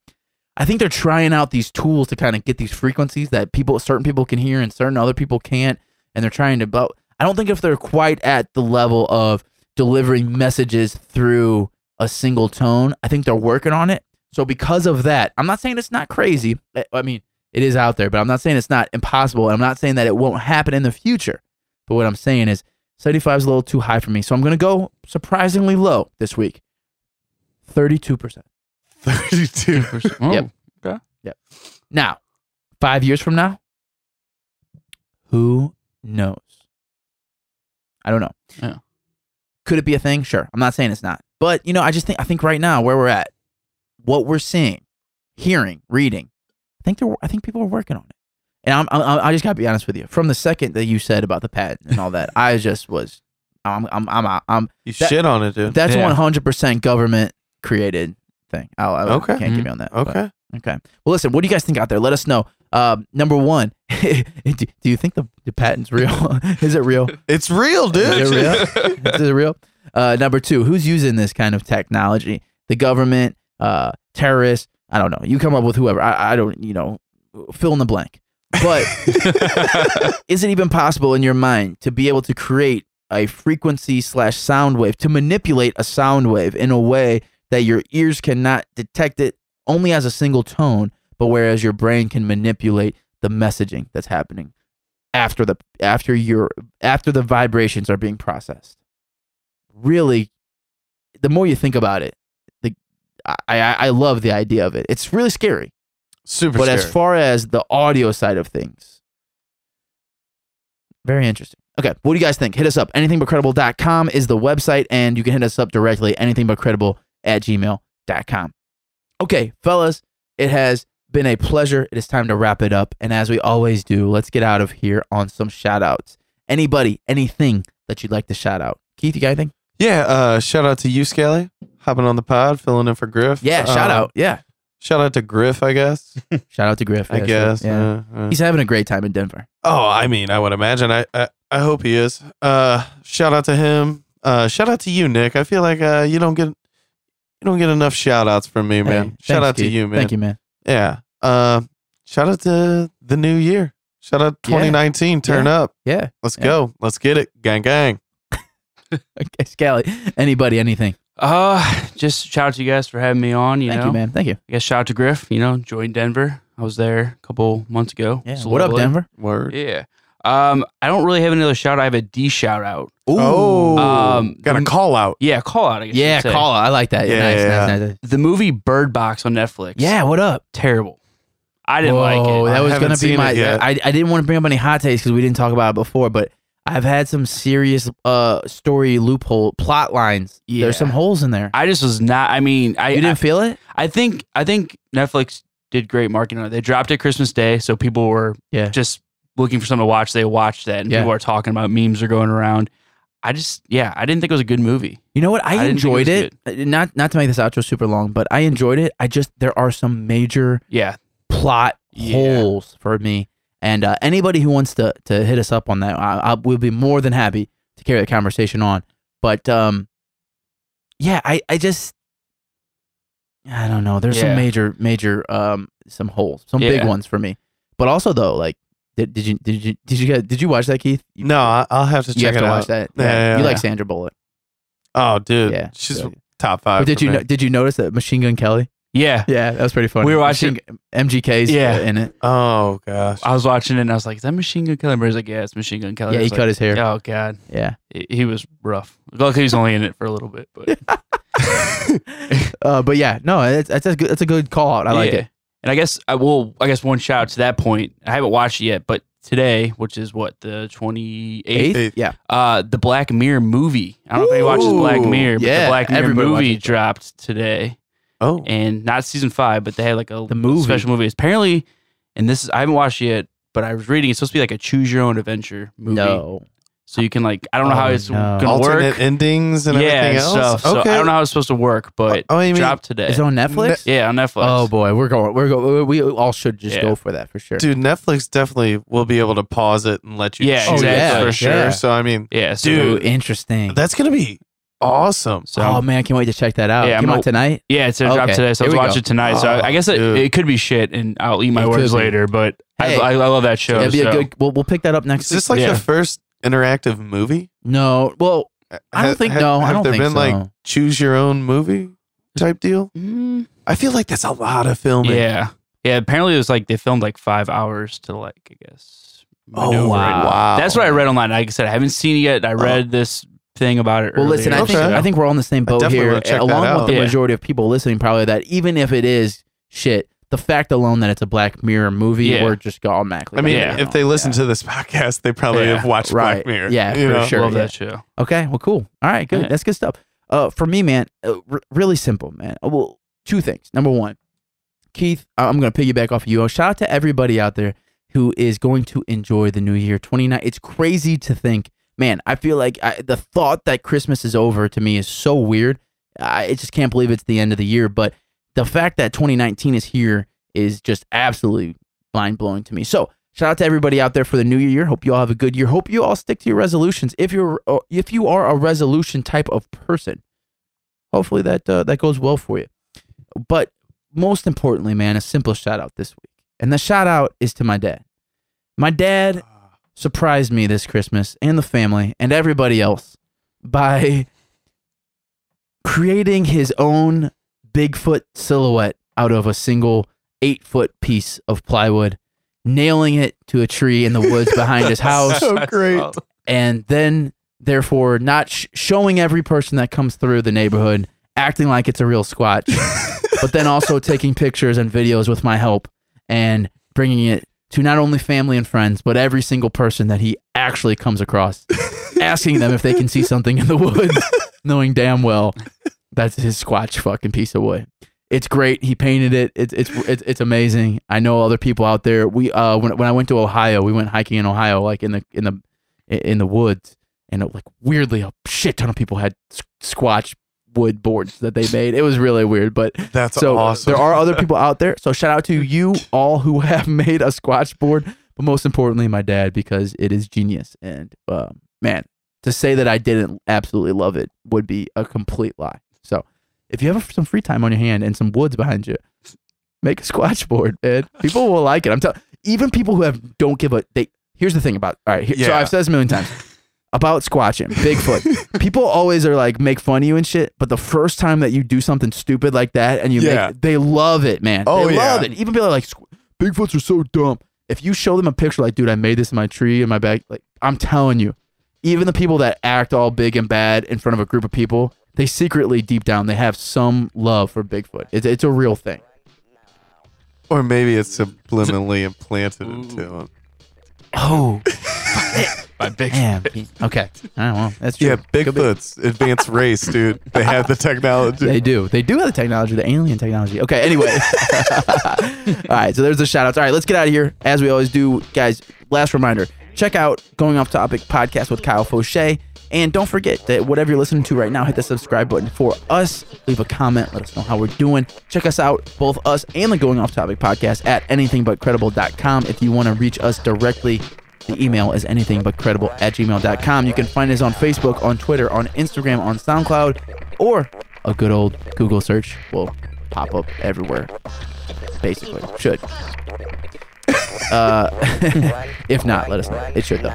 S2: I think they're trying out these tools to kind of get these frequencies that people, certain people can hear and certain other people can't. And they're trying to, but I don't think if they're quite at the level of delivering messages through a single tone, I think they're working on it. So because of that, I'm not saying it's not crazy. I- I mean, it is out there, but I'm not saying it's not impossible. And I'm not saying that it won't happen in the future. But what I'm saying is 75 is a little too high for me. So I'm going to go surprisingly low this week. 32%.
S1: 32.
S3: Oh,
S2: Yep. Now, five years from now, who knows? I don't know.
S3: Yeah.
S2: Could it be a thing? Sure. I'm not saying it's not. But, you know, I just think, I think right now where we're at, what we're seeing, hearing, reading, I think they're, I think people are working on it. And I'm, I'm, I just got to be honest with you. From the second that you said about the patent and all that, (laughs) I just was, I'm, I'm, I'm, out. I'm
S1: (laughs) You
S2: That-
S1: shit on it, dude.
S2: that's
S3: Yeah.
S2: 100% government created thing. I, I
S1: Okay. Mm-hmm.
S2: can't give
S3: Mhm.
S2: you on that. but-
S1: okay.
S2: Okay. Well, listen, what do you guys think out there? Let us know. Uh, number one, (laughs) do, do you think the, the patent's real? (laughs) Is it
S1: (laughs)
S2: real?
S1: It's real,
S2: Is it
S1: dude.
S2: real? Is it real? Uh, number two, who's using this kind of technology? The government, uh, terrorists, I don't know. You come up with whoever. I, I don't, you know, fill in the blank. But
S1: (laughs)
S2: is it even possible in your mind to be able to create a frequency slash sound wave to manipulate a sound wave in a way that your ears cannot detect it only as a single tone, but whereas your brain can manipulate the messaging that's happening after the after your after the vibrations are being processed. Really, the more you think about it, the I I, I love the idea of it. It's really scary.
S1: Super.
S2: but
S1: scary.
S2: as far as the audio side of things, very interesting. Okay, what do you guys think? Hit us up. Anythingbutcredible.com is the website, and you can hit us up directly, anythingbutcredible at gmail.com. Okay, fellas, it has been a pleasure. It is time to wrap it up. And as we always do, let's get out of here on some shout outs. Anybody, anything that you'd like to shout out? Keith, you got anything?
S1: yeah. Uh, shout out to you, Skelly, hopping on the pod, filling in for Griff.
S2: Yeah, shout
S1: Uh,
S2: out. Yeah.
S1: Shout out to Griff, I
S2: (laughs)
S1: guess.
S2: Shout out to Griff.
S1: I
S2: Yeah, sure.
S1: guess.
S2: Yeah.
S1: uh, uh.
S2: He's having a great time in Denver.
S1: Oh, I mean, I would imagine. I, I I hope he is. Uh, shout out to him. Uh, shout out to you, Nick. I feel like uh, you don't get you don't get enough shout outs from me, man.
S2: Hey,
S1: shout
S2: thanks,
S1: out to
S2: Keith.
S1: you, man.
S2: Thank you, man.
S1: Yeah. Uh, shout out to the new year. Shout out
S2: Yeah.
S1: 2019. Turn up.
S2: Yeah.
S1: Let's
S2: Yeah.
S1: go. Let's get it. Gang gang.
S2: (laughs) Okay, Scally. Anybody, anything.
S3: Uh, just shout out to you guys for having me on. You
S2: Thank
S3: know,
S2: you, man. Thank you.
S3: I guess shout out to Griff. You know, joined Denver. I was there a couple months ago.
S2: Yeah.
S3: It's a
S2: What up,
S3: little late.
S2: Denver?
S1: Word.
S3: Yeah. Um, I don't really have another shout. out. I have a D shout out.
S2: Ooh.
S1: Oh,
S3: Um,
S1: got a
S3: the-
S1: call out.
S3: Yeah, call out. I guess you
S2: yeah,
S3: could say.
S2: call. I like that.
S1: Yeah,
S2: nice,
S1: yeah,
S2: nice, nice, nice.
S3: the movie Bird Box on Netflix.
S2: Yeah, what up?
S3: terrible. I didn't
S2: Whoa,
S3: like it.
S2: That
S1: I
S2: was
S1: haven't
S2: gonna
S1: seen
S2: be
S1: it
S2: my.
S1: yet.
S2: I, I didn't want to bring up any hot takes because we didn't talk about it before, but I've had some serious uh story loophole plot lines.
S3: Yeah.
S2: There's some holes in there.
S3: I just was not. I mean, I
S2: you
S3: I,
S2: didn't feel it?
S3: I think I think Netflix did great marketing on it. They dropped it Christmas Day, so people were
S2: Yeah.
S3: just looking for something to watch. They watched that, and
S2: Yeah.
S3: people are talking about memes are going around. I just, yeah, I didn't think it was a good movie.
S2: You know what?
S3: I
S2: I,
S3: didn't think it
S2: enjoyed
S3: was
S2: it. Not not to make this outro super long, but I enjoyed it. I just there are some major
S3: Yeah,
S2: plot
S3: Yeah.
S2: holes for me. And uh, anybody who wants to to hit us up on that, I, I, we'll be more than happy to carry the conversation on. But um, yeah, I I just I don't know. There's
S3: Yeah.
S2: some major major um some holes, some big
S3: Yeah.
S2: ones for me. But also though, like did, did you did you did you guys, did you watch that Keith? You,
S1: No, I- I'll have to
S2: you
S1: check
S2: have
S1: it
S2: to
S1: out.
S2: watch that.
S1: Yeah, yeah,
S2: you
S1: yeah.
S2: like Sandra Bullock?
S1: Oh, dude,
S2: yeah,
S1: she's
S2: so-
S1: top five.
S2: but did
S1: for
S2: you
S1: me.
S2: no, did you notice that Machine Gun Kelly?
S3: yeah.
S2: Yeah, that was pretty funny.
S3: We were watching-
S2: Machine, MGK's
S3: Yeah.
S2: yeah. in it.
S1: Oh gosh.
S2: Uh,
S3: I was watching it, and I was like, "Is that Machine Gun Kelly?" He's like, "Yeah, it's Machine Gun Kelly."
S2: Yeah,
S3: I
S2: he
S3: was
S2: cut his hair.
S3: like, Oh god,
S2: yeah.
S3: he, he was rough. Luckily, he was only in it for a little bit, but
S2: uh, but yeah, no, it's, it's a good, it's a good call out. (laughs) I like
S3: Yeah.
S2: it.
S3: And I guess I will. I guess one shout out to that point. I haven't watched it yet, but today, which is what the twenty eighth,
S1: Eighth.
S2: yeah,
S3: uh, the Black Mirror movie. I don't know if anybody watches Black
S1: Ooh,
S3: Mirror, but
S2: yeah,
S3: the Black Mirror
S2: everybody
S3: movie
S2: watches it.
S3: dropped today,
S1: Oh,
S3: and not season five, but they had like a
S2: The movie.
S3: special movie. Apparently, and this is I haven't watched it yet, but I was reading it's supposed to be like a choose your own adventure movie.
S2: no,
S3: So you can like I don't know how
S2: Oh,
S3: it's
S2: no.
S3: gonna
S1: alternate
S3: work.
S1: endings and everything
S3: yeah,
S1: else.
S3: stuff. So I don't know how it's supposed to work, but
S1: Oh, you mean-
S3: dropped today.
S2: it's on Netflix.
S3: yeah, on Netflix.
S2: Oh boy, we're going, we're going, we we all should just
S3: Yeah.
S2: go for that for sure.
S1: dude, Netflix definitely will be able to pause it and let you.
S3: Yeah,
S1: choose it
S2: exactly.
S1: for sure.
S2: Oh, Yeah.
S1: So I mean,
S3: yeah, so
S2: Ooh,
S1: dude,
S2: interesting.
S1: that's gonna be awesome.
S3: So
S2: oh man, I can't wait to check that out.
S3: Yeah,
S2: Yeah,
S3: I'm
S2: Came
S3: gonna-
S2: out tonight.
S3: Yeah, it's gonna drop
S2: Okay,
S3: today, so I
S2: here
S3: was
S2: we go.
S3: watching it tonight. so
S1: Oh,
S3: I, I guess it,
S1: dude.
S3: it could be shit, and I'll eat my
S2: It
S3: words
S2: could be.
S3: later. But
S2: Hey,
S3: I, I, I love that show.
S2: That'd be
S3: so.
S2: a good. We'll, we'll pick that up next.
S1: Is this
S2: week.
S1: like
S3: Yeah.
S1: the first interactive movie?
S2: no? Well, I don't
S1: Ha-
S2: think-
S1: ha-
S2: no, I
S1: Have
S2: don't
S1: there
S2: think
S1: been like
S2: so.
S1: choose your own movie type deal?
S3: Mm,
S1: I feel like that's a lot of filming.
S3: yeah, yeah. Apparently, it was like they filmed like five hours to like I guess.
S1: Oh
S3: maneuver it.
S1: wow. wow. Oh.
S3: That's what I read online. Like I said, I haven't seen it yet. I read this thing about it.
S2: well, listen, I
S3: earlier,
S2: think
S1: Okay.
S3: so-
S2: I think we're on the same boat
S1: definitely
S2: here,
S1: wanna check
S2: along
S1: that
S2: with
S1: out.
S2: the
S3: Yeah.
S2: majority of people listening. Probably that even if it is shit, the fact alone that it's a Black Mirror movie,
S3: Yeah.
S2: we're just automatically.
S1: I mean,
S3: Yeah.
S1: if they listen to this podcast, they probably
S3: Yeah.
S1: have watched
S2: Right.
S1: Black Mirror.
S2: Yeah,
S1: you
S2: for
S1: know?
S2: sure,
S3: love
S2: yeah.
S3: that show.
S2: Okay, well, cool. All right, good.
S3: All right.
S2: That's good stuff. Uh, for me, man, uh, r- really simple, man. Uh, Well, two things. Number one, Keith, I- I'm gonna piggyback off of you. Uh, Shout out to everybody out there who is going to enjoy the new year 29. It's crazy to think, man. I feel like I, the thought that Christmas is over to me is so weird. I I just can't believe it's the end of the year, but the fact that 2019 is here is just absolutely mind blowing to me. So shout out to everybody out there for the new year. Hope you all have a good year. Hope you all stick to your resolutions. If you're uh, if you are a resolution type of person, hopefully that uh, that goes well for you. But most importantly, man, a simple shout out this week. And the shout out is to my dad. My dad surprised me this Christmas and the family and everybody else by creating his own Bigfoot silhouette out of a single eight foot piece of plywood, nailing it to a tree in the woods behind
S1: (laughs)
S2: his house
S1: So great.
S2: and then therefore not sh- showing every person that comes through the neighborhood acting like it's a
S1: (laughs)
S2: real squatch but then also taking pictures and videos with my help and bringing it to not only family and friends but every single person that he actually
S1: (laughs)
S2: comes across asking them if they can see something in the woods knowing damn well that's his squatch fucking piece of wood it's great he painted it it's it's it's, it's amazing i know other people out there we uh when, when i went to ohio we went hiking in ohio like in the in the in, in the woods, and it, like weirdly, a shit ton of people had s- squatch wood boards that they made. It was really weird, but
S1: That's
S2: so
S1: awesome.
S2: there are other
S1: (laughs)
S2: people out there. So shout out to you all who have (laughs) made a squatch board, but most importantly, my dad because it is genius. And uh, man, to say that I didn't absolutely love it would be a complete lie. So if you have some free time on your hand and some woods behind you, make a squatch board, man. People will like it. I'm telling. Even people who have don't give a they. Here's the thing about all right. Here, So
S1: Yeah.
S2: I've said this a million times about
S1: (laughs)
S2: squatching, Bigfoot. people always are like make fun of you and shit, but the first time that you do something stupid like that and you
S1: Yeah.
S2: make, they love it, man.
S1: Oh,
S2: they
S1: yeah.
S2: love it. Even people are like "Squ- Bigfoots are so dumb. If you show them a picture like, dude, I made this in my tree in my bag, like I'm telling you, even the people that act all big and bad in front of a group of people, they secretly deep down they have some love for Bigfoot. It's it's a real thing.
S1: or maybe it's subliminally implanted into him.
S2: Oh,
S4: by big.
S2: damn. okay. All right, well, that's true.
S1: Yeah,
S2: Could be.
S1: Bigfoot's advanced race, dude. They have the
S2: (laughs)
S1: technology.
S2: They do. They do have the technology, the alien technology. Okay,
S1: (laughs)
S2: anyway. All right, so there's the shout outs. All right, let's get out of here. As we always do, guys, last reminder check out Going Off Topic podcast with Kyle Fauché. And don't forget that whatever you're listening to right now, hit the subscribe button for us. Leave a comment. Let us know how we're doing. Check us out, both us and the Going Off Topic podcast at anythingbutcredible.com. If you want to reach us directly, the email is anythingbutcredible at gmail.com. You can find us on Facebook, on Twitter, on Instagram, on SoundCloud, or a good old Google search will pop up everywhere. Basically, should. Uh, (laughs) if not, let us know. It should, though.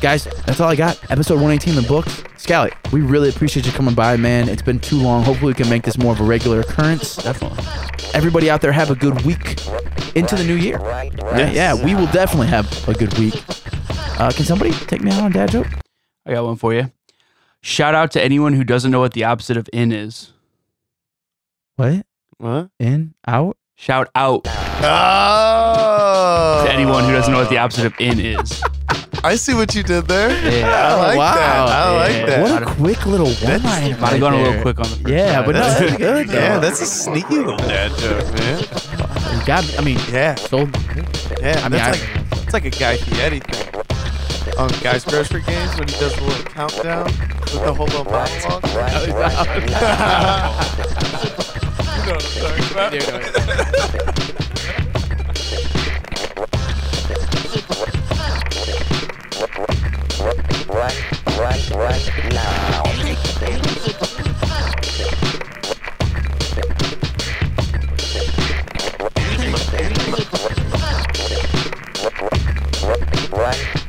S2: Guys, that's all I got. Episode 118 in the books. Scally, we really appreciate you coming by, man. It's been too long. Hopefully, we can make this more of a regular occurrence. Definitely. Everybody out there, have a good week into the new year. Right? Yeah, we will definitely have a good week. Uh, can somebody take me out on dad joke?
S3: I got one for
S4: for you. Shout out to anyone who doesn't know what the opposite of in is.
S2: What?
S1: What?
S2: In? Out?
S4: Shout out to
S1: Oh!
S4: anyone who doesn't know what the opposite of in is.
S1: I see what you did there. I
S4: Yeah.
S1: like
S2: wow.
S1: that. I
S4: Yeah.
S1: like that.
S2: What a quick little one liner.
S4: Might have gone a little quick on the first
S2: Yeah,
S4: try,
S2: but no,
S1: That's-
S2: that's good.
S1: Yeah,
S2: though.
S1: that's a sneaky little dad joke, man.
S2: God, I mean,
S1: Yeah,
S2: sold.
S1: yeah.
S2: I mean,
S1: that's
S2: I-
S1: like it's like a Guy Fieri thing. On Guy's Grocery Games when he does the little countdown with the whole little monologue. You know what I'm talking about.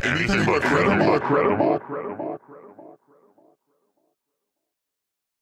S8: Anything but credible. credible.